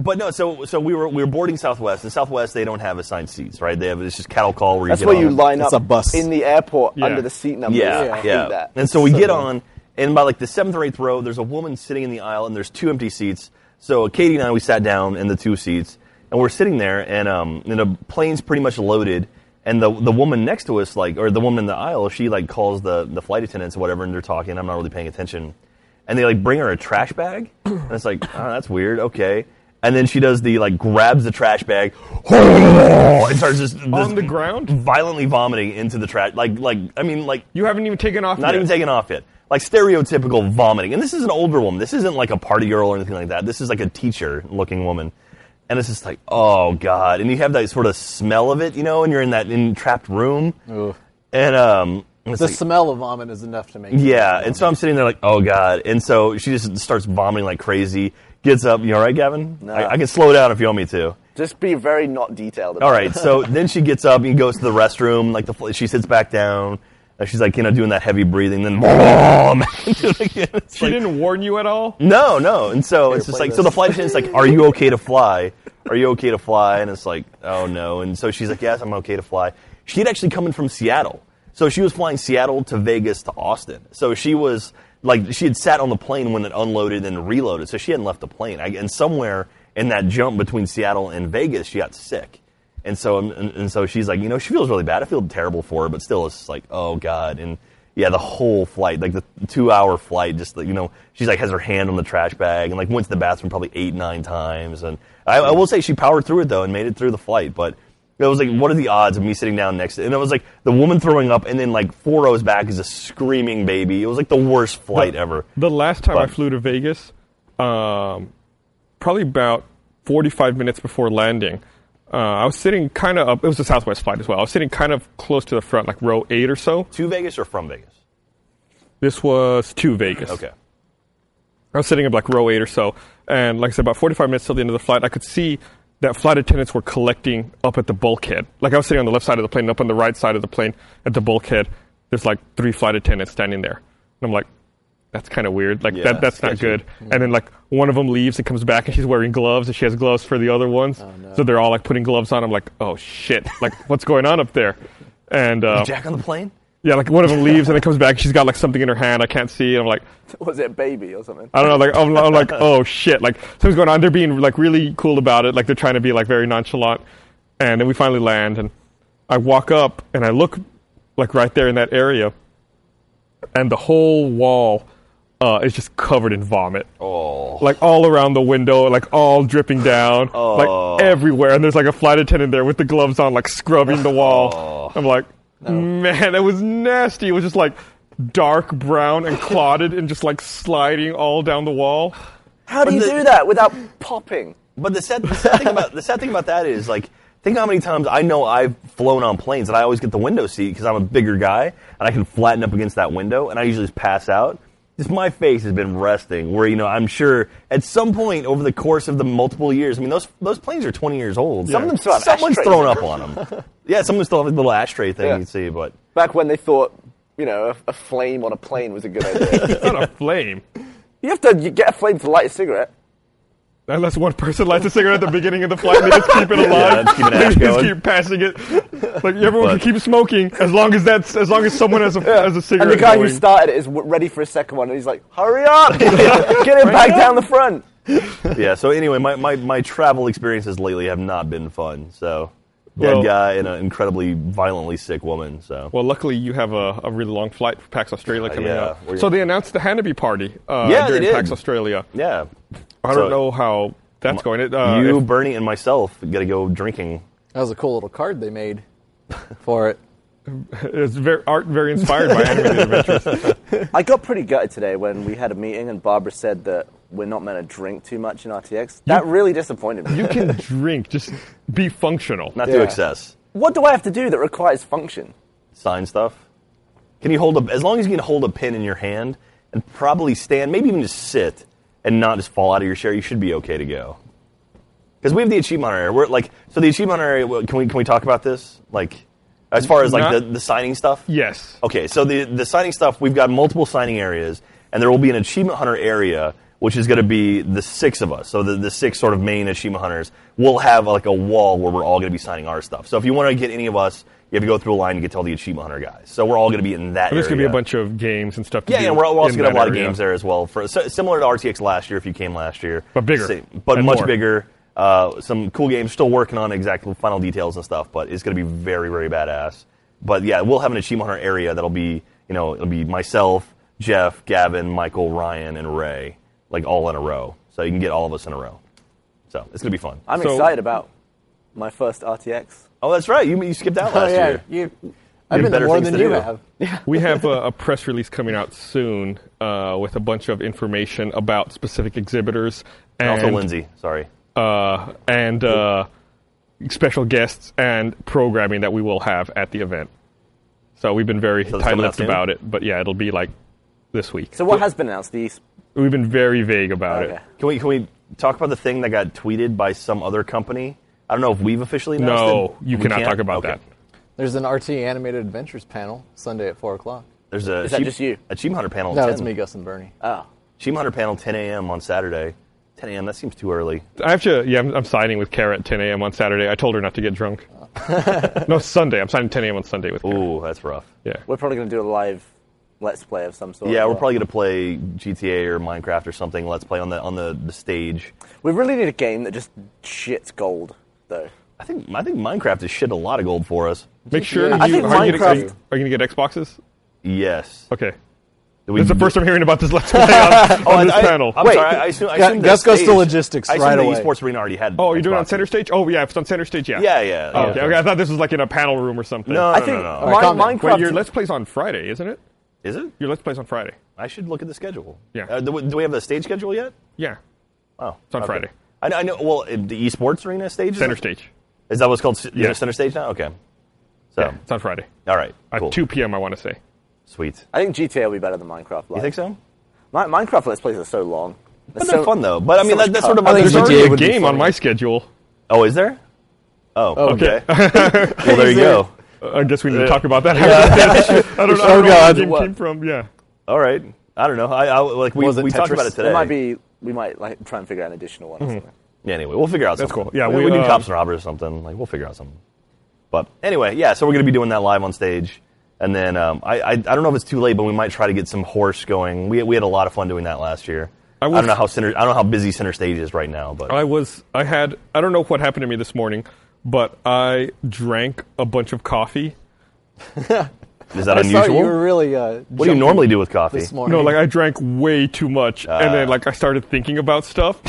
But no, so so we were we were boarding Southwest, and Southwest they don't have assigned seats, right? They have it's just cattle call where you That's get where on you and- line It's up a bus. in the airport Yeah. under the seat numbers. I Yeah, hate yeah. that. And so we get on, and by like the seventh or eighth row, there's a woman sitting in the aisle, and there's two empty seats. So Katie and I, we sat down in the two seats, and we're sitting there, and um, and the plane's pretty much loaded, and the the woman next to us, like, or the woman in the aisle, she like calls the the flight attendants or whatever, and they're talking. I'm not really paying attention, and they like bring her a trash bag, and it's like, oh, that's weird. Okay. And then she does the like grabs the trash bag and starts just On the ground? violently vomiting into the trash like like I mean like You haven't even taken off. not yet. even taken off yet. Like stereotypical vomiting. And this is an older woman. This isn't like a party girl or anything like that. This is like a teacher looking woman. And it's just like, oh God. And you have that sort of smell of it, you know, and you're in that entrapped room. And um it's The like- smell of vomit is enough to make. it- yeah, and so I'm sitting there like, oh god, and so she just starts vomiting like crazy. Gets up, you all right, Gavin? Nah. I, I can slow down if you want me to. Just be very not detailed. About All right, so then she gets up and goes to the restroom. Like the fl- she sits back down, and she's like, you know, doing that heavy breathing. Then boom, do it again. It's She like- didn't warn you at all. no, no. And so it's just play like, so the flight attendant's like, are you okay to fly? Are you okay to fly? And it's like, oh no. And so she's like, yes, I'm okay to fly. She had actually come in from Seattle. So she was flying Seattle to Vegas to Austin. So she was like, she had sat on the plane when it unloaded and reloaded. So she hadn't left the plane. I, and somewhere in that jump between Seattle and Vegas, she got sick. And so, and, and so she's like, you know, she feels really bad. I feel terrible for her, but still, it's just like, oh god. And yeah, the whole flight, like the two-hour flight, just like, you know, she's like has her hand on the trash bag and like went to the bathroom probably eight, nine times. And I, I will say she powered through it though and made it through the flight. But it was like, what are the odds of me sitting down next? to And it was like the woman throwing up, and then like four rows back is a screaming baby. It was like the worst flight ever. The last time I But- flew to Vegas, um, probably about 45 minutes before landing, uh, I was sitting kind of up. It was a Southwest flight as well. I was sitting kind of close to the front, like row eight or so. To Vegas or from Vegas? This was to Vegas. Okay. I was sitting in like row eight or so, and like I said, about 45 minutes till the end of the flight, I could see that flight attendants were collecting up at the bulkhead. Like I was sitting on the left side of the plane, up on the right side of the plane at the bulkhead. There's like three flight attendants standing there, and I'm like, that's kind of weird. Like Yeah, that, that's not sketchy. Mm. good. And then like one of them leaves and comes back, and she's wearing gloves, and she has gloves for the other ones. Oh, So they're all like putting gloves on. I'm like, oh shit, like what's going on up there? And uh, Jack on the plane? yeah, like one of them leaves and then comes back. and She's got like something in her hand. I can't see. And I'm like, Was it a baby or something? I don't know. Like I'm, I'm like, oh shit! Like something's going on. They're being like really cool about it. Like they're trying to be like very nonchalant. And then we finally land, and I walk up and I look like right there in that area, and the whole wall uh, is just covered in vomit. Oh. Like all around the window, like all dripping down, Oh. like everywhere. And there's like a flight attendant there with the gloves on, like scrubbing the wall. Oh. I'm like, man, that was nasty. It was just like dark brown and clotted and just like sliding all down the wall. How do you the- do that without popping? But the sad, the sad thing about the sad thing about that is like think how many times I know I've flown on planes and I always get the window seat because I'm a bigger guy and I can flatten up against that window and I usually just pass out. Just my face has been resting where you know I'm sure at some point over the course of the multiple years. I mean those those planes are 20 years old. Some of them still have someone's ashtrays. thrown up on them. yeah, some of them still have a little ashtray thing Yeah. you can see, but. Back when they thought, you know, a, a flame on a plane was a good idea. It's not a flame. you have to you get a flame to light a cigarette. Unless one person lights a cigarette at the beginning of the flight and they just keep it Yeah, alive. let's keep an they ash just going. keep passing it. Like everyone But- can keep smoking as long as that's as long as someone has a has a cigarette. And the guy who going. started it is w- ready for a second one, and he's like, "Hurry up! get him back down the front." yeah. So anyway, my, my, my travel experiences lately have not been fun. So dead Well- guy and an incredibly violently sick woman. So Well, luckily you have a, a really long flight for PAX Australia coming Uh, yeah, up. we're- So they announced the Hanabi party uh, Yeah, they during did. PAX Australia. yeah, I So- don't know how that's going. It, uh, you, if- Bernie, and myself got to go drinking. That was a cool little card they made for it. it's very art very inspired by animated adventures. I got pretty gutted today when we had a meeting and Barbara said that we're not meant to drink too much in RTX. That really disappointed me. You can drink, just be functional. Not Yeah. to excess. what do I have to do that requires function? Sign stuff. Can you hold a? As long as you can hold a pin in your hand and probably stand, maybe even just sit and not just fall out of your chair, you should be okay to go. Because we have the achievement area. We're like, so the achievement area. well, Can we can we talk about this? Like, as far as like Not- the, the signing stuff. Yes. Oh, Okay, so the the signing stuff, we've got multiple signing areas, and there will be an achievement hunter area which is going to be the six of us. So the, the six sort of main Ashima hunters will have like a wall where we're all going to be signing our stuff. So if you want to get any of us, you have to go through a line to get to all the Ashima hunter guys. So we're all going to be in that. There's going to be area. a bunch of games and stuff. To Yeah, do yeah, we're, we're also in going to have a that lot of area. games there as well. For si- similar to RTX last year, if you came last year, But bigger. but And much more. bigger. Uh, some cool games. Still working on exact final details and stuff, but it's going to be very, very badass. But yeah, we'll have an achievement hunter area that'll be, you know, it'll be myself, Jeff, Gavin, Michael, Ryan, and Ray, like all in a row. So you can get all of us in a row. So it's going to be fun. I'm So- excited about my first RTX. oh, that's right. You, you skipped out Oh last yeah, year. you. I've been have better there more things than to you do. have. we have a, a press release coming out soon uh, with a bunch of information about specific exhibitors and And also Lindsay. Sorry. uh, and uh, special guests and programming that we will have at the event. So we've been very So it's coming out tight-lipped soon? about it, but yeah, it'll be like this week. So what has been announced? The We've been very vague about Okay. it. Can we can we talk about the thing that got tweeted by some other company? I don't know if we've officially announced No, it. you We cannot can't? talk about Okay. that. There's an RT animated adventures panel Sunday at four o'clock. There's a Is that Sheep- just you? A Cheem Hunter panel. at No, 10. it's me, Gus, and Bernie. oh, Cheem Hunter panel 10 a.m. on Saturday. 10 a.m. That seems too early. I have to. Yeah, I'm, I'm signing with Kara at 10 a.m. on Saturday. I told her not to get drunk. no, Sunday. I'm signing 10 a.m. on Sunday with. Kara. Ooh, that's rough. Yeah. we're probably going to do a live let's play of some sort. Yeah, as we're well. probably gonna play GTA or Minecraft or something. Let's play on the on the, the stage. We really need a game that just shits gold, though. I think I think Minecraft has shit a lot of gold for us. Make sure I you are think you, gonna, are, you, Minecraft- are you gonna get Xboxes? Yes. Okay. Did we- Oh, That's the first I'm hearing about this let's play on, on this I, panel. am Wait. sorry. I assume, I Gu- assume the Gus goes to stage, logistics I assume right the away. esports arena already had. Oh, you're doing it on Xboxes. center stage? Oh, yeah, if it's on center stage, yeah. Yeah, yeah. Oh, yeah. okay, okay, I thought this was like in a panel room or something. No, I no, think no, no. Mi- All right, comment. Minecraft. Wait, your Let's Play's on Friday, isn't it? Is it? Your Let's Play's on Friday. I should look at the schedule. Yeah. Uh, do, we, do we have the stage schedule yet? Yeah. Oh, It's on okay. Friday. I, know- I know. Well, it- the esports arena stage. is- Center stage. Is that what's called? s- Yeah. Center stage now. Okay. So, Yeah, it's on Friday. all right. At Cool. 2 p.m., I want to say. Sweet. I think GTA will be better than Minecraft. Live. You think so? Mi- Minecraft let's plays are so long. But they're fun though. But I mean, so that, much that's cut. sort of. I other- think There's GTA already a would be game on funny. my schedule. oh, is there? Oh, okay. Okay. well, there you go. Uh, I guess we need to talk about that. I don't know, I don't know where God. the game What? came from. Yeah. All right. I don't know. I, I like we, Was it we talked Tetris? about it Mm-hmm. today. It might be. We might like try and figure out an additional one. Or something. Yeah, anyway, we'll figure out That's something. cool. Yeah, we, we, we, do uh, cops and robbers or something. Like, we'll figure out something. But anyway, yeah, so we're going to be doing that live on stage. And then um, I, I, I don't know if it's too late, but we might try to get some horse going. We, we had a lot of fun doing that last year. I, I was- don't know how center, I don't know how busy center stage is right now, but I was, I had, I don't know what happened to me this morning, but I drank a bunch of coffee. is that I saw unusual? you were really. Uh, what do you normally do with coffee? this morning? No, like I drank way too much, and then like I started thinking about stuff,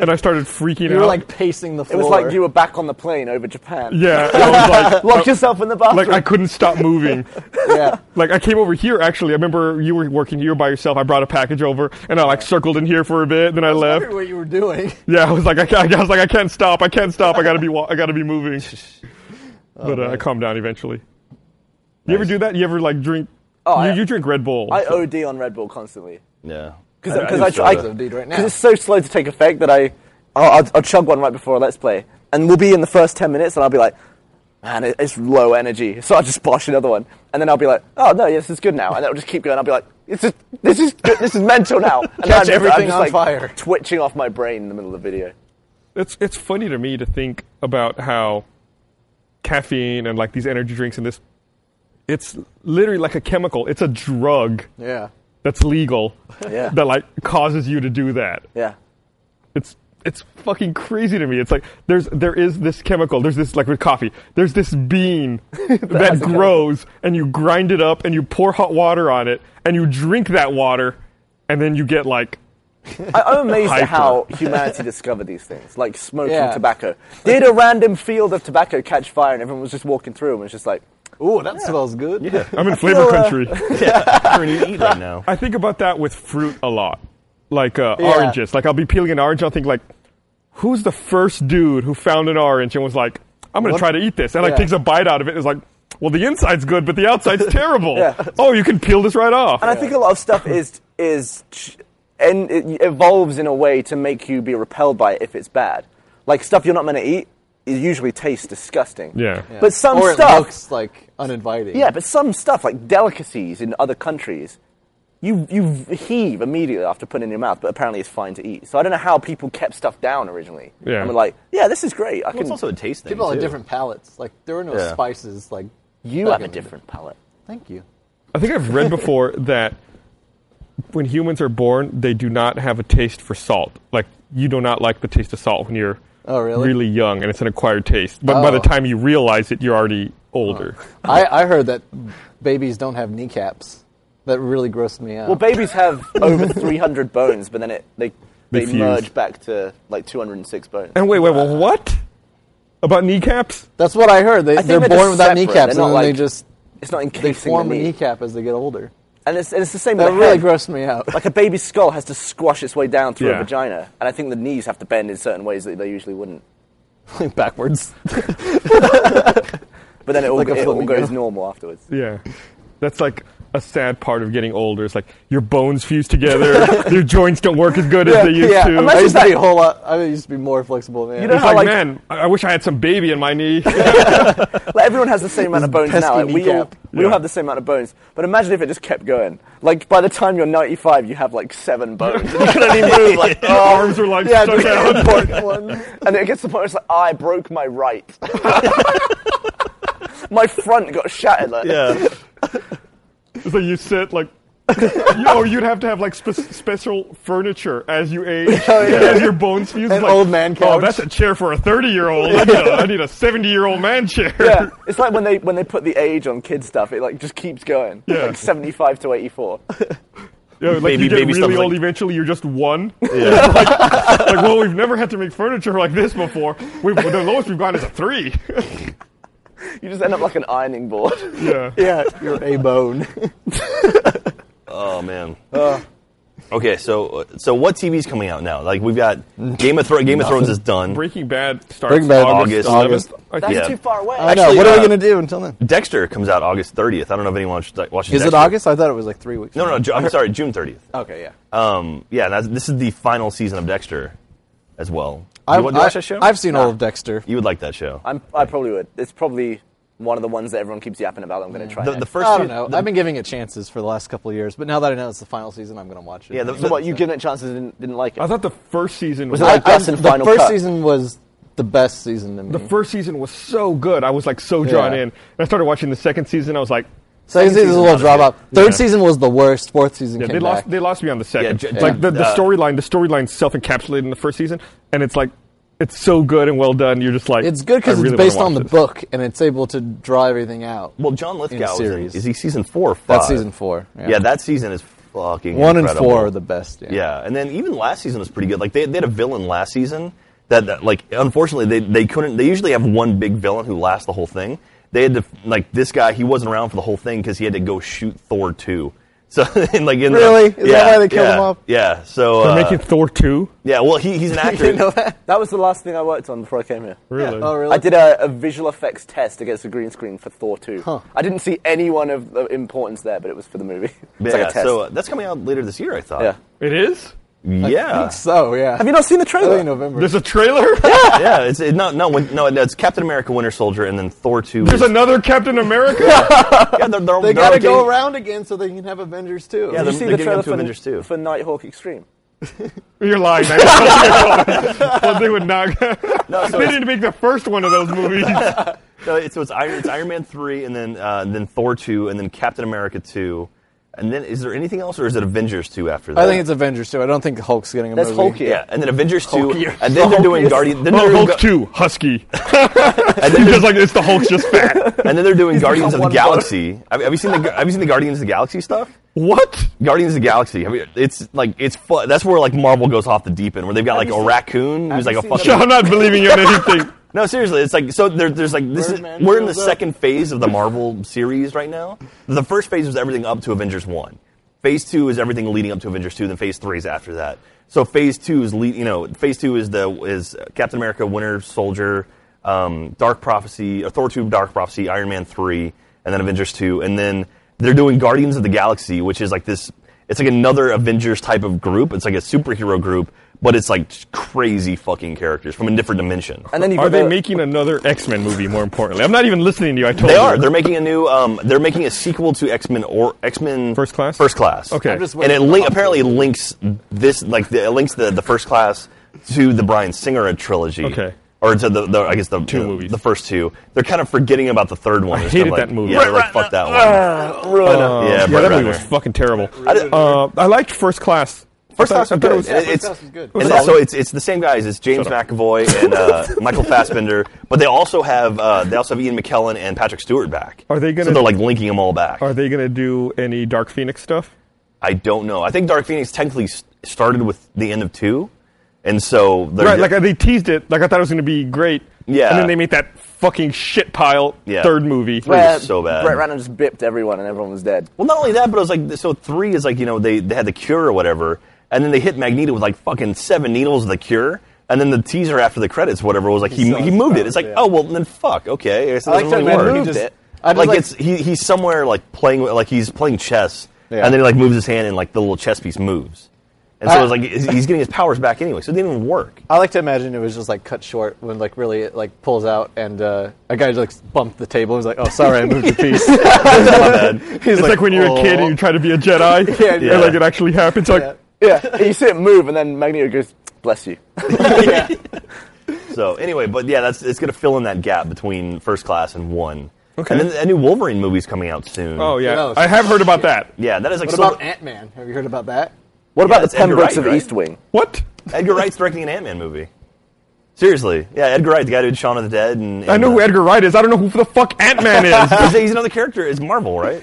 and I started freaking you out. were like pacing the It floor. was like you were back on the plane over Japan. yeah, I was like, Lock yourself in the bathroom. like I couldn't stop moving. Yeah. Like I came over here actually. I remember you were working here by yourself. I brought a package over and I like circled in here for a bit, then I I left. wondered what you were doing. Yeah, I was like I, can't- I was like I can't stop. I can't stop. I got to be wa- I got to be moving. But uh, I calmed down eventually. You ever do that? You ever like drink Oh, you, I- you drink Red Bull. I OD on Red Bull constantly yeah. because do I, try soda. so, dude, right now. because it's so slow to take effect that I I'll, I'll, I'll chug one right before a let's play and we'll be in the first ten minutes and I'll be like. Man, it- it's low energy, so I'll just bosh another one, and then I'll be like, "Oh no, yes, it's good now," and it'll just keep going. I'll be like, "It's just this is good, this is mental now." And then I'm just- I'm everything just, on like, fire. twitching off my brain in the middle of the video. it's it's funny to me to think about how caffeine and like these energy drinks and this it's literally like a chemical. It's a drug yeah. that's legal Yeah. that like causes you to do that. Yeah, It's it's fucking crazy to me. It's like there's there is this chemical. There's this like with coffee. There's this bean that grows and you grind it up and you pour hot water on it and you drink that water and then you get like I, I'm amazed at Hyper. how humanity discovered these things, like smoking Yeah. tobacco. Did a random field of tobacco catch fire and everyone was just walking through and was just like, Ooh, that smells good. I'm in flavor feel, uh, country. I don't even eat right now. I think about that with fruit a lot. Like uh, Yeah. oranges. Like I'll be peeling an orange, I'll think like, who's the first dude who found an orange and was like, I'm gonna What? try to eat this, and like Yeah. takes a bite out of it and is like, well the inside's good but the outside's terrible. Yeah. Oh, you can peel this right off. and I think a lot of stuff is is ch- and it evolves in a way to make you be repelled by it if it's bad. Like stuff you're not meant to eat, it usually tastes disgusting. Yeah. But some or stuff, it looks like uninviting. yeah, but some stuff like delicacies in other countries. you you heave immediately after putting it in your mouth, but apparently it's fine to eat. So I don't know how people kept stuff down originally. Yeah. And were like, yeah, this is great. I Well, can. it's also a taste thing. People too. had different palates. Like there were no Yeah. spices. Like you back have a in the- different palate. Thank you. I think I've read before that when humans are born, they do not have a taste for salt. Like you do not like the taste of salt when you're Oh, really? young, and it's an acquired taste. But by the Oh. time you realize it, you're already older. I, I heard that babies don't have kneecaps. That really grossed me out. Well, babies have over 300 bones, but then it they They they, fuse. merge back to like 206 bones. And wait, wait, well, what about kneecaps? That's what I heard. They, think they're they're born just without separate. kneecaps, and They're not then they like- just it's not they encasing form the a knee. kneecap as they get older. And it's, and it's the same That with the really head. grossed me out. Like a baby's skull has to squash its way down through Yeah. a vagina, and I think the knees have to bend in certain ways that they usually wouldn't. backwards. But then it all, Like a it all flamingo. goes normal afterwards. Yeah. That's like a sad part of getting older. It's like your bones fuse together, your joints don't work as good as they used yeah. to. I used to be a whole lot. I used to be more flexible, man. You know it's how like, like, man, I I wish I had some baby in my knee. like, everyone has the same amount of bones now. pesky Like, we all, kneecap. we all Yeah. have the same amount of bones. But imagine if it just kept going. Like by the time you're 95, you have like seven bones. and you can only move like oh. Your arms are like Yeah, stuck just out. important ones. And it gets to the point where it's like, I broke my right. my front got shattered. Like, Yeah. So you sit like. Yo, you'd have to have like spe- special furniture as you age, as your bones fuse. Oh, An like, old man Oh, couch." that's a chair for a thirty-year-old. I need a- I need a seventy-year-old man chair. Yeah, it's like when they when they put the age on kid stuff, it like just keeps going. Yeah. Like 75 to 84. Yo, like Baby- you get baby stuff really is old. like- eventually, you're just one. like, like, well, we've never had to make furniture like this before. We've, the lowest we've gone is a three. You just end up like an ironing board. yeah. yeah, you're a bone. Oh man. Uh. okay, so so what TV's coming out now? Like we've got Game of Thrones. Game of Thrones is done. Breaking Bad starts Breaking Bad, August, August. 11th. I That's think. Yeah. too far away. I know. Actually, What are we uh, gonna do until then? Dexter comes out August 30th. I don't know if anyone watched, watches. Is it Dexter. August? I thought it was like three weeks. No, no. Ju- I'm sorry, June 30th. Okay, yeah. Um, yeah, that's, this is the final season of Dexter, as well. I've, you, wa- you watch that show? I've seen all of Dexter. You would like that show. I'm, I probably would. It's probably one of the ones that everyone keeps yapping about. that I'm going to try. the, next. the first. I don't se- know. the- I've been giving it chances for the last couple of years, but now that I know it's the final season, I'm gonna watch it. Yeah, the- so what? You giving it chances and didn't, didn't like it? I thought the first season was, it like best and the final first cut? season was the best season to me. the first season was so good. I was like so drawn Yeah. in. And I started watching the second season. I was like, Second season was a little drop off. Third Yeah. season was the worst. Fourth season yeah, came they lost. back. They lost me on the second. J- Like J- the, the uh, storyline. The storyline's self-encapsulated in the first season, and it's like it's so good and well done. You're just like it's good because I really it's based wanna on the watch this. book and it's able to draw everything out. well, John Lithgow is, in, series. is he season four or five? That's season four. Yeah. that season is fucking one and incredible. four are the best. Yeah. Yeah, and then even last season was pretty good. Like they, they had a villain last season that, that like unfortunately they, they couldn't. They usually have one big villain who lasts the whole thing. They had to like this guy. He wasn't around for the whole thing because he had to go shoot Thor two. So and, like in Really? the, Is that why they killed yeah, him off? Yeah. So uh, They're making Thor two. yeah. Well, he, he's an actor. you know that? that was the last thing I worked on before I came here. Really? Oh, really? I did a, a visual effects test against a green screen for Thor 2. I didn't see anyone of the importance there, but it was for the movie. it's yeah, like a test. so uh, that's coming out later this year, I thought. yeah. It is. I Yeah, think so. Yeah. Have you not seen the trailer? Early Oh, November. There's a trailer. yeah. It's it, no, no, when, no. It's Captain America: Winter Soldier, and then Thor two. There's is- another Captain America. Yeah, they're, they're, they they're gotta getting- go around again so they can have Avengers too. Yeah, Did they're- you see they're the getting trailer into for, Avengers too. for Nighthawk Extreme? You're lying. Man. Well, they would not. No, so they it's- need to make the first one of those movies. No, it's, so it's Iron, it's Iron Man three, and then uh, then Thor two, and then Captain America two, and then is there anything else, or is it Avengers two after that? I think it's Avengers too. I don't think Hulk's getting a That's movie. Hulk, yeah. yeah, and then Avengers two, Hulkier. and then they're doing Hulkier. Guardian, then they're Oh, doing Hulk Gu- two, Husky. and then Because they're, like it's the Hulk's just fat. and then they're doing Guardians of the one bone. Galaxy. Have, have you seen the Gu- Have you seen the Guardians of the Galaxy stuff? What? Guardians of the Galaxy. Have you, it's like it's fun. That's where like Marvel goes off the deep end, where they've got like a raccoon who's like a you seen fucking. I'm not believing you in anything. No, seriously, it's like so. There, there's like this. Is, Birdman we're in the shows up. second phase of the Marvel series right now. The first phase was everything up to Avengers one. Phase two is everything leading up to Avengers two. Then phase three is after that. So phase two is lead. You know, phase two is the is Captain America, Winter Soldier, um, Dark Prophecy, or Thor two, Dark Prophecy, Iron Man three, and then Avengers two, and then they're doing Guardians of the Galaxy, which is like this. It's like another Avengers type of group. It's like a superhero group but it's like crazy fucking characters from a different dimension. And then you Are they the, making another X Men movie? More importantly, I'm not even listening to you. I told They you. are. They're making a new. Um, they're making a sequel to X Men or X Men First Class? First Class. Okay. I'm just And it link, apparently links this like the, it links the, the First Class to the Brian Singer trilogy. Okay. Or to the, the I guess the Two the- movies. the first two. They're kind of forgetting about the third one. I hated that movie. Yeah, Right, they're like fuck that one. Uh, Yeah, yeah, Brett that movie Ratner. was fucking terrible. I did- Uh, I liked First Class. I First thought- Class I thought was good. it was- And it- First it's, Class was good. and It was so solid. it's it's the same guys. It's James McAvoy and uh, Michael Fassbender, but they also have uh, they also have Ian McKellen and Patrick Stewart back. Are they gonna- So they're like linking them all back. Are they gonna do any Dark Phoenix stuff? I don't know. I think Dark Phoenix technically s- started with the end of two, and so they're Right, like uh, they teased it. Like I thought it was gonna be great. Yeah. And then they made that fucking shit pile Yeah. third movie. Right. was so bad. Brett Ratner just bipped everyone and everyone was dead. well, not only that, but it was like so three is like you know they they had the cure or whatever, and then they hit Magneto with like fucking seven needles of the cure. And then the teaser after the credits, whatever, was like he, he, moved it. It's like, oh well, then fuck, okay. It's, I like doesn't that really Magneto work. just- I just like, like- it's he, he's somewhere like playing like he's playing chess, Yeah. and then he like moves his hand and like the little chess piece moves, and so I- it's like he's he's getting his powers back anyway, so it didn't even work. I like to imagine it was just like cut short when like really it like pulls out and uh, a guy just like bumped the table. He's like, "Oh, sorry, I moved a piece." it's like, when you're a kid "Oh." and you try to be a Jedi, Yeah, and yeah. like it actually happens. Like, Yeah, you see it move and then Magneto goes, bless you. So anyway, but yeah, that's it's gonna fill in that gap between first class and one. Okay. And then a new Wolverine movie's coming out soon. oh yeah, knows? I have heard about that. Yeah, that is like What so- about Ant Man? Have you heard about that? What Yeah, about it's the Edgar Pembrokes Wright, of right? East Wing? What? Edgar Wright's directing an Ant Man movie. Seriously, yeah, Edgar Wright, the guy who did Shaun of the Dead, and, I and, know who uh, Edgar Wright is. I don't know who the fuck Ant Man is. he's, he's another character. It's Marvel, right?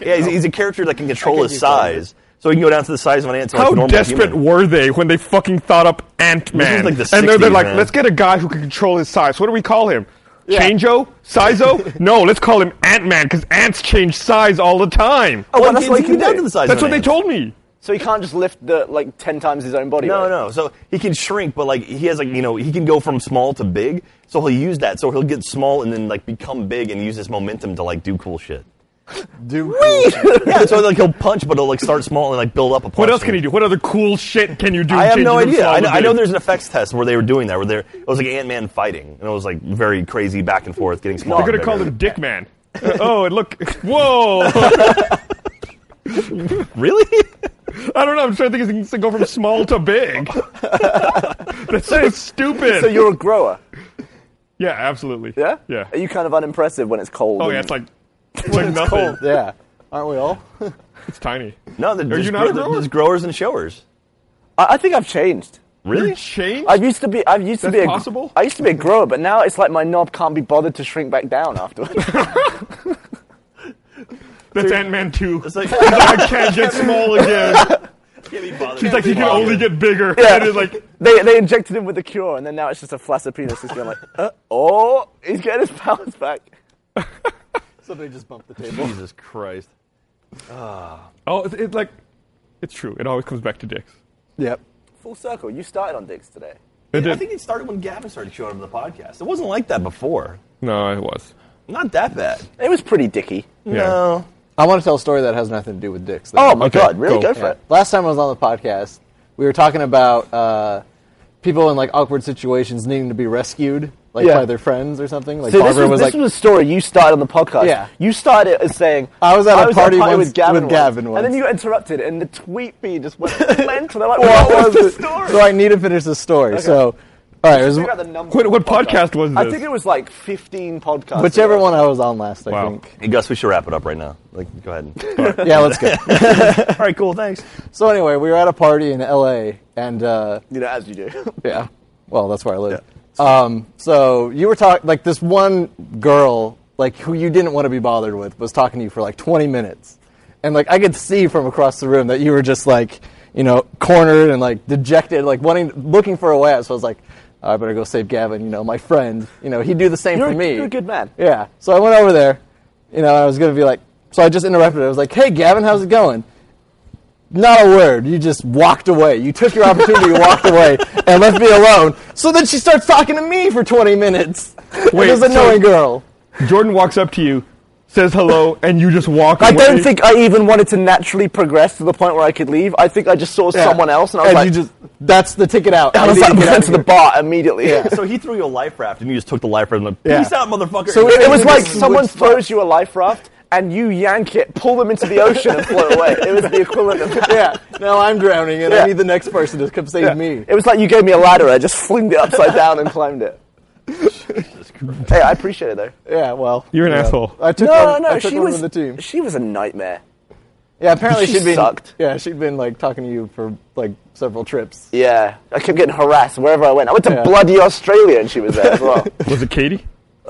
yeah, he's, he's a character that can control his size, so he can go down to the size of an ant. so like How a normal desperate human. were they when they fucking thought up Ant Man? like, the and they're, they're 60s, like, man. let's get a guy who can control his size. What do we call him? Changeo? Sizo? no, let's call him Ant Man because ants change size all the time. Oh, Well, that's that's why what he he can can go down do. to the size. That's of what an they ant. told me. So he can't just lift the like ten times his own body No, weight. no. So he can shrink, but like he has like you know he can go from small to big. So he'll use that. So he'll get small and then like become big and use his momentum to like do cool shit. Dude, yeah. So like he'll punch, but he'll like start small and like build up a punch. What else can he do? What other cool shit can you do? I have no changing idea. from I know, small to I know big? there's an effects test where they were doing that, where there it was like Ant Man fighting, and it was like very crazy back and forth, getting small. They're gonna and call bigger. him Dick Man. Uh, oh, and look, whoa! really? I don't know. I'm trying to think. It's gonna go from small to big. That's so stupid. So you're a grower, yeah, absolutely. yeah? yeah. Are you kind of unimpressive when it's cold? Oh yeah, and- it's like it's like nothing. yeah, aren't we all? It's tiny. No, the, you not a grower? there's growers and showers. I, I think I've changed. You Really? change? I used to be. I used to That's be a, possible? I used to be a grower, but now it's like my knob can't be bothered to shrink back down afterwards. That's Ant Man two. It's like I can't get small again. It's like you can only get bigger. Yeah. And it's like they they injected him with the cure, and then now it's just a flaccid penis. He's going like, uh, oh, he's getting his powers back. Somebody just bumped the table. Jesus Christ. oh, it's, it's like it's true. It always comes back to dicks. Yep. Full circle. You started on dicks today. It I did. think it started when Gavin started showing up on the podcast. It wasn't like that before. no, it was. Not that bad. It was pretty dicky. No. I want to tell a story that has nothing to do with dicks. though. Oh my Okay, god! Really? go. Go, for it. Last time I was on the podcast, we were talking about uh, people in like awkward situations needing to be rescued, like Yeah. by their friends or something. Like So this, Barbara was, was, this like, was a story you started on the podcast. Yeah. You started it as saying I was at a a party once- with Gavin and then once. you got interrupted, and the tweet feed just went mental. They're like, Well, "What was it the was- story?" So I need to finish the story. So, all right, it was Figure out the number What- of what the podcast was I this? think it was like 15 podcasts. whichever ago. one I was on last, I Wow. think. Hey, Gus, we should wrap it up right now. Like, go ahead. Yeah, let's go. All right, cool. Thanks. so anyway, we were at a party in L.A. and uh, You know, as you do. yeah, well, that's where I live. Um, so you were talking like this one girl, like who you didn't want to be bothered with, was talking to you for like 20 minutes, and like I could see from across the room that you were just like, you know, cornered and like dejected, like wanting, looking for a way out. So I was like. "Oh, I better go save Gavin, you know, my friend. You know, he'd do the same You're for a- me. you're a good man. Yeah. So I went over there, you know, and I was going to be like, so I just interrupted. I was like, hey, Gavin, how's it going? Not a word. You just walked away. You took your opportunity, you walked away, and left me alone. So then she starts talking to me for 20 minutes. Wait, Wait, this so- annoying girl. Jordan walks up to you, says hello, and you just walk I away. don't think I even wanted to naturally progress to the point where I could leave. I think I just saw someone else, and I was and like, you just that's the ticket out. I was need like, to get out went of to the here. bar immediately. so he threw you a life raft, and you just took the life raft and like, Yeah. peace out, motherfucker. So it, it was Everything like is someone wood spot. throws you a life raft and you yank it, pull them into the ocean and float away. It was the equivalent of that. yeah. Now I'm drowning, and Yeah. I need the next person to come save me. It was like you gave me a ladder, I just flinged it upside down and climbed it. hey, I appreciate it though. Yeah. Well, You're an you know. asshole. I took No, one, no, I took she one was from the team. She was a nightmare. Yeah, apparently She she'd been sucked. Yeah, she'd been like talking to you for like several trips. Yeah, I kept getting harassed wherever I went. I went to Yeah. bloody Australia and she was there as well. Was it Katie?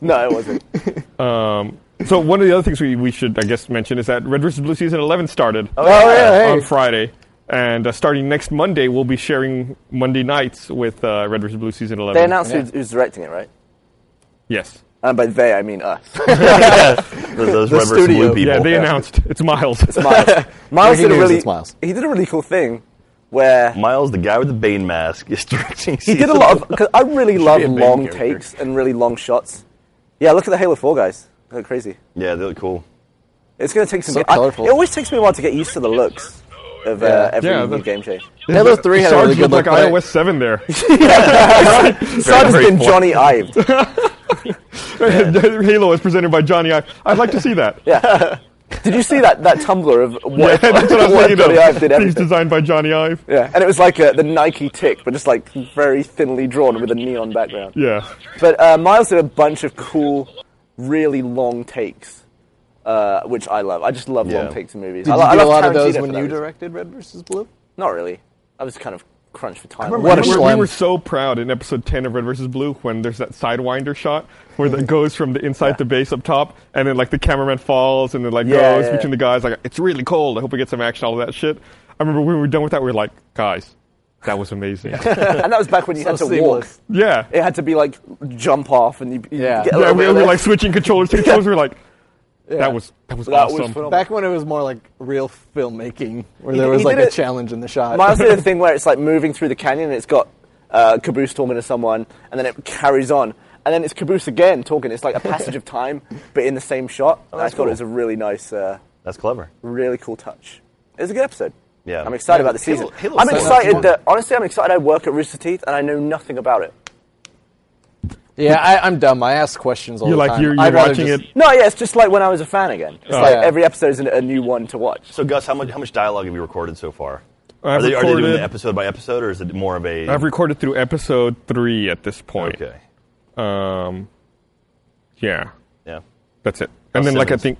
no, it wasn't. Um, so one of the other things we, we should, I guess, mention is that Red vs. Blue Season 11 started Oh yeah, hey. on Friday. And uh, starting next Monday, we'll be sharing Monday nights with uh, Red vs. Blue Season 11. They announced Yeah. who's, who's directing it, right? yes. And by they, I mean us. those, those red versus blue studio. people. Yeah, they announced. It's Miles. Miles. Miles Breaking did a news, really it's Miles. he did a really cool thing where Miles, the guy with the Bane mask, is directing. He did a lot of. Cause I really love be a big long character. takes and really long shots. Yeah, look at the Halo Four guys. They look crazy. Yeah, they look cool. It's gonna take some. So I- colorful. it always takes me a while to get used to the looks of uh, Yeah. every Yeah, new the- game change. Halo Three had a really Sarge good looked like look. at iOS it. 7 there. Sarge's very been poor. Johnny Ived. Halo is presented by Johnny I. I'd like to see that. Yeah. Did you see that that Tumblr of Yeah, what, that's what I was what thinking Johnny of. Ive did Things everything? designed by Johnny Ive. Yeah, and it was like uh the Nike tick, but just like very thinly drawn with a neon background. Yeah. But uh, Miles did a bunch of cool, really long takes, uh, which I love. I just love Yeah. long takes in movies. Did I, you lo- I do a love lot of those Tarantino when for that you reason. directed Red versus Blue? Not really. I was kind of crunched for time. What a we, were, we schlem. were so proud in episode 10 of Red vs. Blue when there's that sidewinder shot where that goes from the inside to base up top, and then like the cameraman falls and then like Yeah, goes yeah. between the guys. Like, it's really cold. I hope we get some action, all of that shit. I remember when we were done with that, we were like, guys, that was amazing. yeah. and that was back when you had to seamless. walk. It had to be like jump off, and you you Yeah. get Yeah, a little we, bit we of were this. like switching controllers to controllers. We were like, Yeah. that was that was That was awesome. phenomenal. Back when it was more like real filmmaking, where He- there he was like did a it- challenge in the shot. Miles did a thing where it's like moving through the canyon, and it's got uh, Caboose talking to someone, and then it carries on, and then it's Caboose again talking. It's like a passage of time, but in the same Oh, shot. and I that's thought cool. it was a really nice. Uh, That's clever. really cool touch. It was a good episode. Yeah. I'm excited Yeah, about the season. Halo- Halo I'm Sun's excited fun. that honestly, I'm excited. I work at Rooster Teeth and I know nothing about it. yeah, I, I'm dumb. I ask questions all You're the like, time. you're, I'd you're rather watching just- it. No, yeah, it's just like when I was a fan again. It's Oh. like Yeah. every episode is an- a new one to watch. So, Gus, how much how much dialogue have you recorded so far? I've are, they, are they doing recorded- the episode by episode, or is it more of a? I've recorded through episode three at this point. Okay. Um, yeah, Yeah. that's it. And then like I Simmons. think,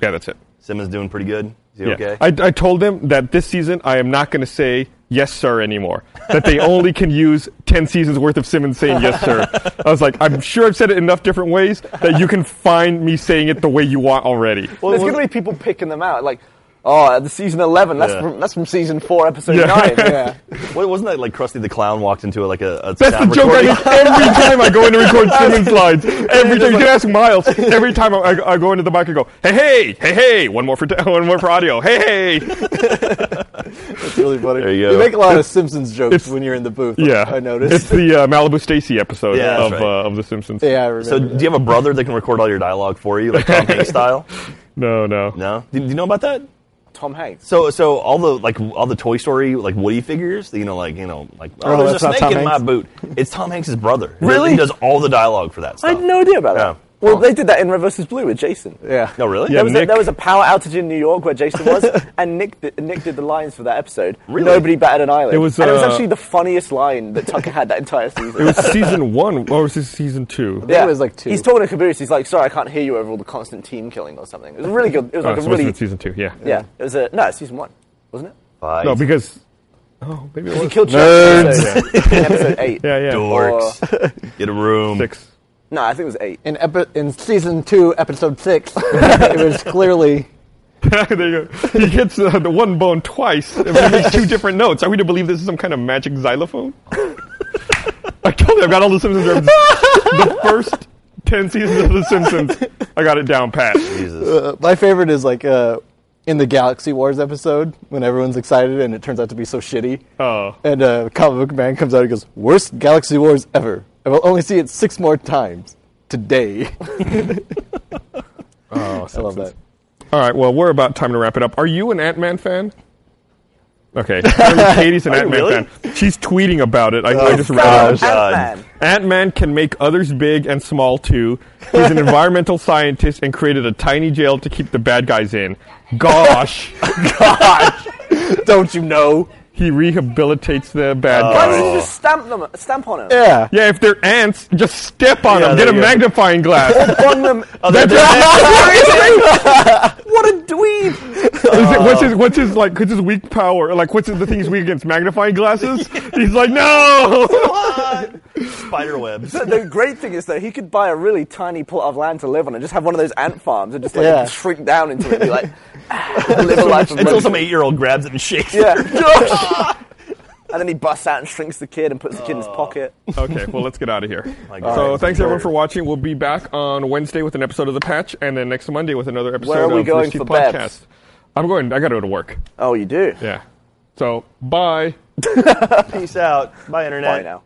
yeah, that's it. Simmons doing pretty good. Is he Yeah. okay? I, I told them that this season I am not going to say yes, sir anymore. That they only can use 10 seasons worth of Simmons saying yes, sir. I was like, I'm sure I've said it enough different ways that you can find me saying it the way you want already. There's going to be people picking them out, like, oh, the season 11. That's Yeah. from that's from season four, episode Yeah. nine. Yeah. What, wasn't that like Krusty the Clown walked into like a, a That's sound the joke recording? I make every time I go in to record Simmons lines. Every time you can ask Miles. Every time I, I, I go into the mic, I go, hey, hey, hey, hey, one more for t- one more for audio, hey, hey. It's really funny. There you go. make a lot of Simpsons jokes it's- when you're in the booth. Yeah, I It's noticed. the uh, Malibu Stacy episode Yeah, of that's right. uh, of The Simpsons. yeah, I remember. So, that. do you have a brother that can record all your dialogue for you, like Tom Hanks style? No, no. No. Do, do you know about that? Tom Hanks. So, so all the like all the Toy Story like Woody figures, you know, like you know, like oh, Oh, there's a that's not snake Tom in my Hanks? boot. It's Tom Hanks' brother. He Really? does- He does all the dialogue for that I stuff. had no idea about Yeah. that. Well, they did that in Reverse is Blue with Jason. yeah. No, really? Oh. Yeah, There was, a, Nick- there was a power outage in New York where Jason was, and Nick did, Nick did the lines for that episode. Really? Nobody batted an eyelid. It was, and it was uh, actually the funniest line that Tucker had that entire season. It was season one, or was this season two? Uh, think it was like two. He's talking to Caboose. He's like, "Sorry, I can't hear you over all the constant team killing or something." It was really good. It was Oh, like so a it must really have been season two, yeah. yeah. It was a no it's season one, wasn't it? Fight. No, because oh, maybe it He was killed Nerds. Episode, in episode eight. yeah, yeah, dorks. Get a room. six. No, I think it was eight. In epi- in season two, episode six, it was clearly there you go. He hits uh, the one bone twice. and he makes two different notes. Are we to believe this is some kind of magic xylophone? I told you I've got all the Simpsons references. the first ten seasons of The Simpsons, I got it down pat. Jesus. Uh, my favorite is like uh, in the Galaxy Wars episode when everyone's excited and it turns out to be so shitty. Oh. And uh, comic book man comes out and goes, "Worst Galaxy Wars ever. I will only see it six more times." today. oh, I love that. All right, well, we're about time to wrap it up. Are you an Ant Man fan? Okay, Apparently Katie's an Ant Man really? fan. She's tweeting about it. I, I just God. realized. Ant Man can make others big and small too. He's an environmental scientist and created a tiny jail to keep the bad guys in. Gosh, Don't you know? he rehabilitates the bad Why does guys. he just stamp them? Stamp on them? Yeah. Oh. Yeah, if they're ants, just step on Yeah, them. Get there a you go. magnifying glass. on them. That's What a dweeb! Is it- what's his what's his like what's his weak power? Like what's the thing he's weak against? Magnifying glasses? He's like, No Spider webs. The, the great thing is though, he could buy a really tiny plot of land to live on and just have one of those ant farms and just like Yeah. shrink down into it and be like, "Ah, live a life of Until luxury. some eight year old grabs it and shakes it. Yeah. and then he busts out and shrinks the kid and puts the kid in Oh. his pocket. Okay, well let's get out of here. My God. So thanks everyone for Sure. watching. We'll be back on Wednesday with an episode of The Patch and then next Monday with another episode Where are we of going Risky for Podcast. Babs? I'm going I gotta go to work. Oh, you do? Yeah. So bye. Peace out. Bye, internet. Bye now.